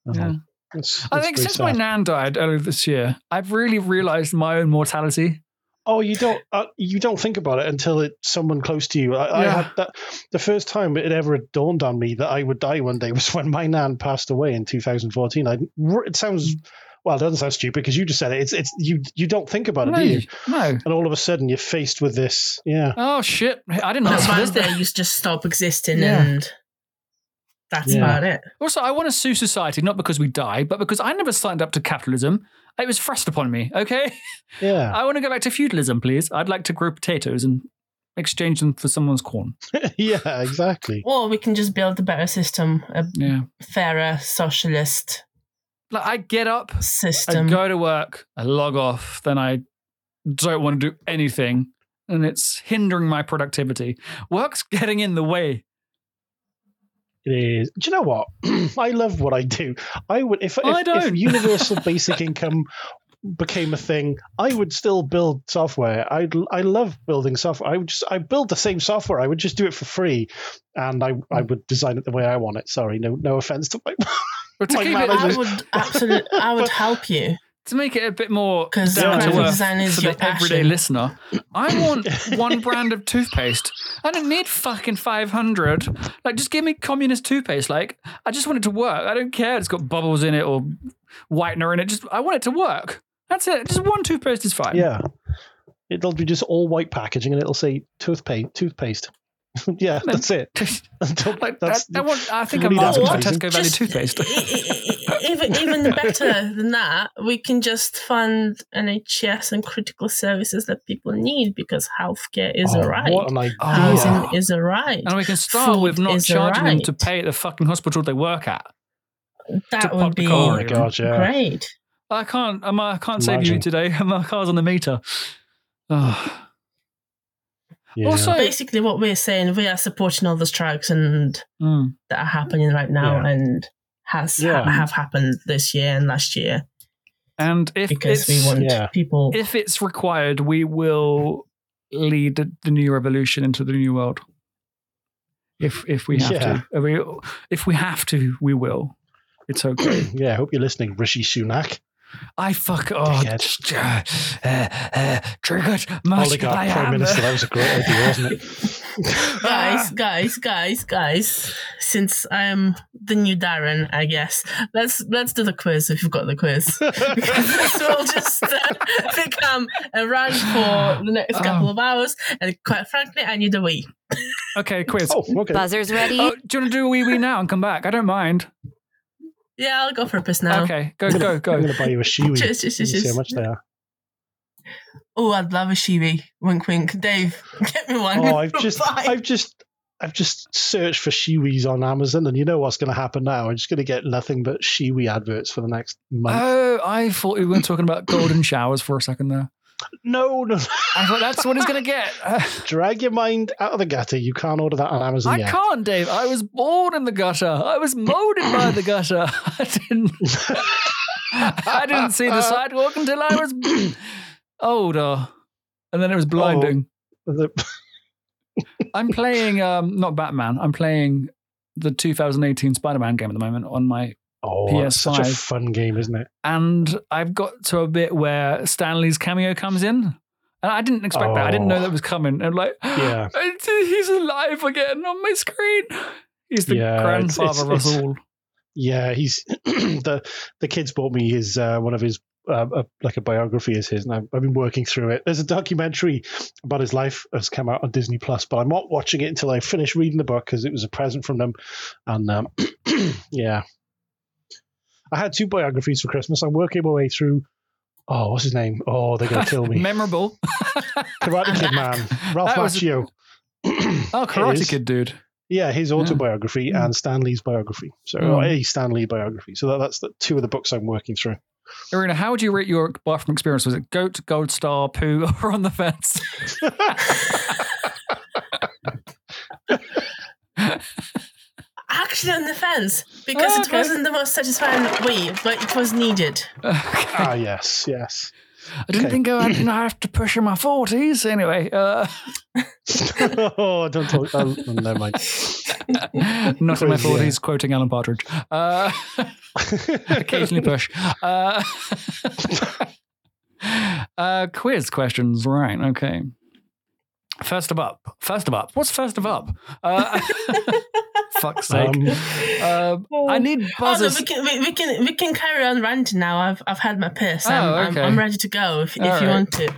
Speaker 2: Yeah.
Speaker 3: Uh-huh. That's-
Speaker 2: I
Speaker 3: that's
Speaker 2: think
Speaker 3: very
Speaker 2: since my
Speaker 3: sad.
Speaker 2: nan died earlier this year, I've really realised my own mortality.
Speaker 3: Oh, you don't uh, you don't think about it until it someone close to you. I, I
Speaker 2: Yeah.
Speaker 3: had that the first time it ever dawned on me that I would die one day was when my nan passed away in 2014. I it sounds
Speaker 2: Mm.
Speaker 3: well, it doesn't sound stupid because you just said it. It's it's you you don't think about it,
Speaker 2: No,
Speaker 3: do you?
Speaker 2: no.
Speaker 3: And all of a sudden you're faced with this. Yeah,
Speaker 2: Oh shit! I didn't
Speaker 4: That's
Speaker 2: ask for
Speaker 4: why
Speaker 2: this.
Speaker 4: they used to stop existing
Speaker 2: Yeah.
Speaker 4: and that's
Speaker 3: Yeah.
Speaker 4: about it.
Speaker 2: Also, I want to sue society not because we die, but because I never signed up to capitalism. It was thrust upon me. Okay,
Speaker 3: yeah,
Speaker 2: I want to go back to feudalism, please. I'd like to grow potatoes and exchange them for someone's corn.
Speaker 3: yeah, exactly.
Speaker 4: Or we can just build a better system, a
Speaker 2: Yeah,
Speaker 4: fairer socialist
Speaker 2: like I get up, I
Speaker 4: system.
Speaker 2: go to work, I log off, then I don't want to do anything, and it's hindering my productivity. Work's getting in the way.
Speaker 3: It is. Do you know what? I love what I do. I would if, if,
Speaker 2: I
Speaker 3: if
Speaker 2: don't.
Speaker 3: universal basic income became a thing, I would still build software. I I love building software. I would just I build the same software. I would just do it for free, and I
Speaker 2: Hmm.
Speaker 3: I would design it the way I want it. Sorry, no no offense to my.
Speaker 2: But to,
Speaker 3: My
Speaker 2: keep
Speaker 3: manager-
Speaker 2: it,
Speaker 4: I would absolutely, I would help you.
Speaker 2: to make it a bit more
Speaker 4: 'Cause
Speaker 2: down to
Speaker 3: graphic
Speaker 2: earth
Speaker 4: design is
Speaker 2: for
Speaker 4: your
Speaker 2: the everyday
Speaker 4: passion.
Speaker 2: listener, I want one brand of toothpaste. I don't need fucking 500. Like, just give me communist toothpaste. Like, I just want it to work. I don't care. It's got bubbles in it or whitener in it. Just, I want it to work. That's it. Just one toothpaste is fine.
Speaker 3: Yeah, it'll be just all white packaging, and it'll say toothpaste toothpaste. yeah, that's it.
Speaker 2: Like,
Speaker 3: That's-
Speaker 2: I, I want, I think
Speaker 3: you
Speaker 2: I'm
Speaker 3: need
Speaker 4: Oh,
Speaker 2: asking for
Speaker 3: advertising.
Speaker 2: Tesco Valley toothpaste.
Speaker 4: e-, even even better than that, we can just fund NHS and critical services that people need because healthcare is
Speaker 3: Oh,
Speaker 4: a right.
Speaker 3: What an idea!
Speaker 4: Housing is a right.
Speaker 2: And we can start with
Speaker 4: Food
Speaker 2: not
Speaker 4: is
Speaker 2: charging them to
Speaker 4: right.
Speaker 2: pay at the fucking hospital they work at. to
Speaker 4: That
Speaker 2: pop
Speaker 4: would
Speaker 2: the
Speaker 4: be
Speaker 3: oh
Speaker 2: car
Speaker 3: my god, yeah.
Speaker 4: great.
Speaker 2: I can't. I'm, I can't save you
Speaker 3: Imagine.
Speaker 2: today. My car's on the meter. Oh.
Speaker 3: yeah.
Speaker 2: Also,
Speaker 4: Basically, what we're saying, we are supporting all the strikes and
Speaker 2: Mm.
Speaker 4: that are happening right now
Speaker 3: Yeah.
Speaker 4: and has
Speaker 3: Yeah.
Speaker 4: have happened this year and last year
Speaker 2: and if
Speaker 4: because
Speaker 2: it's,
Speaker 4: we want
Speaker 3: yeah.
Speaker 4: people.
Speaker 2: if it's required, we will lead the new revolution into the new world. if if we have
Speaker 3: Yeah.
Speaker 2: to. If we, if we have to, we will. It's okay.
Speaker 3: Yeah, I hope you're listening, Rishi Sunak.
Speaker 2: I fuck. Oh,
Speaker 3: Dickhead.
Speaker 2: just, uh, uh, uh, triggered. Much
Speaker 3: Oligarch
Speaker 2: I
Speaker 3: Prime
Speaker 2: am.
Speaker 3: Minister. That was a great idea, wasn't it?
Speaker 4: guys,
Speaker 2: Ah.
Speaker 4: guys, guys, guys. Since I'm the new Darren, I guess let's let's do the quiz if you've got the quiz. this will just uh, become a run
Speaker 2: Ah.
Speaker 4: for the next couple of hours, and quite frankly, I need a wee.
Speaker 2: Okay, Oh. quiz.
Speaker 3: Oh,
Speaker 2: Oh.
Speaker 3: okay.
Speaker 1: Buzzer's ready.
Speaker 2: do you want to do a wee wee now and come back? I don't mind.
Speaker 4: Yeah, I'll go for a piss now.
Speaker 2: Okay, go go
Speaker 3: I'm
Speaker 2: go.
Speaker 3: going to buy you a shiwi.
Speaker 4: Cheers, cheers,
Speaker 3: You See
Speaker 4: cheers.
Speaker 3: how much they are.
Speaker 4: Oh, I'd love a shiwi. Wink, wink. Dave, get me one.
Speaker 3: Oh, I've just,
Speaker 4: Bye.
Speaker 3: I've just, I've just searched for shiwis on Amazon, and you know what's going to happen now? I'm just going to get nothing but shiwi adverts for the next month.
Speaker 2: Oh, I thought we were talking about golden showers for a second there.
Speaker 3: no, no,
Speaker 2: I thought that's what he's gonna get. Uh,
Speaker 3: drag your mind out of the gutter. You can't order that on Amazon
Speaker 2: I
Speaker 3: yet.
Speaker 2: can't, Dave. I was born in the gutter. I was molded by the gutter. I didn't. I didn't see the sidewalk until I was older, and then it was
Speaker 3: Oh.
Speaker 2: blinding.
Speaker 3: The-
Speaker 2: I'm playing um, not Batman. I'm playing the 2018 Spider-Man game at the moment on my,
Speaker 3: Oh, it's such a
Speaker 2: PS5.
Speaker 3: fun game, isn't it?
Speaker 2: and I've got to a bit where Stanley's cameo comes in. And I didn't expect that. I didn't know
Speaker 3: Oh.
Speaker 2: that was coming. And like,
Speaker 3: Yeah.
Speaker 2: he's alive again on my screen. He's the
Speaker 3: Yeah, it's-
Speaker 2: grandfather
Speaker 3: it's-
Speaker 2: of us
Speaker 3: it's-
Speaker 2: all.
Speaker 3: Yeah, he's the the kids bought me his uh, one of his uh, a, like a biography is his, and I've, I've been working through it. There's a documentary about his life that's come out on Disney Plus, but I'm not watching it until I finish reading the book because it was a present from them, and um, yeah, I had two biographies for Christmas. I'm working my way through. Oh, what's his name? Oh, they're gonna kill me.
Speaker 2: Memorable.
Speaker 3: Karate Kid Man, Ralph
Speaker 2: That was-
Speaker 3: Macchio.
Speaker 2: Oh,
Speaker 3: It
Speaker 2: Karate
Speaker 3: is.
Speaker 2: Kid, dude.
Speaker 3: Yeah, his autobiography
Speaker 2: Hmm.
Speaker 3: and Stan Lee's biography. So
Speaker 2: Mm.
Speaker 3: or a Stan Lee biography. So that, that's the two of the books I'm working through.
Speaker 2: Irina, how would you rate your bathroom experience? Was it goat, gold star, poo, or on the fence?
Speaker 4: Actually, on the fence because
Speaker 2: Oh,
Speaker 4: it
Speaker 2: Okay.
Speaker 4: wasn't the most satisfying wee, but it was needed.
Speaker 2: I
Speaker 3: Ah, yes, yes.
Speaker 2: didn't
Speaker 3: okay.
Speaker 2: think I would have to push in my 40s. Anyway, uh,
Speaker 3: oh, don't talk. Oh, never mind.
Speaker 2: not in my
Speaker 3: Crazy, yeah.
Speaker 2: 40s, quoting Alan Partridge. Uh, occasionally push. Uh, uh, quiz questions, right? Okay. First of up. First of up. What's first of up? Uh, fuck's sake.
Speaker 3: Um,
Speaker 2: Um, I need buzzers.
Speaker 4: Oh, no, we can we, we can we can carry on ranting now. I've I've had my piss. I'm,
Speaker 2: Oh, okay.
Speaker 4: I'm, I'm ready to go if, if you
Speaker 2: All right.
Speaker 4: want to.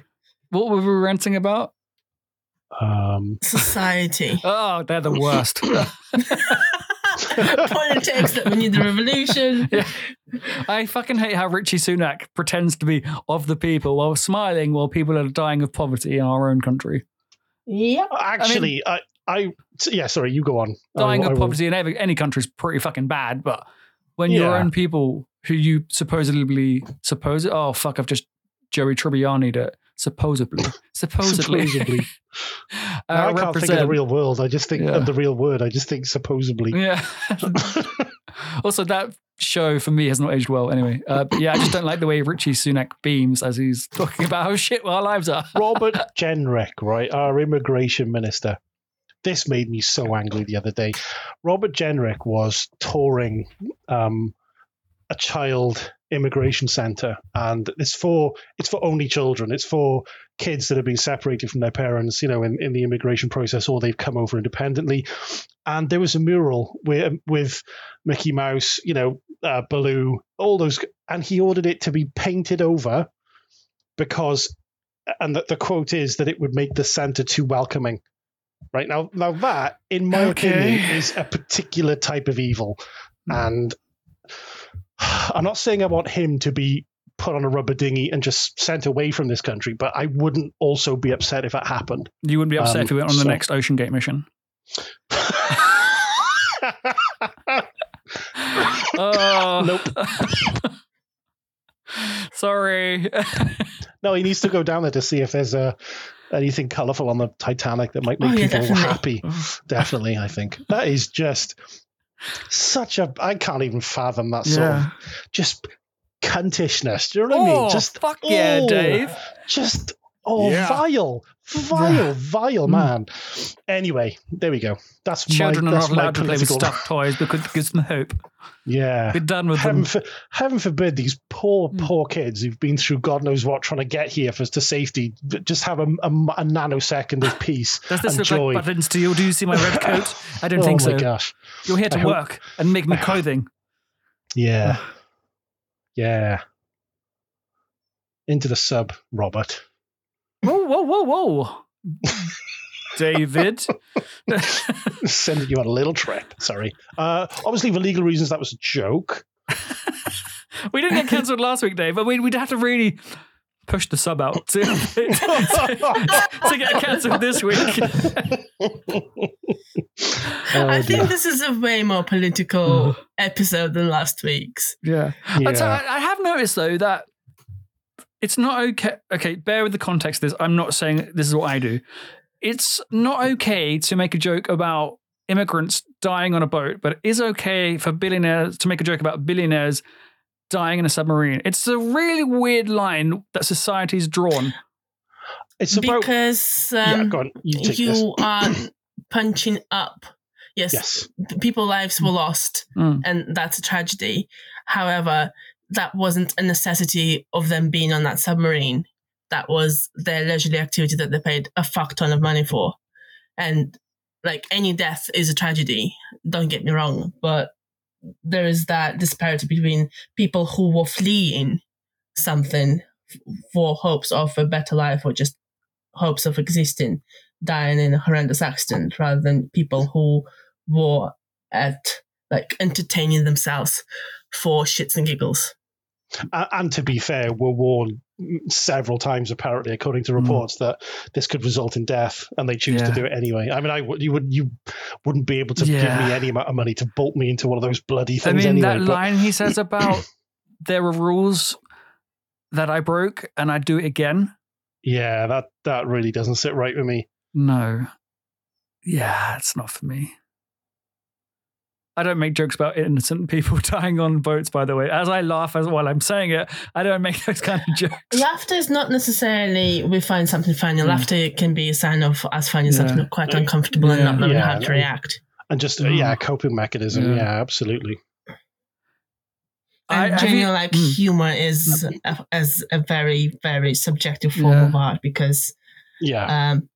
Speaker 2: what were we ranting about?
Speaker 3: um,
Speaker 4: Society.
Speaker 2: Oh, they're the worst.
Speaker 4: Politics that we need a revolution.
Speaker 2: I fucking hate how Richie Sunak pretends to be of the people while smiling while people are dying of poverty in our own country.
Speaker 4: Yep.
Speaker 3: actually, I, I, t- yeah. Sorry, you go on. I-
Speaker 2: Dying
Speaker 3: I
Speaker 2: of
Speaker 3: will-
Speaker 2: poverty in any, any country is pretty fucking bad, but when your
Speaker 3: Yeah.
Speaker 2: own people who you supposedly suppose oh fuck, I've just Jerry Tribbiani'd it. Supposedly. Supposedly.
Speaker 3: Supposedly.
Speaker 2: uh,
Speaker 3: Now I can't think of
Speaker 2: represent.
Speaker 3: the real world. I just think
Speaker 2: Yeah.
Speaker 3: of the real word. I just think supposedly.
Speaker 2: Yeah. also, that show for me has not aged well anyway. Uh, but yeah, I just don't like the way Richie Sunak beams as he's talking about how shit our lives are.
Speaker 3: Robert Jenrick, right, our immigration minister. This made me so angry the other day. Robert Jenrick was touring um, a child immigration center, and it's for it's for only children. It's for kids that have been separated from their parents, you know, in, in the immigration process, or they've come over independently. And there was a mural with with Mickey Mouse, you know, uh, Baloo, all those, and he ordered it to be painted over because and that the quote is that it would make the center too welcoming. Right now, now that, in my
Speaker 2: Okay.
Speaker 3: opinion, is a particular type of evil, and I'm not saying I want him to be put on a rubber dinghy and just sent away from this country, but I wouldn't also be upset if that happened.
Speaker 2: You wouldn't be upset
Speaker 3: Um,
Speaker 2: if we went on the
Speaker 3: so-
Speaker 2: next Ocean Gate mission. Oh.
Speaker 3: Nope.
Speaker 2: Sorry.
Speaker 3: No, he needs to go down there to see if there's a anything colourful on the Titanic that might make
Speaker 4: Oh, yeah,
Speaker 3: people
Speaker 4: definitely.
Speaker 3: happy. Definitely, I think that is just such a. I can't even fathom that sort of just cuntishness. Do you know what I mean?
Speaker 2: Oh,
Speaker 3: Just
Speaker 2: fuck yeah,
Speaker 3: oh,
Speaker 2: Dave.
Speaker 3: Just Oh,
Speaker 8: Yeah.
Speaker 3: vile, vile, vile man. Anyway, there we go. That's
Speaker 2: Mm. Children
Speaker 3: my,
Speaker 2: are
Speaker 3: that's
Speaker 2: not
Speaker 3: my
Speaker 2: allowed to play with
Speaker 3: political-
Speaker 2: stuffed toys because it gives them hope.
Speaker 3: Yeah.
Speaker 2: We're done with
Speaker 3: Heaven,
Speaker 2: them.
Speaker 3: for, heaven forbid these poor,
Speaker 2: Hmm.
Speaker 3: poor kids who've been through God knows what trying to get here for to safety th- just have a, a, a nanosecond of peace
Speaker 2: Does this
Speaker 3: and
Speaker 2: look
Speaker 3: joy.
Speaker 2: like buttons to you? Do you see my red coat? I don't
Speaker 3: oh
Speaker 2: think
Speaker 3: my
Speaker 2: so.
Speaker 3: gosh!
Speaker 2: You're here to
Speaker 3: I hope-
Speaker 2: work and make me clothing.
Speaker 3: Yeah, yeah. Into the sub, Robert.
Speaker 2: Whoa, whoa, whoa, whoa. David.
Speaker 3: Sending you on a little trip. Sorry. Uh, obviously, for legal reasons, that was a joke.
Speaker 2: We didn't get cancelled last week, Dave, but we, we'd have to really push the sub out to, to, to get cancelled this week.
Speaker 4: I
Speaker 3: Oh,
Speaker 4: think
Speaker 3: dear.
Speaker 4: this is a way more political episode than last week's.
Speaker 2: Yeah. And so
Speaker 3: Yeah.
Speaker 2: uh, I, I have noticed, though, that it's not okay. Okay, bear with the context of this. I'm not saying this is what I do. It's not okay to make a joke about immigrants dying on a boat, but it is okay for billionaires to make a joke about billionaires dying in a submarine. It's a really weird line that society's drawn.
Speaker 3: It's about.
Speaker 4: because
Speaker 3: yeah,
Speaker 4: um,
Speaker 3: go on. You take this.
Speaker 4: you are punching up. Yes,
Speaker 3: Yes.
Speaker 4: p- people lives were lost,
Speaker 2: Mm.
Speaker 4: and that's a tragedy. However, that wasn't a necessity of them being on that submarine. That was their leisurely activity that they paid a fuck ton of money for, and like any death is a tragedy. Don't get me wrong, but there is that disparity between people who were fleeing something f- for hopes of a better life or just hopes of existing dying in a horrendous accident rather than people who were at like entertaining themselves for shits and giggles.
Speaker 3: A- and to be fair, were warned several times apparently, according to reports, that this could result in death, and they choose to
Speaker 2: Hmm. Yeah.
Speaker 3: do it anyway. I mean, I would you would you wouldn't be able to give
Speaker 2: Yeah.
Speaker 3: me any amount of money to bolt me into one of those bloody
Speaker 2: I
Speaker 3: things
Speaker 2: mean,
Speaker 3: anyway.
Speaker 2: that
Speaker 3: but-
Speaker 2: line he says about there were rules that I broke and I do it again.
Speaker 3: yeah, that that really doesn't sit right with me.
Speaker 2: No. Yeah, it's not for me. I don't make jokes about innocent people dying on boats, by the way. As I laugh as while I'm saying it, I don't make those kind of jokes.
Speaker 4: Laughter is not necessarily we find something funny. Laughter can be a sign of us finding
Speaker 2: Yeah.
Speaker 4: something quite uncomfortable and not knowing
Speaker 3: Yeah.
Speaker 4: how to react.
Speaker 3: And just uh,
Speaker 2: Mm.
Speaker 3: yeah, coping mechanism.
Speaker 2: Yeah.
Speaker 3: Yeah, absolutely.
Speaker 2: I-
Speaker 4: And
Speaker 2: have you-
Speaker 4: generally, like
Speaker 2: Mm.
Speaker 4: humor is a, as a very very subjective form
Speaker 2: Yeah.
Speaker 4: of art because
Speaker 3: Yeah,
Speaker 4: um,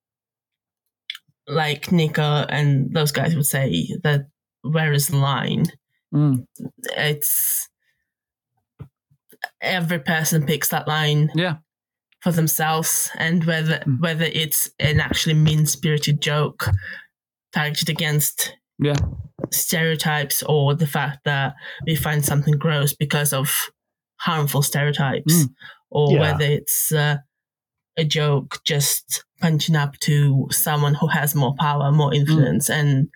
Speaker 4: like Nico and those guys would say that where is the line?
Speaker 2: Mm.
Speaker 4: It's every person picks that line
Speaker 2: Yeah.
Speaker 4: for themselves, and whether
Speaker 2: Mm.
Speaker 4: whether it's an actually mean spirited joke targeted against
Speaker 2: Yeah.
Speaker 4: stereotypes or the fact that we find something gross because of harmful stereotypes
Speaker 2: Mm.
Speaker 4: or
Speaker 3: Yeah.
Speaker 4: whether it's uh, a joke just punching up to someone who has more power more influence and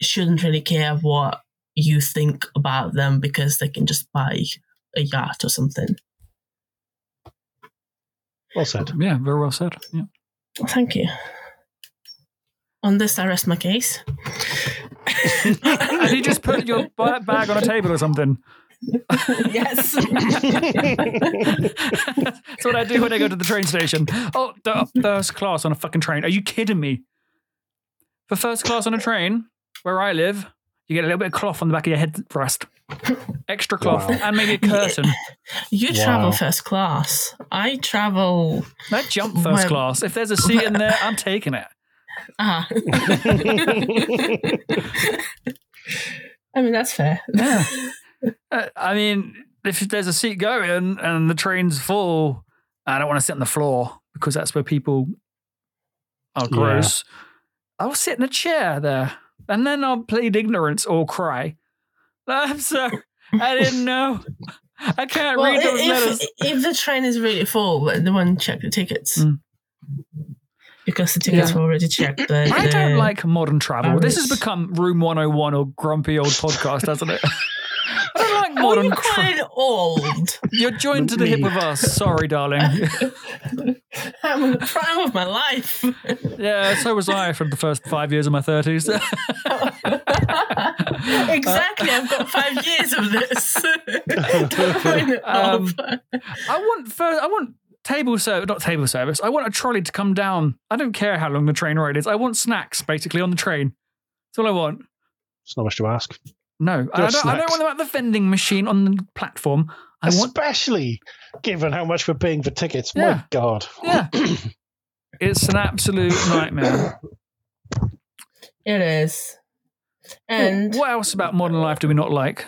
Speaker 4: shouldn't really care what you think about them because they can just buy a yacht or something
Speaker 3: well said.
Speaker 2: Yeah, very well said. Yeah.
Speaker 4: Thank you. On this, I rest my case.
Speaker 2: And he just put your ba- bag on a table or something.
Speaker 4: yes.
Speaker 2: That's what I do when I go to the train station. Oh, the first class on a fucking train. Are you kidding me? For first class on a train, where I live, you get a little bit of cloth on the back of your headrest. Extra cloth
Speaker 3: Wow.
Speaker 2: and maybe a curtain.
Speaker 4: You travel
Speaker 3: Wow.
Speaker 4: first class. I travel.
Speaker 2: That jump first
Speaker 4: Well-
Speaker 2: class. If there's a seat in there, I'm taking it.
Speaker 4: Ah. I mean, that's fair.
Speaker 2: Yeah. Uh, I mean, if there's a seat going and the train's full, I don't want to sit on the floor because that's where people are
Speaker 3: Yeah.
Speaker 2: gross. I'll sit in a chair there and then I'll plead ignorance or cry. I'm sorry. I didn't know. I can't
Speaker 4: Well,
Speaker 2: read those
Speaker 4: if,
Speaker 2: letters.
Speaker 4: if the train is really full, then the one check the tickets.
Speaker 2: Mm.
Speaker 4: Because the tickets
Speaker 2: Yeah.
Speaker 4: were already checked. The,
Speaker 2: I don't
Speaker 4: the-
Speaker 2: like modern travel. This has
Speaker 4: Paris.
Speaker 2: become Room 101 or Grumpy Old Podcast, hasn't it? I don't like
Speaker 4: Oh,
Speaker 2: modern
Speaker 4: you're
Speaker 2: travel.
Speaker 4: quite old.
Speaker 2: You're joined to the hip of us. Sorry, darling.
Speaker 4: I'm in the prime of my life.
Speaker 2: Yeah, so was I for the first five years of my 30s.
Speaker 4: exactly. I've got five years of this. Don't worry,
Speaker 2: Um,
Speaker 4: Bob.
Speaker 2: I want fur- I want table service, not table service. I want a trolley to come down. I don't care how long the train ride is. I want snacks basically on the train. That's all I want.
Speaker 3: It's not much to ask.
Speaker 2: No, I don't, I don't
Speaker 3: snacks.
Speaker 2: want them at the vending machine on the platform. I want,
Speaker 3: Especially given how much we're paying for tickets.
Speaker 2: Yeah.
Speaker 3: My God.
Speaker 2: yeah. it's an absolute nightmare.
Speaker 4: It is. And
Speaker 2: what else about modern life do we not like?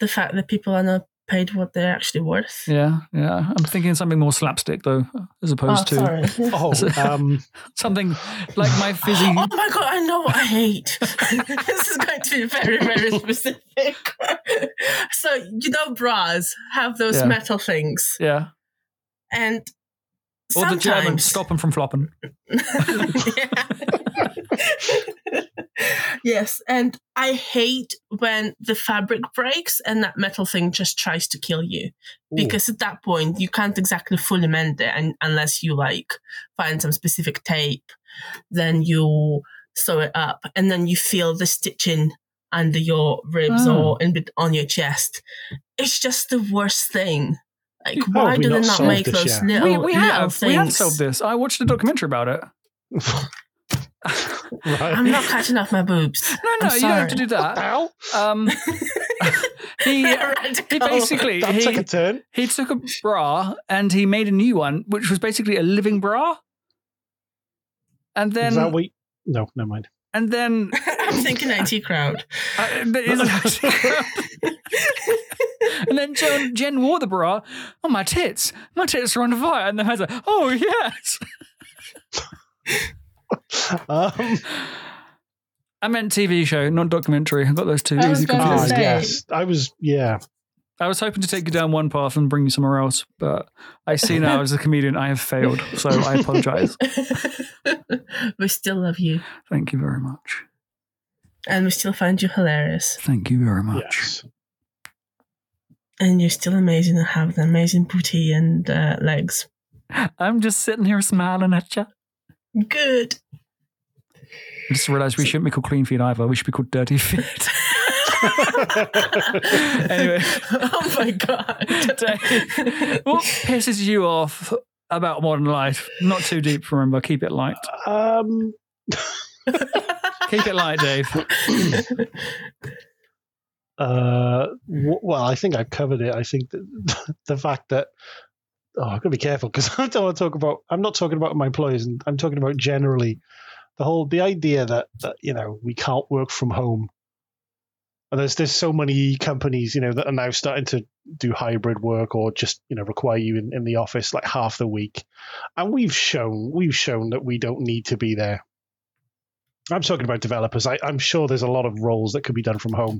Speaker 4: the fact that people are not paid what they're actually worth.
Speaker 2: Yeah, yeah. I'm thinking something more slapstick though, as opposed
Speaker 4: Oh,
Speaker 2: to
Speaker 4: sorry.
Speaker 3: Oh, um,
Speaker 2: something like my fizzy.
Speaker 4: Oh my god, I know what I hate. this is going to be very, very specific. so, you know, bras have those
Speaker 2: Yeah.
Speaker 4: metal things.
Speaker 2: yeah,
Speaker 4: And
Speaker 2: or the
Speaker 4: sometimes.
Speaker 2: Germans stop them from flopping.
Speaker 4: Yeah. yes, and I hate when the fabric breaks and that metal thing just tries to kill you. Because at that point, you can't exactly fully mend it and, unless you like find some specific tape, then you sew it up and then you feel the stitching under your ribs
Speaker 2: Oh.
Speaker 4: or in bit on your chest. It's just the worst thing. Like,
Speaker 3: How
Speaker 4: why
Speaker 3: have we
Speaker 4: do they
Speaker 3: not
Speaker 4: not
Speaker 3: solved
Speaker 4: make
Speaker 3: this
Speaker 4: those
Speaker 3: yet?
Speaker 4: little,
Speaker 2: we we
Speaker 4: little
Speaker 2: have
Speaker 4: things?
Speaker 2: we have solved this. I watched a documentary about it.
Speaker 3: right.
Speaker 4: I'm not cutting off my boobs.
Speaker 2: No, no,
Speaker 4: I'm
Speaker 2: you don't have to
Speaker 4: sorry.
Speaker 2: do that.
Speaker 3: Ow,
Speaker 2: Um, he he
Speaker 4: Radical.
Speaker 2: basically
Speaker 3: that took
Speaker 2: he,
Speaker 3: a turn.
Speaker 2: he took a bra and he made a new one, which was basically a living bra. And
Speaker 3: Is that
Speaker 2: then,
Speaker 3: we? No, never mind.
Speaker 2: and then
Speaker 4: I'm thinking IT crowd.
Speaker 2: I- but is- and then Jen, Jen wore the bra. Oh, my tits. My tits are on fire. And the man's like, oh, yes.
Speaker 3: Um,
Speaker 2: I meant TV show, not documentary. I got those two
Speaker 4: I was
Speaker 2: easy
Speaker 4: gonna
Speaker 3: ah,
Speaker 2: confused.
Speaker 4: say-
Speaker 3: yes. I was, yeah.
Speaker 2: I was hoping to take you down one path and bring you somewhere else, but I see now as a comedian I have failed. So I apologize.
Speaker 4: we still love you,
Speaker 2: Thank you very much.
Speaker 4: and we still find you hilarious,
Speaker 2: Thank you very much.
Speaker 3: Yes.
Speaker 4: and you're still amazing and have an amazing booty and uh, legs.
Speaker 2: I'm just sitting here smiling at you.
Speaker 4: Good.
Speaker 2: I just realised we shouldn't be called Clean Feet either. We should be called Dirty Feet. Anyway.
Speaker 4: Oh my god.
Speaker 2: Dave, what pisses you off about modern life? Not too deep, remember. Keep it light.
Speaker 3: Um,
Speaker 2: Keep it light, Dave.
Speaker 3: uh, w- well, I think I've covered it. I think that the fact that oh, I've got to be careful because I don't want to talk about. I'm not talking about my employees, and I'm talking about generally the whole the idea that, that you know we can't work from home. And there's there's so many companies you know that are now starting to do hybrid work or just you know require you in, in the office like half the week, and we've shown we've shown that we don't need to be there. I'm talking about developers. I, I'm sure there's a lot of roles that could be done from home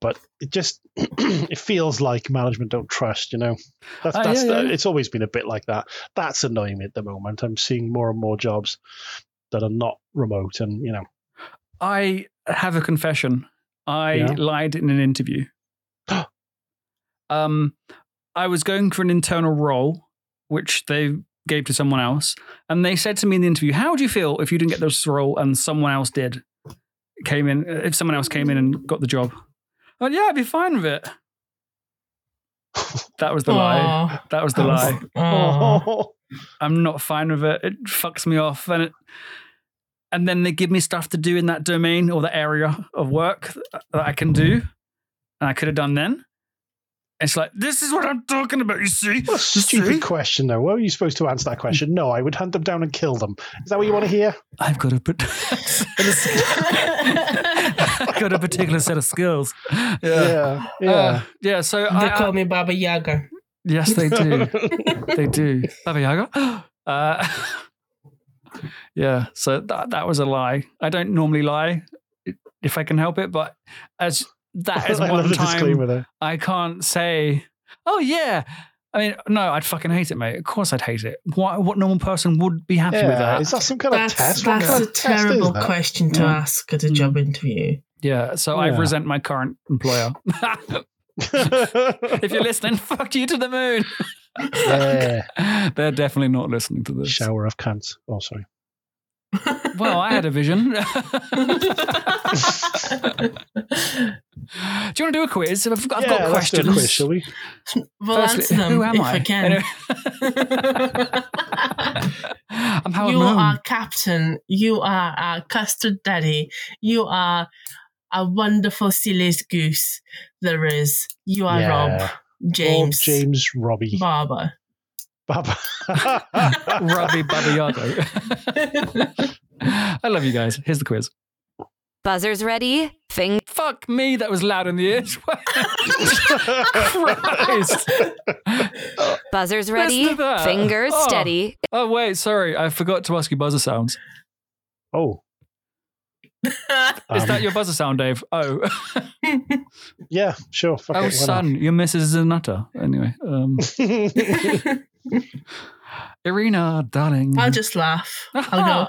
Speaker 3: but it just it feels like management don't trust you know that's,
Speaker 2: Ah,
Speaker 3: that's
Speaker 2: yeah,
Speaker 3: the,
Speaker 2: yeah.
Speaker 3: it's always been a bit like that that's annoying me at the moment i'm seeing more and more jobs that are not remote and you know
Speaker 2: I have a confession. I
Speaker 3: Yeah.
Speaker 2: lied in an interview. um, I was going for an internal role, which they gave to someone else, and they said to me in the interview, "How would you feel if you didn't get this role and someone else did? Came in uh, if someone else came in and got the job." Oh yeah, I'd be fine with it. That was the lie. That was the lie.
Speaker 4: Aw.
Speaker 2: I'm not fine with it. It fucks me off, and it, and then they give me stuff to do in that domain or the area of work that I can do, and I could have done then. It's like this is what I'm talking about. You see,
Speaker 3: what
Speaker 2: You
Speaker 3: a stupid
Speaker 2: see?
Speaker 3: question though what were you supposed to answer that question no i would hunt them down and kill them is that what you want to hear
Speaker 2: I've got a pat- I've got a particular set of skills. Yeah, yeah.
Speaker 3: yeah,
Speaker 2: Uh, yeah so
Speaker 4: They
Speaker 2: I, I-
Speaker 4: call me Baba Yaga.
Speaker 2: yes, they do. they do. Baba Yaga. Uh, yeah, so that that was a lie. I don't normally lie if I can help it, but as that is
Speaker 3: I love
Speaker 2: one
Speaker 3: the
Speaker 2: time
Speaker 3: disclaimer there.
Speaker 2: I can't say, oh yeah. I mean, no, I'd fucking hate it, mate. Of course, I'd hate it. What what normal person would be happy with
Speaker 3: Yeah,
Speaker 2: that?
Speaker 3: is that some kind
Speaker 4: That's,
Speaker 3: of test? What
Speaker 4: that's
Speaker 3: kind
Speaker 4: a
Speaker 3: of test is
Speaker 4: terrible
Speaker 3: that?
Speaker 4: question to
Speaker 2: Mm.
Speaker 4: ask at a job interview.
Speaker 2: yeah, so I
Speaker 3: Yeah.
Speaker 2: resent my current employer. if you're listening, fuck you to the moon.
Speaker 3: Yeah.
Speaker 2: They're definitely not listening to this.
Speaker 3: Shower of cunts. Oh, sorry.
Speaker 2: Well, I had a vision. Do you want to do a quiz? I've got, I've
Speaker 3: Yeah,
Speaker 2: got
Speaker 3: let's do a
Speaker 2: questions.
Speaker 3: quiz, shall we?
Speaker 4: We'll answer them
Speaker 2: who am
Speaker 4: if
Speaker 2: I?
Speaker 4: we can.
Speaker 2: Anyway. I'm Howard
Speaker 4: you
Speaker 2: Moon.
Speaker 4: are captain. You are our custard daddy. You are a wonderful, silliest goose there is. You are
Speaker 3: Yeah.
Speaker 4: Rob, James,
Speaker 3: Or James Robbie.
Speaker 4: Barber.
Speaker 3: Baba.
Speaker 2: Robbie Babiago. I love you guys. Here's the quiz.
Speaker 1: Buzzer's ready. Fing.
Speaker 2: Fuck me, that was loud in the ears. Christ.
Speaker 1: Buzzer's
Speaker 2: Listen
Speaker 1: ready.
Speaker 2: to that.
Speaker 1: Fingers
Speaker 2: Oh.
Speaker 1: steady.
Speaker 2: Oh wait, sorry, I forgot to ask you buzzer sounds.
Speaker 3: oh.
Speaker 2: Is
Speaker 3: um,
Speaker 2: that your buzzer sound, Dave? Oh,
Speaker 3: Yeah, sure. Fuck
Speaker 2: oh,
Speaker 3: it, why not?
Speaker 2: son, your missus is a nutter. Anyway, um, Irina, darling.
Speaker 4: I'll just laugh. I'll go.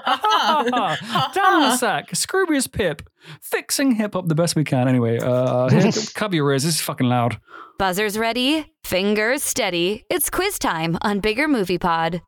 Speaker 2: Down the sack, Scroobius Pip, fixing hip up the best we can. Anyway, uh, here, cover your ears. This is fucking loud.
Speaker 1: Buzzer's ready. Fingers steady. It's quiz time on Bigger Movie Pod.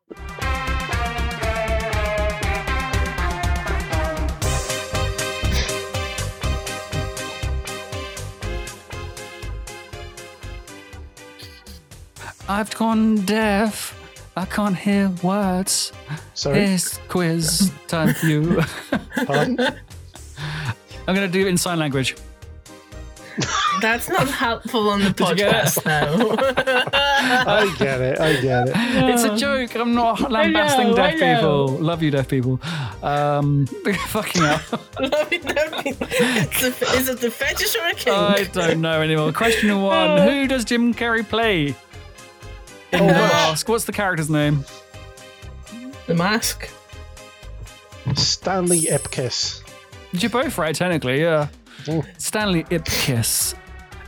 Speaker 2: I've gone deaf. I can't hear words.
Speaker 3: Sorry.
Speaker 2: It's quiz time for you.
Speaker 3: Pardon?
Speaker 2: I'm gonna do it in sign language.
Speaker 4: That's not helpful on the
Speaker 2: you get it?
Speaker 4: podcast, though.
Speaker 3: I get it. I get it.
Speaker 2: It's a joke. I'm not lambasting
Speaker 4: know,
Speaker 2: deaf
Speaker 4: I know.
Speaker 2: people. Love you, deaf people. Um, fucking hell.
Speaker 4: It's a- Is it the fetish or a kink?
Speaker 2: I don't know anymore. Question one: Who does Jim Carrey play?
Speaker 3: Oh,
Speaker 2: The
Speaker 3: gosh.
Speaker 2: Mask. What's the character's name?
Speaker 4: the mask.
Speaker 3: Stanley Ipkiss.
Speaker 2: You're both right, technically. Yeah.
Speaker 3: Oh.
Speaker 2: Stanley Ipkiss.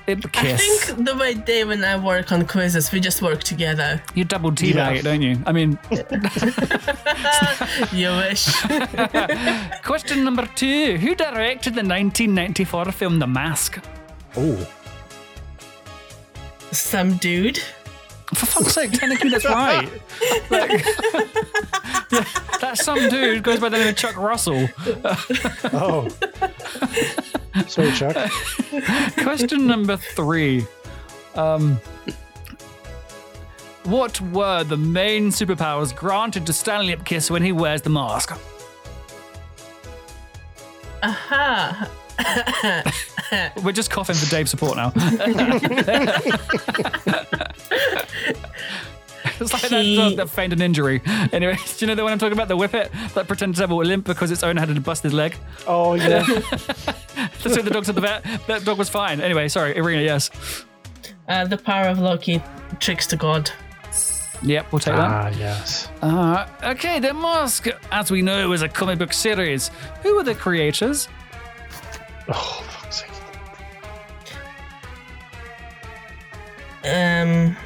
Speaker 4: I
Speaker 2: Ipkiss.
Speaker 4: think the way Dave and I work on quizzes, we just work together.
Speaker 2: You double teabag
Speaker 3: Yeah.
Speaker 2: it, don't you? I mean,
Speaker 4: You wish.
Speaker 2: question number two: Who directed the 1994 film The Mask?
Speaker 3: Oh.
Speaker 4: Some dude.
Speaker 2: For fuck's sake, technically that's right. Like, that some dude goes by the name of Chuck Russell.
Speaker 3: Oh. Sorry, Chuck.
Speaker 2: Question number three. Um, what were the main superpowers granted to Stanley Ipkiss when he wears the mask?
Speaker 4: Aha.
Speaker 2: We're just coughing for Dave's support now. it's like that dog that feigned an injury. Anyway, do you know the one I'm talking about? The whippet that pretended to have a limp because its owner had a busted leg.
Speaker 3: Oh, yeah.
Speaker 2: That's what the dog's at the vet. That dog was fine. Anyway, sorry, Irina. Yes.
Speaker 4: Uh, the power of Loki tricks to God.
Speaker 2: Yep, we'll take that.
Speaker 3: Ah, yes.
Speaker 2: Uh, okay, The Mask, as we know, is a comic book series. Who are the creators?
Speaker 3: Oh, fuck's sake.
Speaker 4: Um,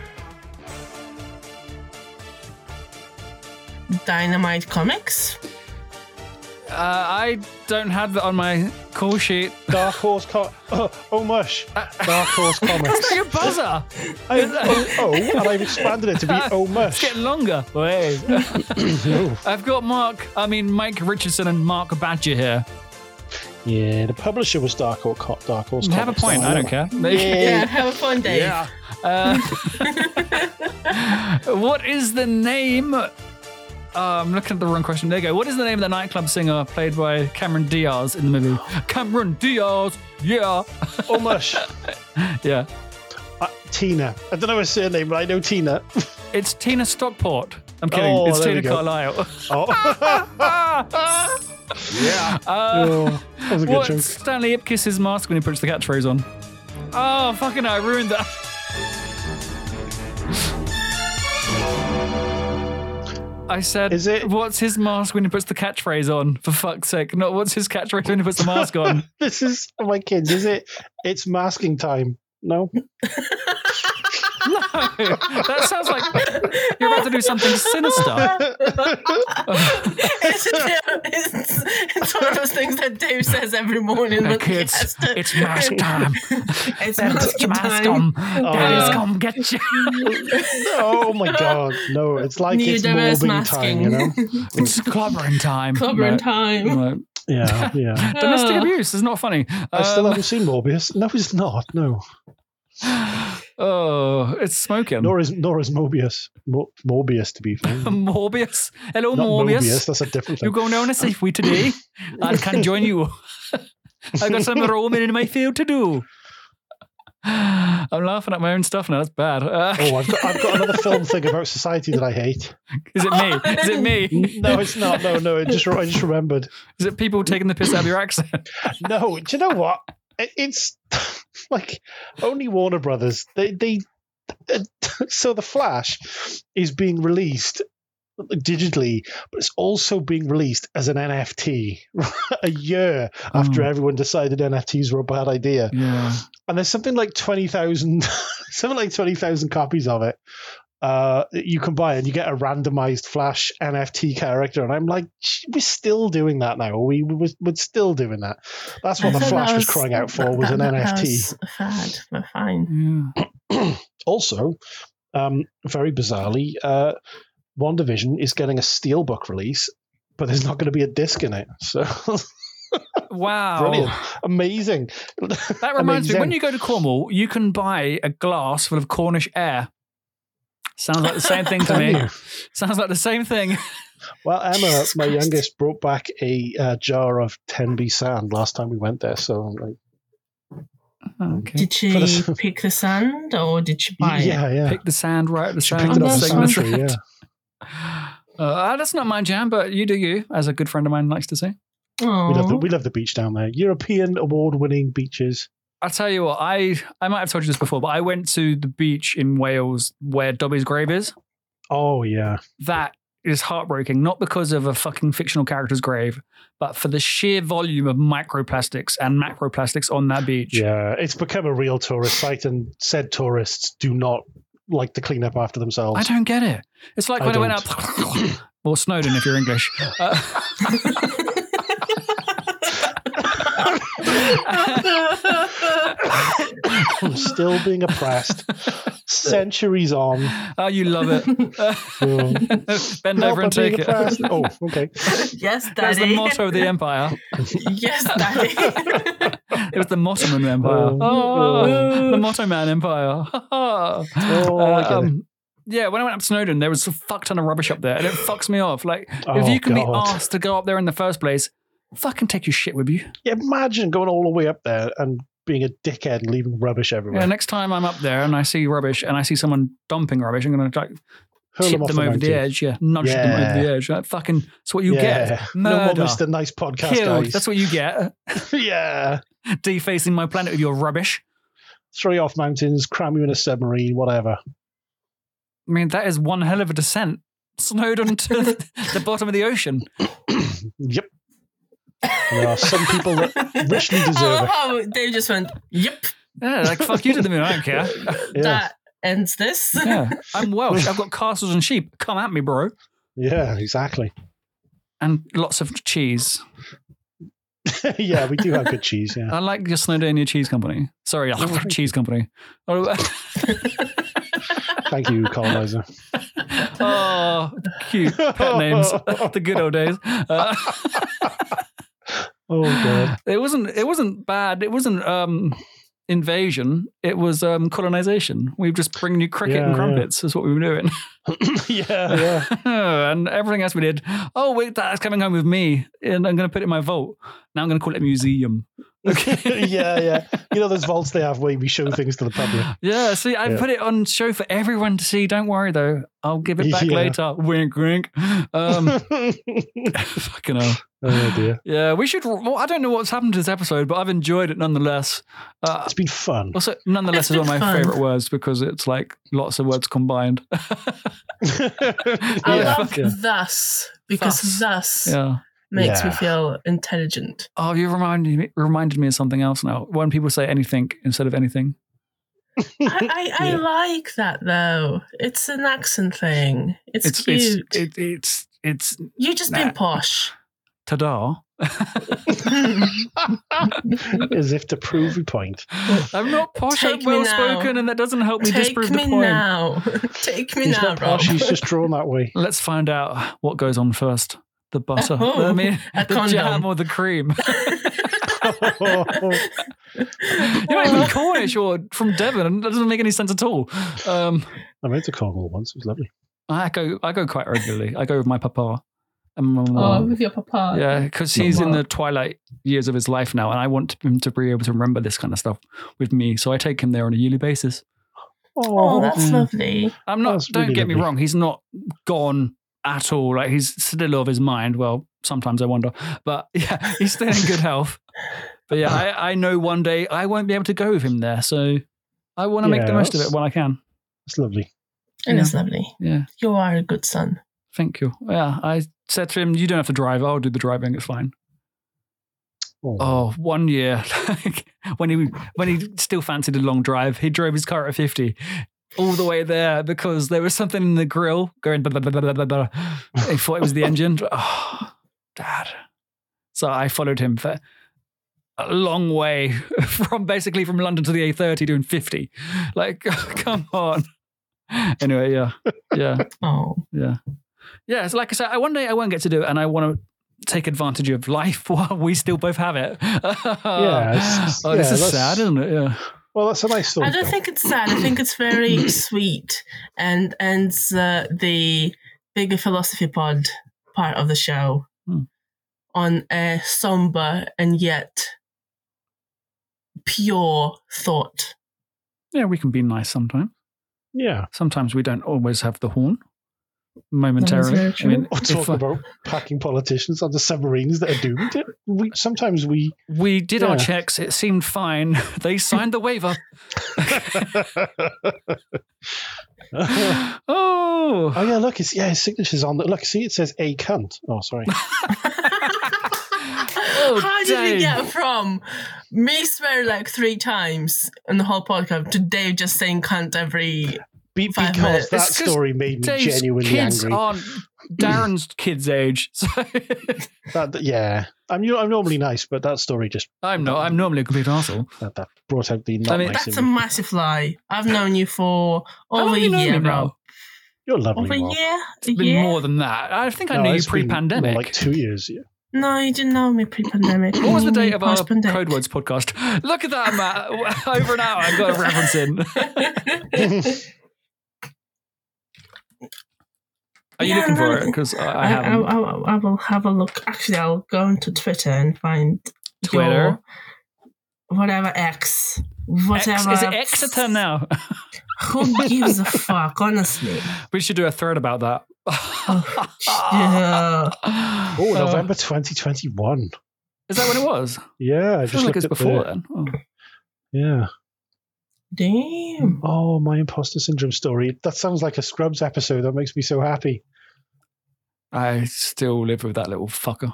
Speaker 4: Dynamite Comics.
Speaker 2: Uh, I don't have that on my call sheet.
Speaker 3: Dark Horse Com- oh, oh, mush. Dark Horse
Speaker 2: That's
Speaker 3: Comics.
Speaker 2: not your buzzer.
Speaker 3: I, oh, oh, and I've expanded it to be Oh,
Speaker 2: It's
Speaker 3: mush.
Speaker 2: getting longer. Wait. I've got Mark, I mean, Mike Richardson and Mark Badger here.
Speaker 3: Yeah, the publisher was Dark Horse, Co- Dark Horse
Speaker 2: You
Speaker 3: Comics.
Speaker 2: have a point. I don't care.
Speaker 4: Yeah, have a fun day.
Speaker 2: Yeah. Uh, what is the name? Uh, I'm looking at the wrong question. There you go. What is the name of the nightclub singer played by Cameron Diaz in the movie? Cameron Diaz. Yeah.
Speaker 3: Oh, mush.
Speaker 2: Yeah.
Speaker 3: Uh, Tina. I don't know her surname, but I know Tina.
Speaker 2: It's Tina Stockport. I'm kidding.
Speaker 3: Oh,
Speaker 2: it's
Speaker 3: there we
Speaker 2: Tina
Speaker 3: go.
Speaker 2: Carlisle.
Speaker 3: Oh,
Speaker 8: Yeah.
Speaker 2: Uh,
Speaker 3: oh that was a good
Speaker 2: What's
Speaker 3: joke.
Speaker 2: Stanley Ipkiss's mask when he puts the catchphrase on? Oh, fucking hell, I ruined that. I said,
Speaker 3: Is it-
Speaker 2: what's his mask when he puts the catchphrase on? For fuck's sake. Not what's his catchphrase when he puts the mask on.
Speaker 3: This is for my kids, is it? It's masking time. No?
Speaker 2: that sounds like you're about to do something sinister.
Speaker 4: It's, it's, it's one of those things that Dave says every morning. when he has
Speaker 2: Kids,
Speaker 4: to-
Speaker 2: it's mask time.
Speaker 4: It's
Speaker 2: Put
Speaker 4: mask
Speaker 2: your mask
Speaker 4: time.
Speaker 2: on. Daddy's come get you.
Speaker 3: Oh my god, no! It's like
Speaker 4: New
Speaker 3: it's
Speaker 4: diverse
Speaker 3: morbing
Speaker 4: masking.
Speaker 3: time, you know.
Speaker 2: it's clobbering time.
Speaker 4: Clobbering
Speaker 2: No,
Speaker 4: time.
Speaker 2: no.
Speaker 3: Yeah, yeah.
Speaker 2: Domestic
Speaker 4: Oh.
Speaker 2: abuse is not funny.
Speaker 3: I still
Speaker 2: Um,
Speaker 3: haven't seen Morbius. No, it's not. No,
Speaker 2: oh, it's smoking.
Speaker 3: nor is nor is Mobius. Mo- Morbius, to be fair. Not
Speaker 2: Morbius. Hello, Morbius.
Speaker 3: That's a different
Speaker 2: You
Speaker 3: thing.
Speaker 2: go down and see we today. I can join you. I've got some roaming in my field to do. I'm laughing at my own stuff now. That's bad. Uh,
Speaker 3: Oh, I've got, I've got another film thing about society that I hate.
Speaker 2: Is it me? Is it me?
Speaker 3: No, it's not. No, no. It just I just remembered.
Speaker 2: Is it people taking the piss out of your accent?
Speaker 3: No, do you know what? It- It's like only Warner Brothers. They they so the Flash is being released digitally, but it's also being released as an NFT a year after
Speaker 2: Oh.
Speaker 3: everyone decided NFTs were a bad idea.
Speaker 2: Yeah.
Speaker 3: And there's something like twenty thousand, something like twenty thousand copies of it. Uh, that you can buy and you get a randomized Flash NFT character, and I'm like, "Gee, we're still doing that now. We we we're, we're still doing that. That's what
Speaker 4: I
Speaker 3: the
Speaker 4: thought
Speaker 3: Flash
Speaker 4: that
Speaker 3: was, crying out for
Speaker 4: that-
Speaker 3: was an
Speaker 4: that- that
Speaker 3: NFT.
Speaker 4: was a Fad, but fine.
Speaker 2: Yeah.
Speaker 3: Also, um, very bizarrely, uh, WandaVision is getting a steelbook release, but there's not going to be a disc in it. So
Speaker 2: Wow.
Speaker 3: brilliant, amazing.
Speaker 2: Oh. That reminds me, when
Speaker 3: Amazing.
Speaker 2: you go to Cornwall, you can buy a glass full of Cornish air. Sounds like the same thing to
Speaker 3: Can
Speaker 2: me.
Speaker 3: you?
Speaker 2: Sounds like the same thing.
Speaker 3: Well, Emma,
Speaker 4: Jesus
Speaker 3: my
Speaker 4: Christ.
Speaker 3: youngest, brought back a uh, jar of 10B sand last time we went there. So, like,
Speaker 2: Okay.
Speaker 4: Did she
Speaker 3: the-
Speaker 4: pick the sand or did she buy it?
Speaker 3: yeah, yeah.
Speaker 2: Pick the sand right at the
Speaker 3: She
Speaker 2: sand.
Speaker 3: picked it up
Speaker 4: Oh,
Speaker 3: in
Speaker 4: no,
Speaker 3: the
Speaker 4: sand
Speaker 2: Segment.
Speaker 3: sanctuary, yeah.
Speaker 2: Uh, that's not my jam, but you do you, as a good friend of mine likes to say.
Speaker 3: We love, the,
Speaker 4: Oh,
Speaker 3: we love the beach down there. European award winning beaches.
Speaker 2: I'll tell you what, I, I might have told you this before, but I went to the beach in Wales where Dobby's grave is.
Speaker 3: Oh, yeah.
Speaker 2: That is heartbreaking, not because of a fucking fictional character's grave, but for the sheer volume of microplastics and macroplastics on that beach.
Speaker 3: Yeah. It's become a real tourist site, and said tourists do not like to clean up after themselves.
Speaker 2: I don't get it. It's like
Speaker 3: I
Speaker 2: when I, went up, or Snowden if you're English. Uh,
Speaker 3: I'm still being oppressed centuries on.
Speaker 2: oh, you love it. Uh,
Speaker 3: Yeah.
Speaker 2: bend
Speaker 3: Help,
Speaker 2: over
Speaker 3: I'm
Speaker 2: and take
Speaker 3: being
Speaker 2: it.
Speaker 3: oppressed. Oh, okay.
Speaker 4: yes, daddy.
Speaker 2: That's the motto of the empire.
Speaker 4: yes, daddy.
Speaker 2: It was the Mottoman Empire.
Speaker 3: Oh.
Speaker 2: Oh, the Motto Man Empire. oh,
Speaker 3: I get it.
Speaker 2: yeah, when I went up to Snowden, there was a fuck ton of rubbish up there, and it fucks me off. Like, if
Speaker 3: Oh,
Speaker 2: you can be
Speaker 3: God.
Speaker 2: asked to go up there in the first place, fucking take your shit with you.
Speaker 3: Imagine going all the way up there and being a dickhead and leaving rubbish everywhere.
Speaker 2: Yeah, next time I'm up there and I see rubbish and I see someone dumping rubbish, I'm gonna like
Speaker 3: Hurl
Speaker 2: tip
Speaker 3: off
Speaker 2: them over the
Speaker 3: mountain.
Speaker 2: edge. Yeah, nudge them over
Speaker 3: Yeah.
Speaker 2: the edge. That fucking that's what you
Speaker 3: Yeah.
Speaker 2: get.
Speaker 3: No more
Speaker 2: Murder.
Speaker 3: Mr. Nice podcast
Speaker 2: Killed.
Speaker 3: guys.
Speaker 2: That's what you get.
Speaker 3: yeah.
Speaker 2: Defacing my planet with your rubbish.
Speaker 3: Throw you off mountains, cram you in a submarine, whatever.
Speaker 2: I mean, that is one hell of a descent. Snowden to the bottom of the ocean.
Speaker 3: Yep. And there are some people that richly deserve it.
Speaker 4: Oh, oh, they just went, yep,
Speaker 2: Yeah, like fuck you to the moon. I don't care.
Speaker 3: Yeah.
Speaker 4: that ends this.
Speaker 2: Yeah, I'm Welsh. I've got castles and sheep. Come at me, bro.
Speaker 3: Yeah, exactly.
Speaker 2: And lots of cheese.
Speaker 3: yeah, we do have good cheese. Yeah.
Speaker 2: I like your Snowdonia Cheese Company. Sorry, Cheese Company. Oh,
Speaker 3: Thank you, colonizer.
Speaker 2: oh, cute pet names. the good old days. Uh,
Speaker 3: Oh, God.
Speaker 2: it wasn't. It wasn't bad. It wasn't um, invasion. It was um, colonization. We've just bringing you cricket
Speaker 3: Yeah,
Speaker 2: and
Speaker 3: yeah.
Speaker 2: crumpets is what we were doing,
Speaker 3: yeah, yeah.
Speaker 2: and everything else we did. Oh wait, that's coming home with me, and I'm going to put it in my vault. Now I'm going to call it a museum. Okay.
Speaker 3: yeah, yeah. You know those vaults they have where we show things to the public.
Speaker 2: Yeah, see, I
Speaker 3: Yeah.
Speaker 2: put it on show for everyone to see. Don't worry though, I'll give it back
Speaker 3: Yeah.
Speaker 2: later. Wink, wink. Um, fucking hell.
Speaker 3: oh dear,
Speaker 2: Yeah, we should. Well, I don't know what's happened to this episode, but I've enjoyed it nonetheless. Uh,
Speaker 3: it's been fun.
Speaker 2: also, nonetheless
Speaker 4: It's
Speaker 2: is one of my
Speaker 4: been fun.
Speaker 2: favorite words because it's like lots of words combined.
Speaker 4: I
Speaker 2: Yeah.
Speaker 4: love
Speaker 2: Yeah.
Speaker 4: thus because
Speaker 2: Thus.
Speaker 4: thus
Speaker 2: yeah.
Speaker 4: makes me
Speaker 3: Yeah.
Speaker 4: feel intelligent.
Speaker 2: Oh, you reminded me, reminded me of something else now. When people say anything instead of anything.
Speaker 4: I, I, I
Speaker 3: Yeah.
Speaker 4: like that though. It's an accent thing. It's,
Speaker 2: It's
Speaker 4: cute.
Speaker 2: it's it, it's it's
Speaker 4: you just
Speaker 2: nah.
Speaker 4: been posh.
Speaker 2: ta-da.
Speaker 3: As if to prove a point.
Speaker 2: I'm not posh.
Speaker 4: Take
Speaker 2: I'm
Speaker 4: me
Speaker 2: well spoken,
Speaker 4: now.
Speaker 2: and that doesn't help me
Speaker 4: Take
Speaker 2: disprove
Speaker 4: me
Speaker 2: the point.
Speaker 4: now. Take me
Speaker 3: He's
Speaker 4: now,
Speaker 3: not posh,
Speaker 4: Rob.
Speaker 3: he's just drawn that way.
Speaker 2: Let's find out what goes on first. the butter.
Speaker 4: Oh,
Speaker 2: I mean,
Speaker 4: a
Speaker 2: the
Speaker 4: condom.
Speaker 2: jam or the cream.
Speaker 3: Oh,
Speaker 2: You're not even Cornish or from Devon. and That doesn't make any sense at all. Um,
Speaker 3: I went to Cornwall once. It was lovely.
Speaker 2: I go, I go quite regularly. I go with my papa and my
Speaker 4: Oh,
Speaker 2: mum.
Speaker 4: with your papa.
Speaker 2: yeah, because he's in
Speaker 4: Mama.
Speaker 2: the twilight years of his life now, and I want him to be able to remember this kind of stuff with me. So I take him there on a yearly basis.
Speaker 4: Oh, that's
Speaker 2: Mm.
Speaker 4: lovely.
Speaker 2: I'm not.
Speaker 3: That's
Speaker 2: don't
Speaker 3: really
Speaker 2: get me
Speaker 3: lovely.
Speaker 2: wrong. He's not gone at all. Like he's still of his mind. Well, sometimes I wonder, but yeah, he's still in good health. But yeah, I, I know one day I won't be able to go with him there, so I want to make the
Speaker 3: Yeah,
Speaker 2: most of it
Speaker 3: that's-
Speaker 2: when I can.
Speaker 3: It's lovely.
Speaker 4: It is lovely.
Speaker 2: Yeah,
Speaker 4: You are a good son.
Speaker 2: thank you. Yeah, I said to him, "You don't have to drive. I'll do the driving. It's fine."
Speaker 3: Oh,
Speaker 2: Oh, one year, like when he when he still fancied a long drive, he drove his car at fifty all the way there because there was something in the grill going. Blah, blah, blah, blah, blah, blah. He thought it was the engine. Oh, dad! So I followed him for a long way from basically from London to the A30 doing fifty. Like, come on. Anyway, yeah, yeah.
Speaker 4: Oh,
Speaker 2: Yeah. Yeah. So, like I said, I one day I won't get to do it, and I want to take advantage of life while we still both have it.
Speaker 3: it's-
Speaker 2: oh, this
Speaker 3: yeah,
Speaker 2: is
Speaker 3: that's-
Speaker 2: sad, isn't it? Yeah.
Speaker 3: Well, that's a nice thought.
Speaker 4: I don't
Speaker 3: though.
Speaker 4: think it's sad. I think it's very sweet and and uh, the bigger philosophy pod part of the show
Speaker 2: Hmm.
Speaker 4: on a somber and yet pure thought.
Speaker 2: Yeah, we can be nice sometimes.
Speaker 3: Yeah.
Speaker 2: Sometimes we don't always have the horn. Momentarily.
Speaker 4: very
Speaker 2: I mean,
Speaker 3: Or
Speaker 2: if,
Speaker 3: talk
Speaker 2: uh,
Speaker 3: about packing politicians on the submarines that are doomed. We sometimes we.
Speaker 2: we did our
Speaker 3: yeah.
Speaker 2: checks. It seemed fine. they signed the waiver. oh.
Speaker 3: Oh yeah, look, it's yeah, his signature's on. the- Look, see, it says a cunt. Oh, sorry.
Speaker 2: Oh,
Speaker 4: How did
Speaker 2: Dave.
Speaker 4: we get from me swear like three times in the whole podcast to Dave just saying cunt every
Speaker 3: Be-
Speaker 4: Five
Speaker 3: because
Speaker 4: minutes.
Speaker 3: that
Speaker 2: It's 'cause
Speaker 3: story made me
Speaker 2: Dave's
Speaker 3: genuinely
Speaker 2: kids
Speaker 3: angry.
Speaker 2: aren't Darren's kids' age. So
Speaker 3: That, yeah, I'm I'm normally nice, but that story just
Speaker 2: I'm not. I'm normally a complete arsehole.
Speaker 3: that, that brought out the not
Speaker 2: I mean-
Speaker 3: nice.
Speaker 4: That's a
Speaker 3: in me.
Speaker 4: massive lie. I've known you for
Speaker 2: How
Speaker 4: over
Speaker 2: long
Speaker 4: a
Speaker 2: have you known
Speaker 4: year,
Speaker 2: him now?
Speaker 4: Rob.
Speaker 3: You're lovely.
Speaker 4: Over a
Speaker 3: Rob.
Speaker 4: year? A
Speaker 2: It's been
Speaker 4: year?
Speaker 2: more than that. I think I
Speaker 3: No,
Speaker 2: knew you
Speaker 3: it's been more
Speaker 2: pre-pandemic.
Speaker 3: like two years. Yeah.
Speaker 4: No, you didn't know me pre-pandemic.
Speaker 2: what was the date of our
Speaker 4: Post-pandemic.
Speaker 2: Code Words podcast? Look at that, Matt. Over an hour, I got a reference in. Are you
Speaker 4: Yeah,
Speaker 2: looking for
Speaker 4: no.
Speaker 2: it? Because I, I
Speaker 4: I, I,
Speaker 2: haven't.
Speaker 4: I, I will have a look. Actually, I'll go into Twitter and find
Speaker 2: Twitter?
Speaker 4: your whatever X,
Speaker 2: Ex-
Speaker 4: whatever.
Speaker 2: is it Exeter now?
Speaker 4: Who gives a fuck? Honestly.
Speaker 2: we should do a thread about that. Oh,
Speaker 4: Yeah.
Speaker 3: Oh,
Speaker 2: Uh,
Speaker 3: November 2021.
Speaker 2: is that when it was?
Speaker 3: Yeah, I
Speaker 2: I
Speaker 3: just
Speaker 2: feel like
Speaker 3: looked
Speaker 2: it's
Speaker 3: at
Speaker 2: before
Speaker 3: the-
Speaker 2: then. Oh.
Speaker 3: Yeah.
Speaker 4: Damn.
Speaker 3: Oh, my imposter syndrome story. That sounds like a Scrubs episode. That makes me so happy.
Speaker 2: I still live with that little fucker.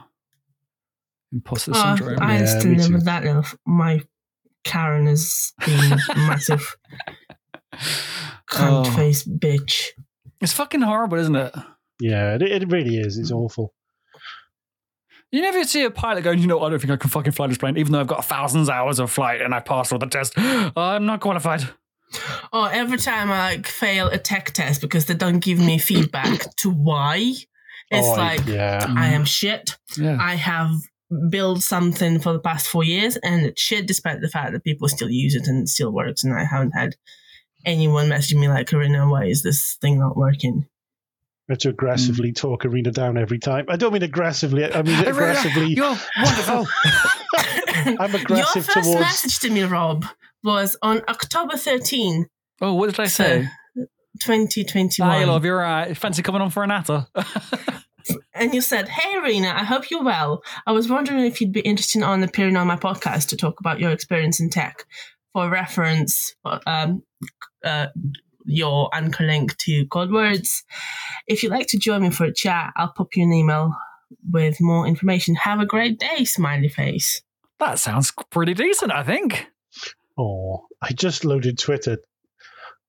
Speaker 2: Imposter
Speaker 4: Oh,
Speaker 2: syndrome.
Speaker 4: I
Speaker 3: Yeah,
Speaker 4: still
Speaker 3: me
Speaker 4: live
Speaker 3: too.
Speaker 4: with that. Of my Karen is being massive cunt
Speaker 2: Oh.
Speaker 4: face bitch.
Speaker 2: It's fucking horrible, isn't it?
Speaker 3: Yeah, it, it really is. It's
Speaker 4: Mm.
Speaker 3: awful.
Speaker 2: You never see a pilot going, you know, I don't think I can fucking fly this plane, even though I've got thousands of hours of flight and I passed all the tests. I'm not qualified.
Speaker 4: Oh, every time I like fail a tech test because they don't give me feedback to why. It's
Speaker 3: oh, I- Mm-hmm.
Speaker 4: like
Speaker 3: yeah.
Speaker 4: I am shit.
Speaker 2: Mm, Yeah.
Speaker 4: I have built something for the past four years and it's shit despite the fact that people still use it and it still works and I haven't had anyone messaging me like Karina, why is this thing not working?
Speaker 3: I have to
Speaker 4: Mm.
Speaker 3: aggressively talk Arena down every time. I don't mean aggressively. I mean
Speaker 2: Arena,
Speaker 3: aggressively.
Speaker 2: You're wonderful.
Speaker 3: I'm
Speaker 4: Your
Speaker 3: aggressive
Speaker 4: first
Speaker 3: towards.
Speaker 4: message to me, Rob, was on October 13,
Speaker 2: oh, what did I say?
Speaker 4: 2021.
Speaker 2: Hi, love, you're right. Fancy coming on for an atta?
Speaker 4: and you said, "Hey, Rena, I hope you're well. I was wondering if you'd be interested on appearing on my podcast to talk about your experience in tech. For reference, um, uh, your anchor link to Code Words. If you'd like to join me for a chat, I'll pop you an email with more information. Have a great day, smiley face.
Speaker 2: that sounds pretty decent, I think.
Speaker 3: Oh, I just loaded Twitter.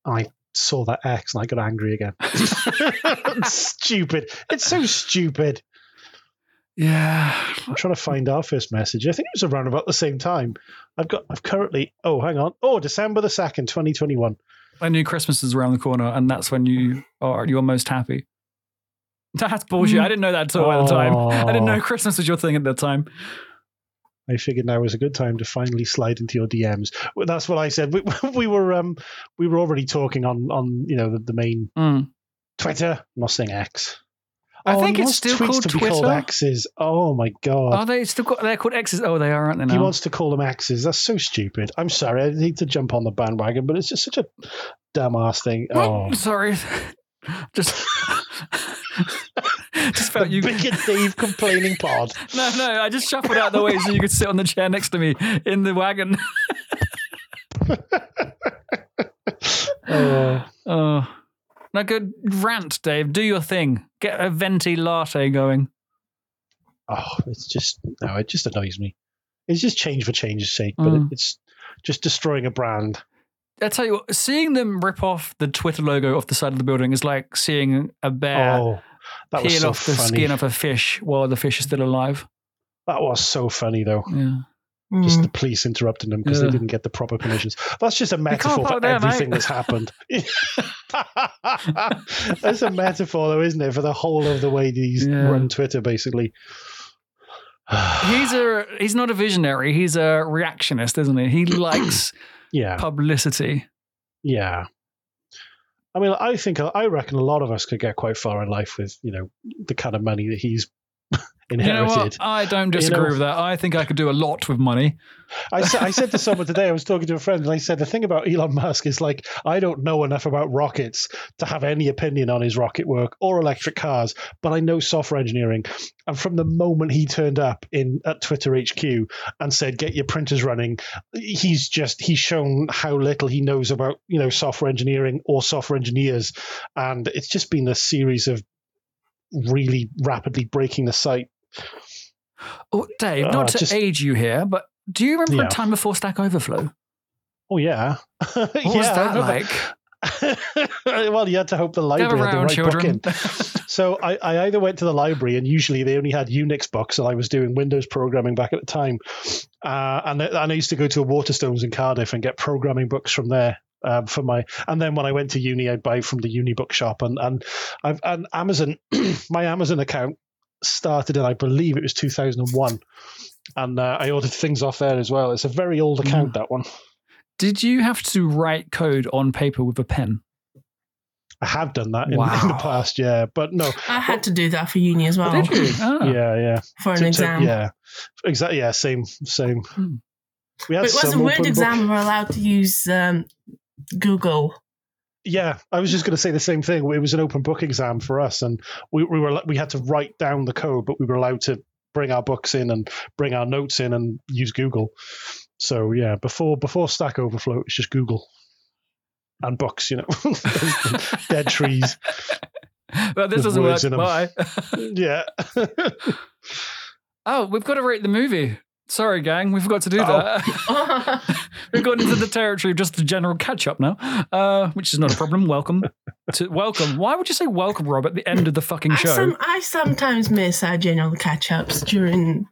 Speaker 3: I saw that X and I got angry again. stupid. It's so stupid.
Speaker 2: Yeah.
Speaker 3: I'm trying to find our first message. I think it was around about the same time. I've got. I've currently. Oh, hang on. Oh, December the second, 2021.
Speaker 2: I knew Christmas is around the corner, and that's when you are you're most happy. That's bullshit. I didn't know that until at the time. I didn't know
Speaker 3: Aw.
Speaker 2: Christmas was your thing at the time.
Speaker 3: I figured now was a good time to finally slide into your DMs. Well, That's what I said. We, we were um we were already talking on on you know the, the main
Speaker 2: Mm.
Speaker 3: Twitter. I'm not saying X.
Speaker 2: I think
Speaker 3: he
Speaker 2: it's
Speaker 3: wants
Speaker 2: still
Speaker 3: tweets
Speaker 2: called
Speaker 3: to be called
Speaker 2: Twitter.
Speaker 3: X's. Oh my god.
Speaker 2: Are they still called, they're called X's? Oh, they are, aren't they now?
Speaker 3: He wants to call them axes. That's so stupid. I'm sorry. I need to jump on the bandwagon, but it's just such a dumbass thing. Oh,
Speaker 2: Oh, sorry. Just. just felt you.
Speaker 3: Big and Dave complaining pod.
Speaker 2: No, no, I just shuffled out the way so you could sit on the chair next to me in the wagon.
Speaker 3: Oh,
Speaker 2: Oh. Now go rant, Dave. Do your thing. Get a venti latte going.
Speaker 3: oh, it's just no. It just annoys me. It's just change for change's sake, but
Speaker 2: Mm.
Speaker 3: it's just destroying a brand.
Speaker 2: I tell you what, seeing them rip off the Twitter logo off the side of the building is like seeing a bear
Speaker 3: oh, that
Speaker 2: Uh, peel
Speaker 3: was so
Speaker 2: off the
Speaker 3: funny.
Speaker 2: skin off a fish while the fish is still alive.
Speaker 3: That was so funny though.
Speaker 2: Yeah.
Speaker 3: Just
Speaker 4: Mm.
Speaker 3: the police interrupting them because
Speaker 2: Yeah.
Speaker 3: they didn't get the proper permissions. That's just a
Speaker 2: can't
Speaker 3: metaphor
Speaker 2: park
Speaker 3: for
Speaker 2: there, mate.
Speaker 3: everything that's happened. That's a metaphor though, isn't it, for the whole of the way these
Speaker 2: Yeah.
Speaker 3: run Twitter basically.
Speaker 2: He's a he's not a visionary, he's a reactionist, isn't he? He likes
Speaker 3: yeah,
Speaker 2: publicity.
Speaker 3: yeah. I mean, I think I reckon a lot of us could get quite far in life with you know the kind of money that he's
Speaker 2: You know
Speaker 3: inherited.
Speaker 2: what? I don't disagree
Speaker 3: know-
Speaker 2: with that. I think I could do a lot with money.
Speaker 3: I, sa- I said to someone today, I was talking to a friend, and I said, the thing about Elon Musk is like, I don't know enough about rockets to have any opinion on his rocket work or electric cars, but I know software engineering. And from the moment he turned up in at Twitter HQ and said, get your printers running, he's just, he's shown how little he knows about, you know, software engineering or software engineers. And it's just been a series of really rapidly breaking the site.
Speaker 2: Oh, Dave,
Speaker 3: Uh,
Speaker 2: not to
Speaker 3: just-
Speaker 2: age you here, but do you remember a
Speaker 3: Yeah.
Speaker 2: time before Stack Overflow?
Speaker 3: Oh, yeah. What
Speaker 2: What was that like?
Speaker 3: well, you had to hope the
Speaker 2: Gather
Speaker 3: library had the
Speaker 2: round,
Speaker 3: right book
Speaker 2: children.
Speaker 3: in. So I, I either went to the library, and usually they only had Unix books, and I was doing Windows programming back at the time. Uh, and, th- and I used to go to a Waterstones in Cardiff and get programming books from there. Um, for my and then when I went to uni, I'd buy from the uni bookshop and and I've, and Amazon, my Amazon account started in I believe it was 2001, and uh, I ordered things off there as well. It's a very old
Speaker 2: Mm.
Speaker 3: account that one.
Speaker 2: Did you have to write code on paper with a pen?
Speaker 3: I have done that in, in
Speaker 2: Wow.
Speaker 3: the past, yeah, but no,
Speaker 4: I had to do that for uni as well
Speaker 2: Did you? Ah.
Speaker 3: Oh. yeah, yeah.
Speaker 4: for an
Speaker 3: To- to-
Speaker 4: exam.
Speaker 3: yeah, exactly. Yeah, same, same.
Speaker 2: Hmm.
Speaker 3: We had
Speaker 4: But it was
Speaker 3: some
Speaker 4: a weird
Speaker 3: open book-
Speaker 4: exam. We're allowed to use um, Google.
Speaker 3: Yeah, I was just going to say the same thing. It was an open book exam for us, and we, we were we had to write down the code, but we were allowed to bring our books in and bring our notes in and use Google. So yeah, before before Stack Overflow, it's just Google and books, you know, dead trees.
Speaker 2: Ah, Well, this
Speaker 3: With
Speaker 2: doesn't work.
Speaker 3: words in 'em.
Speaker 2: Bye.
Speaker 3: Yeah.
Speaker 2: oh, we've got to rate the movie. Sorry, gang, we forgot to do
Speaker 3: Oh.
Speaker 2: that. we've gone into the territory of just the general catch up now, uh, which is not a problem. Welcome to welcome. Why would you say welcome, Rob, at the end of the fucking
Speaker 4: I,
Speaker 2: show?
Speaker 4: some, I sometimes miss our general catch ups during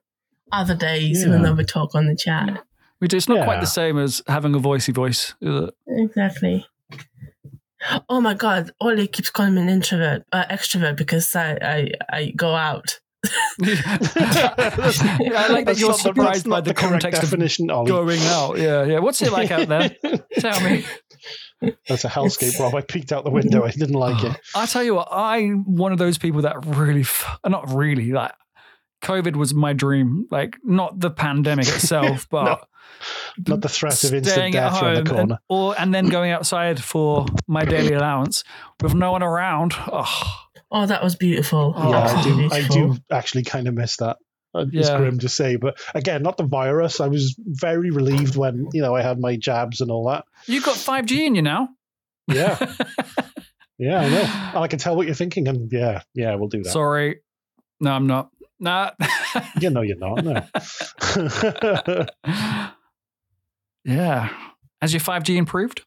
Speaker 4: other days
Speaker 3: Yeah.
Speaker 4: when we talk on the chat.
Speaker 2: We do. It's not quite
Speaker 3: Yeah.
Speaker 2: the same as having a voicey voice. Is it?
Speaker 4: Exactly. Oh my god, Ollie keeps calling me an introvert, uh, extrovert because I, I, I go out.
Speaker 2: Yeah, I like that
Speaker 3: That's
Speaker 2: you're
Speaker 3: not the-
Speaker 2: surprised
Speaker 3: that's
Speaker 2: by
Speaker 3: not
Speaker 2: the
Speaker 3: correct
Speaker 2: context of
Speaker 3: definition, Ollie.
Speaker 2: going out. Yeah, yeah. What's it like out there? Tell me.
Speaker 3: That's a hellscape, Rob. I peeked out the window. I didn't like it.
Speaker 2: I tell you what, I'm one of those people that really, f- not really, like COVID was my dream. Like, not the pandemic itself, but
Speaker 3: Not the threat of
Speaker 2: staying
Speaker 3: instant
Speaker 2: at
Speaker 3: death
Speaker 2: home
Speaker 3: around the corner.
Speaker 2: and, or, and then going outside for my daily allowance with no one around. Oh,
Speaker 4: Oh, that was beautiful.
Speaker 2: Oh,
Speaker 3: yeah, I do. I
Speaker 4: Absolutely
Speaker 3: do actually kind of miss that. Uh, It's
Speaker 2: Yeah.
Speaker 3: grim to say, but again, not the virus. I was very relieved when you know I had my jabs and all that.
Speaker 2: you've got 5G in you now.
Speaker 3: Yeah, yeah, I know. And I can tell what you're thinking, and yeah, yeah, we'll do that.
Speaker 2: Sorry. No, I'm not. Nah.
Speaker 3: you know, you're not. No.
Speaker 2: yeah. Has your 5G improved?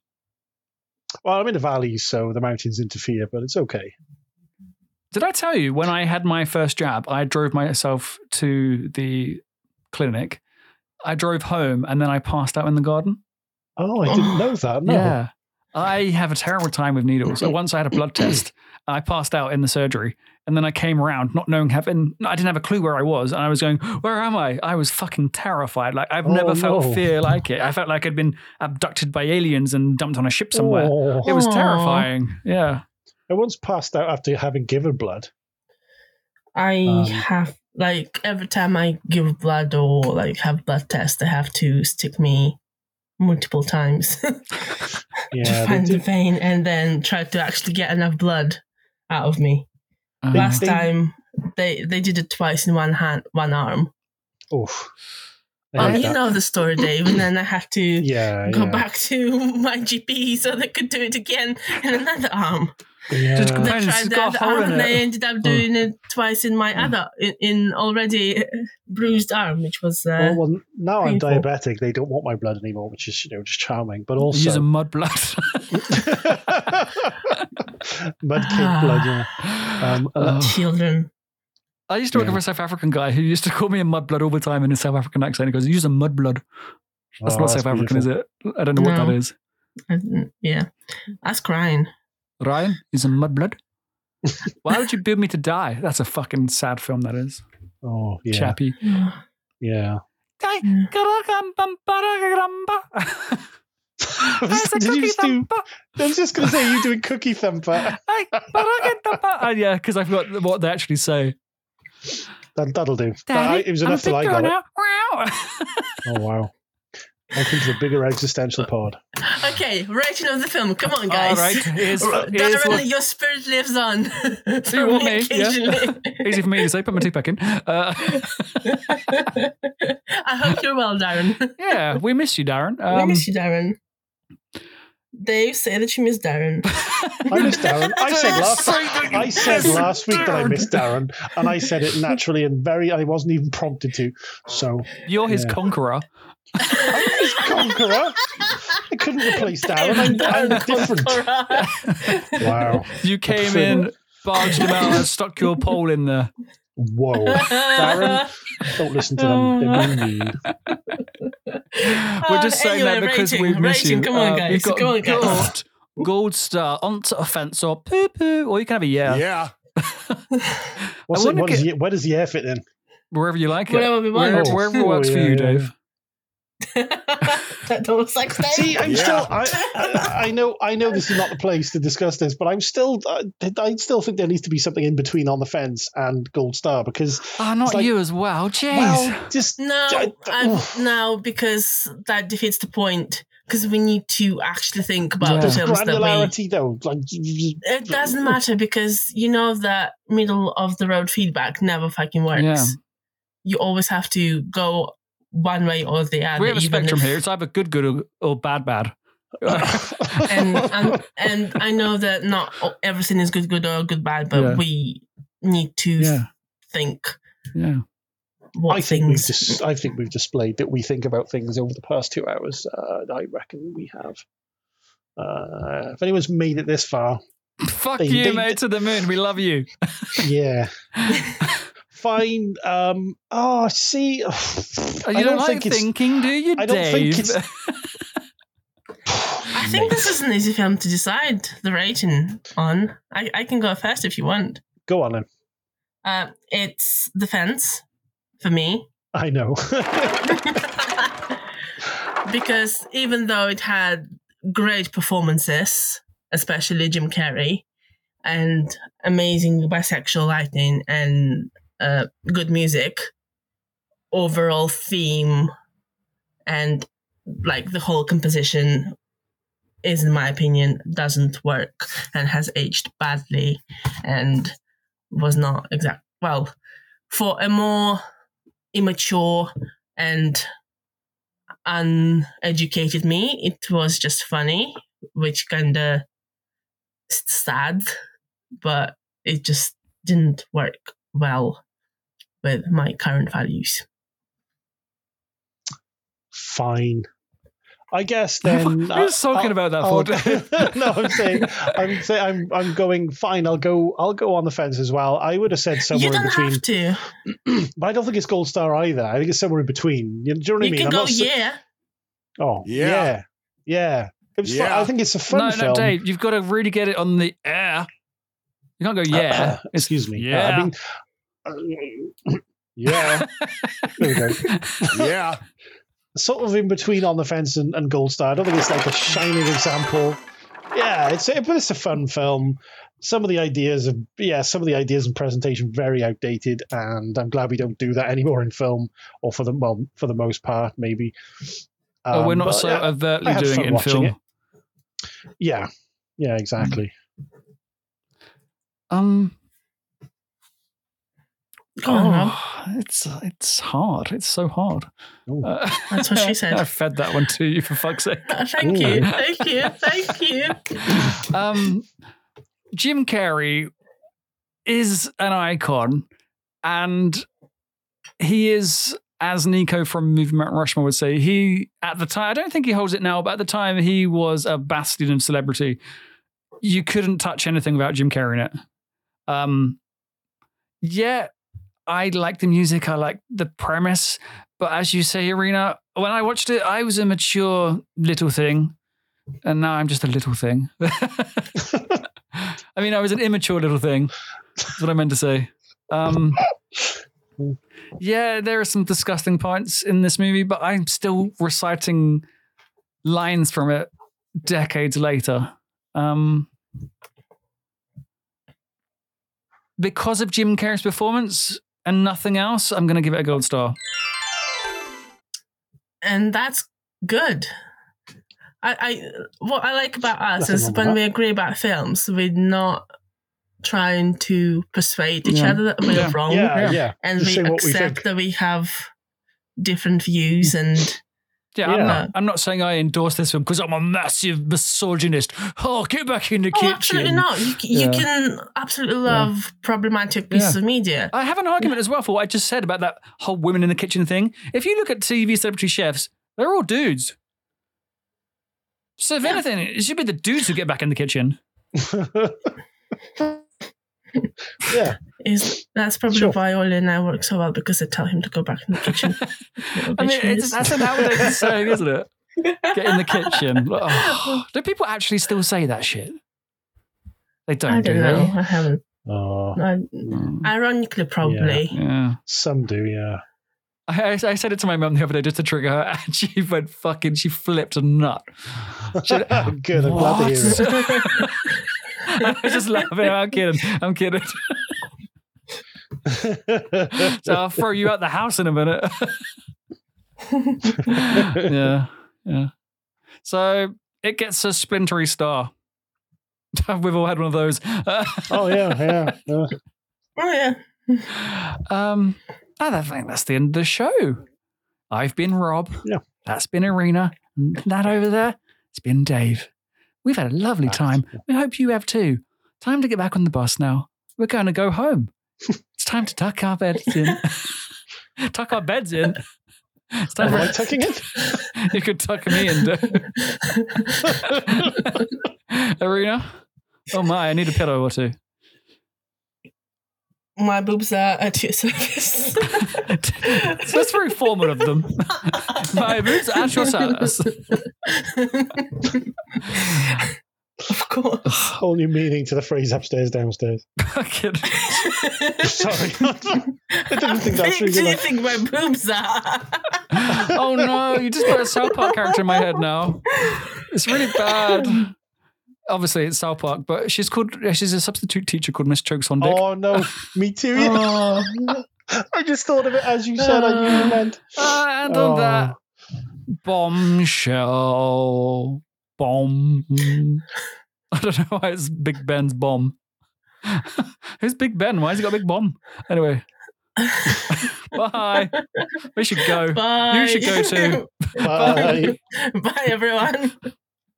Speaker 3: well, I'm in the valleys, so the mountains interfere, but it's okay.
Speaker 2: Did I tell you when I had my first jab, I drove myself to the clinic. I drove home and then I passed out in the garden.
Speaker 3: Oh, I didn't know that. No.
Speaker 2: Yeah. I have a terrible time with needles. Once I had a blood test, I passed out in the surgery, and then I came around not knowing having. I didn't have a clue where I was, and I was going, "Where am I?" I was fucking terrified. Like I've never
Speaker 3: Oh,
Speaker 2: felt
Speaker 3: no.
Speaker 2: fear like it. I felt like I'd been abducted by aliens and dumped on a ship somewhere.
Speaker 3: Oh.
Speaker 2: It was
Speaker 4: Aw.
Speaker 2: terrifying. Yeah.
Speaker 3: I once passed out after having given blood.
Speaker 4: I
Speaker 3: Um,
Speaker 4: have like every time I give blood or like have blood test, they have to stick me multiple times to
Speaker 3: Yeah, they
Speaker 4: find the
Speaker 3: did.
Speaker 4: vein and then try to actually get enough blood out of me.
Speaker 2: Um,
Speaker 4: Last
Speaker 3: they-
Speaker 4: time they they did it twice in one hand, one arm.
Speaker 3: Oof. I
Speaker 4: Well,
Speaker 3: hate
Speaker 4: you
Speaker 3: that.
Speaker 4: know the story, Dave, and then I had to
Speaker 3: yeah,
Speaker 4: go
Speaker 3: yeah.
Speaker 4: back to my GP so they could do it again in another arm.
Speaker 2: Just
Speaker 3: Yeah.
Speaker 4: They
Speaker 2: Friends,
Speaker 4: tried
Speaker 2: it's
Speaker 4: the
Speaker 2: got
Speaker 4: other
Speaker 2: a hole
Speaker 4: arm
Speaker 2: in
Speaker 4: and they
Speaker 2: it. Hmm.
Speaker 4: ended up doing it twice in my other, in, in already uh, bruised arm, which was. Uh,
Speaker 2: Oh,
Speaker 3: Well, well, now I'm
Speaker 4: painful.
Speaker 3: diabetic. They don't want my blood anymore, which is you know just charming, but also
Speaker 2: Use a mud blood.
Speaker 3: mud
Speaker 2: Ah,
Speaker 3: cake blood. Yeah. Um, uh,
Speaker 2: Oh.
Speaker 4: children.
Speaker 2: I used to work
Speaker 3: Yeah.
Speaker 2: with a South African guy who used to call me a mudblood all the time in a South African accent. He goes, "Use a mudblood." That's
Speaker 3: Oh,
Speaker 2: not South African, is it? I don't know what
Speaker 4: No.
Speaker 2: that is.
Speaker 4: I didn't- Yeah. That's crying.
Speaker 2: Ryan, use a mudblood. Why would you build me to die? That's a fucking sad film. That is
Speaker 3: beautiful. Oh yeah,
Speaker 2: Chappie.
Speaker 3: yeah.
Speaker 2: Guy-
Speaker 4: Yeah.
Speaker 2: garagambambaragamba. There's a
Speaker 3: Did you
Speaker 2: cookie
Speaker 3: just do-
Speaker 2: thumper.
Speaker 3: I was just going to say you doing cookie uh, thumper.
Speaker 2: Hey, baragadamba. Oh, Yeah, because I forgot what they actually say.
Speaker 3: That, that'll do. That- I,
Speaker 2: Daddy,
Speaker 3: it was
Speaker 2: I'm a
Speaker 3: enough that
Speaker 2: big
Speaker 3: I
Speaker 2: girl
Speaker 3: got it.
Speaker 2: now. Wow.
Speaker 3: Oh wow. Welcome to the bigger existential pod.
Speaker 4: Okay, rating of the film. Come on, guys.
Speaker 2: All right, here's, here's
Speaker 4: Darren,
Speaker 2: what-
Speaker 4: your spirit lives on.
Speaker 2: you
Speaker 4: for
Speaker 2: want me? Yeah.
Speaker 4: occasionally.
Speaker 2: easy for me to say. Put my teeth back in. Uh,
Speaker 4: I hope you're well, Darren.
Speaker 2: Yeah, we miss you, Darren.
Speaker 4: I
Speaker 2: Um,
Speaker 4: miss you, Darren. Dave, say that you miss Darren.
Speaker 3: I missed Darren. I said last. I said
Speaker 2: Yes,
Speaker 3: last week that I
Speaker 2: Darren.
Speaker 3: missed Darren, and I said it naturally and very. I wasn't even prompted to. So
Speaker 2: You're his
Speaker 3: Yeah.
Speaker 2: conqueror.
Speaker 3: I'm his conqueror. I couldn't replace Darren. I'm, I'm different. Wow.
Speaker 2: You came in, barged him out, and stuck your pole in there.
Speaker 3: Whoa. Darren, don't listen to them. They're being mean.
Speaker 2: We're just saying that
Speaker 4: Uh, anyway,
Speaker 2: because
Speaker 4: rating,
Speaker 2: we miss
Speaker 4: rating,
Speaker 2: you.
Speaker 4: come on, guys,
Speaker 2: You've got
Speaker 4: come on, guys.
Speaker 2: gold, gold star, onto offense, or poo poo, or you can have a yeah,
Speaker 8: Yeah.
Speaker 3: What's it,
Speaker 2: wonder
Speaker 3: what is
Speaker 2: get-
Speaker 3: the- where does the air fit in?
Speaker 2: wherever you like it,
Speaker 4: Whatever we want.
Speaker 2: wherever, wherever works
Speaker 3: Oh,
Speaker 2: for
Speaker 3: yeah,
Speaker 2: you,
Speaker 3: yeah.
Speaker 2: Dave.
Speaker 4: that looks like Dave.
Speaker 3: See, I'm
Speaker 8: Yeah.
Speaker 3: still. I, I, I know. I know this is not the place to discuss this, but I'm still. I, I still think there needs to be something in between on the fence and Gold Star because.
Speaker 4: Ah,
Speaker 2: Oh, not
Speaker 3: It's like-
Speaker 2: you as well. Jeez.
Speaker 3: Well, just
Speaker 4: No,
Speaker 3: I-
Speaker 4: I'm,
Speaker 3: Oof.
Speaker 4: no, because that defeats the point. Because we need to actually think about
Speaker 2: Yeah.
Speaker 4: the films that we.
Speaker 3: granularity, though. Like,
Speaker 4: It doesn't matter because you know that middle of the road feedback never fucking works.
Speaker 2: Yeah.
Speaker 4: You always have to go one way or the other.
Speaker 2: we have a
Speaker 4: even
Speaker 2: spectrum
Speaker 4: if-
Speaker 2: here. It's either good, good, or, or bad, bad.
Speaker 4: and, and and I know that not o- everything is good, good or good, bad, but
Speaker 2: Yeah.
Speaker 4: we need to
Speaker 2: yeah,
Speaker 4: think
Speaker 2: yeah.
Speaker 4: what
Speaker 3: I think we've
Speaker 4: things.
Speaker 3: dis- I think we've displayed that we think about things over the past two hours. Uh, I reckon we have. Uh, if anyone's made it this far,
Speaker 2: Fuck
Speaker 3: They-
Speaker 2: you,
Speaker 3: they-
Speaker 2: mate, to the moon. We love you.
Speaker 3: yeah, fine. Um, oh, see, you
Speaker 2: You don't, like thinking, do you,
Speaker 3: I don't
Speaker 2: Dave?
Speaker 3: think it's-
Speaker 4: I think this is an easy film to decide the rating on. I, I can go first if you want.
Speaker 3: Go on then.
Speaker 4: Uh, it's The Fence for me.
Speaker 3: I know.
Speaker 4: because even though it had great performances, especially Jim Carrey, and amazing bisexual lighting and uh, good music, overall theme and like the whole composition is, in my opinion, doesn't work and has aged badly and was not exact. Well, for a more immature and uneducated me, it was just funny, which kind of sad, but it just didn't work well with my current values.
Speaker 3: fine. I guess then. uh,
Speaker 2: You're just talking about that for-
Speaker 3: no, I'm saying, I'm saying, I'm, I'm going fine. I'll go, I'll go on the fence as well. I would have said somewhere
Speaker 4: you don't
Speaker 3: in between,
Speaker 4: have to.
Speaker 3: but I don't think it's gold star either. I think it's somewhere in between. You- Do you know what I
Speaker 4: you
Speaker 3: mean?
Speaker 4: can
Speaker 3: I'm
Speaker 4: go,
Speaker 3: not s-
Speaker 4: yeah.
Speaker 3: Oh,
Speaker 8: Yeah.
Speaker 3: yeah, yeah. It was
Speaker 8: Yeah.
Speaker 3: fun. I think it's a
Speaker 2: No,
Speaker 3: fun
Speaker 2: no,
Speaker 3: film.
Speaker 2: Dave, you've got to really get it on the air. You can't go, yeah. It's-
Speaker 3: Excuse me. Uh,
Speaker 2: Yeah.
Speaker 3: I mean, uh, yeah. there we go.
Speaker 8: yeah.
Speaker 3: Sort of in between on the fence and, and Gold Star. I don't think it's like a shining example. Yeah, it's a, but it's a fun film. Some of the ideas of yeah, some of the ideas and presentation very outdated, and I'm glad we don't do that anymore in film or for the well, for the most part maybe.
Speaker 2: oh, we're
Speaker 3: Um,
Speaker 2: not
Speaker 3: but
Speaker 2: so
Speaker 3: yeah, I
Speaker 2: overtly
Speaker 3: had
Speaker 2: doing
Speaker 3: fun
Speaker 2: it in
Speaker 3: watching
Speaker 2: film.
Speaker 3: it. yeah, yeah, exactly.
Speaker 2: Um,
Speaker 4: Go on, Rob.
Speaker 2: oh, it's it's hard. It's so hard.
Speaker 3: Ooh.
Speaker 2: Uh,
Speaker 4: That's what she said.
Speaker 2: I fed that one to you for fuck's sake.
Speaker 4: Uh, Thank you, thank you, thank you.
Speaker 2: um, Jim Carrey is an icon, and he is, as Nico from Movie Mount Rushmore would say, he at the time I don't think he holds it now, but at the time he was a bastion of celebrity. You couldn't touch anything without Jim Carrey in it. Um, yeah, I like the music. I like the premise. But as you say, Irina, when I watched it, I was a mature little thing. And now I'm just a little thing. I mean, I was an immature little thing. That's what I meant to say. Um, yeah, there are some disgusting parts in this movie, but I'm still reciting lines from it decades later. Um, because of Jim Carrey's performance and nothing else, I'm going to give it a gold star.
Speaker 4: and that's good. I, I what I like about us
Speaker 3: Nothing
Speaker 4: is
Speaker 3: wrong with
Speaker 4: when
Speaker 3: that.
Speaker 4: we agree about films, we're not trying to persuade each
Speaker 2: Yeah.
Speaker 4: other that we're
Speaker 2: Oh, Yeah.
Speaker 4: wrong,
Speaker 3: yeah, yeah,
Speaker 4: and
Speaker 3: Just
Speaker 4: we
Speaker 3: say what we
Speaker 4: accept
Speaker 3: think.
Speaker 4: that we have different views and
Speaker 2: Yeah, I'm
Speaker 3: Yeah.
Speaker 2: not. I'm not saying I endorse this film because I'm a massive misogynist. Oh, get back in the
Speaker 4: oh,
Speaker 2: kitchen.
Speaker 4: absolutely not. You, c- you
Speaker 2: Yeah.
Speaker 4: can absolutely love problematic pieces of media.
Speaker 2: I have an argument as well for what I just said about that whole women in the kitchen thing. If you look at TV celebrity chefs, they're all dudes. So if anything, it should be the dudes who get back in the kitchen.
Speaker 3: yeah.
Speaker 4: Is that's probably
Speaker 3: Sure.
Speaker 4: why Ollie and I work so well because I tell him to go back in the kitchen. Little
Speaker 2: I mean,
Speaker 4: bitch he
Speaker 2: it's,
Speaker 4: is.
Speaker 2: that's an outdated saying, isn't it? Get in the kitchen. Oh, do people actually still say that shit? They don't,
Speaker 4: I
Speaker 2: do
Speaker 4: don't know. I haven't.
Speaker 3: Oh,
Speaker 4: I,
Speaker 2: they?
Speaker 4: ironically, probably.
Speaker 2: Yeah.
Speaker 3: some do, yeah.
Speaker 2: I, I I said it to my mum the other day just to trigger her, and she went fucking, she flipped a nut. She-
Speaker 3: Good. I'm glad to hear it.
Speaker 2: What? I was just laughing. I'm kidding. I'm kidding. So I'll throw you out the house in a minute. yeah. Yeah. So it gets a splintery star. We've all had one of those. Uh,
Speaker 3: oh yeah, yeah. yeah.
Speaker 4: Oh yeah.
Speaker 2: um, and I think that's the end of the show. I've been Rob.
Speaker 3: Yeah.
Speaker 2: That's been Arena. And that over there, it's been Dave. We've had a lovely time. We hope you have too. Time to get back on the bus now. We're going to go home. it's time to tuck our beds in. tuck our beds in. It's time
Speaker 3: Am
Speaker 2: for-
Speaker 3: I tucking it?
Speaker 2: you could tuck me uh, in. dude. Arena. Oh my, I need a pillow or two.
Speaker 4: My boobs are at your service.
Speaker 2: So That's very formal of them. My boobs at your service.
Speaker 4: of course.
Speaker 3: Whole new meaning to the phrase upstairs, downstairs.
Speaker 2: Fucking-
Speaker 3: Sorry. I didn't think
Speaker 4: How
Speaker 3: that's
Speaker 4: big do
Speaker 3: really
Speaker 4: you think my boobs are?
Speaker 2: oh no, you just put a South Park character in my head now. It's really bad. Obviously, it's South Park, but she's called. She's a substitute teacher called Miss Chokes on Dick.
Speaker 3: Oh no, me too.
Speaker 2: Oh.
Speaker 3: I just thought of it as you said. I knew you meant.
Speaker 2: Uh, and on
Speaker 3: Oh.
Speaker 2: that bombshell, bomb. I don't know why it's Big Ben's bomb. Who's Big Ben? Why has he got a big bomb? Anyway, bye. We should go.
Speaker 4: Bye.
Speaker 2: You should go too.
Speaker 3: Bye.
Speaker 4: Bye, everyone.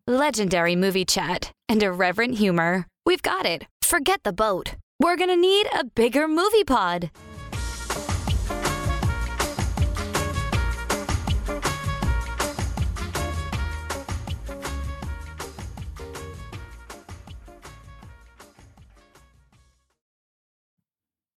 Speaker 1: Legendary movie chat and irreverent humor. We've got it. Forget the boat. We're gonna need a bigger movie pod.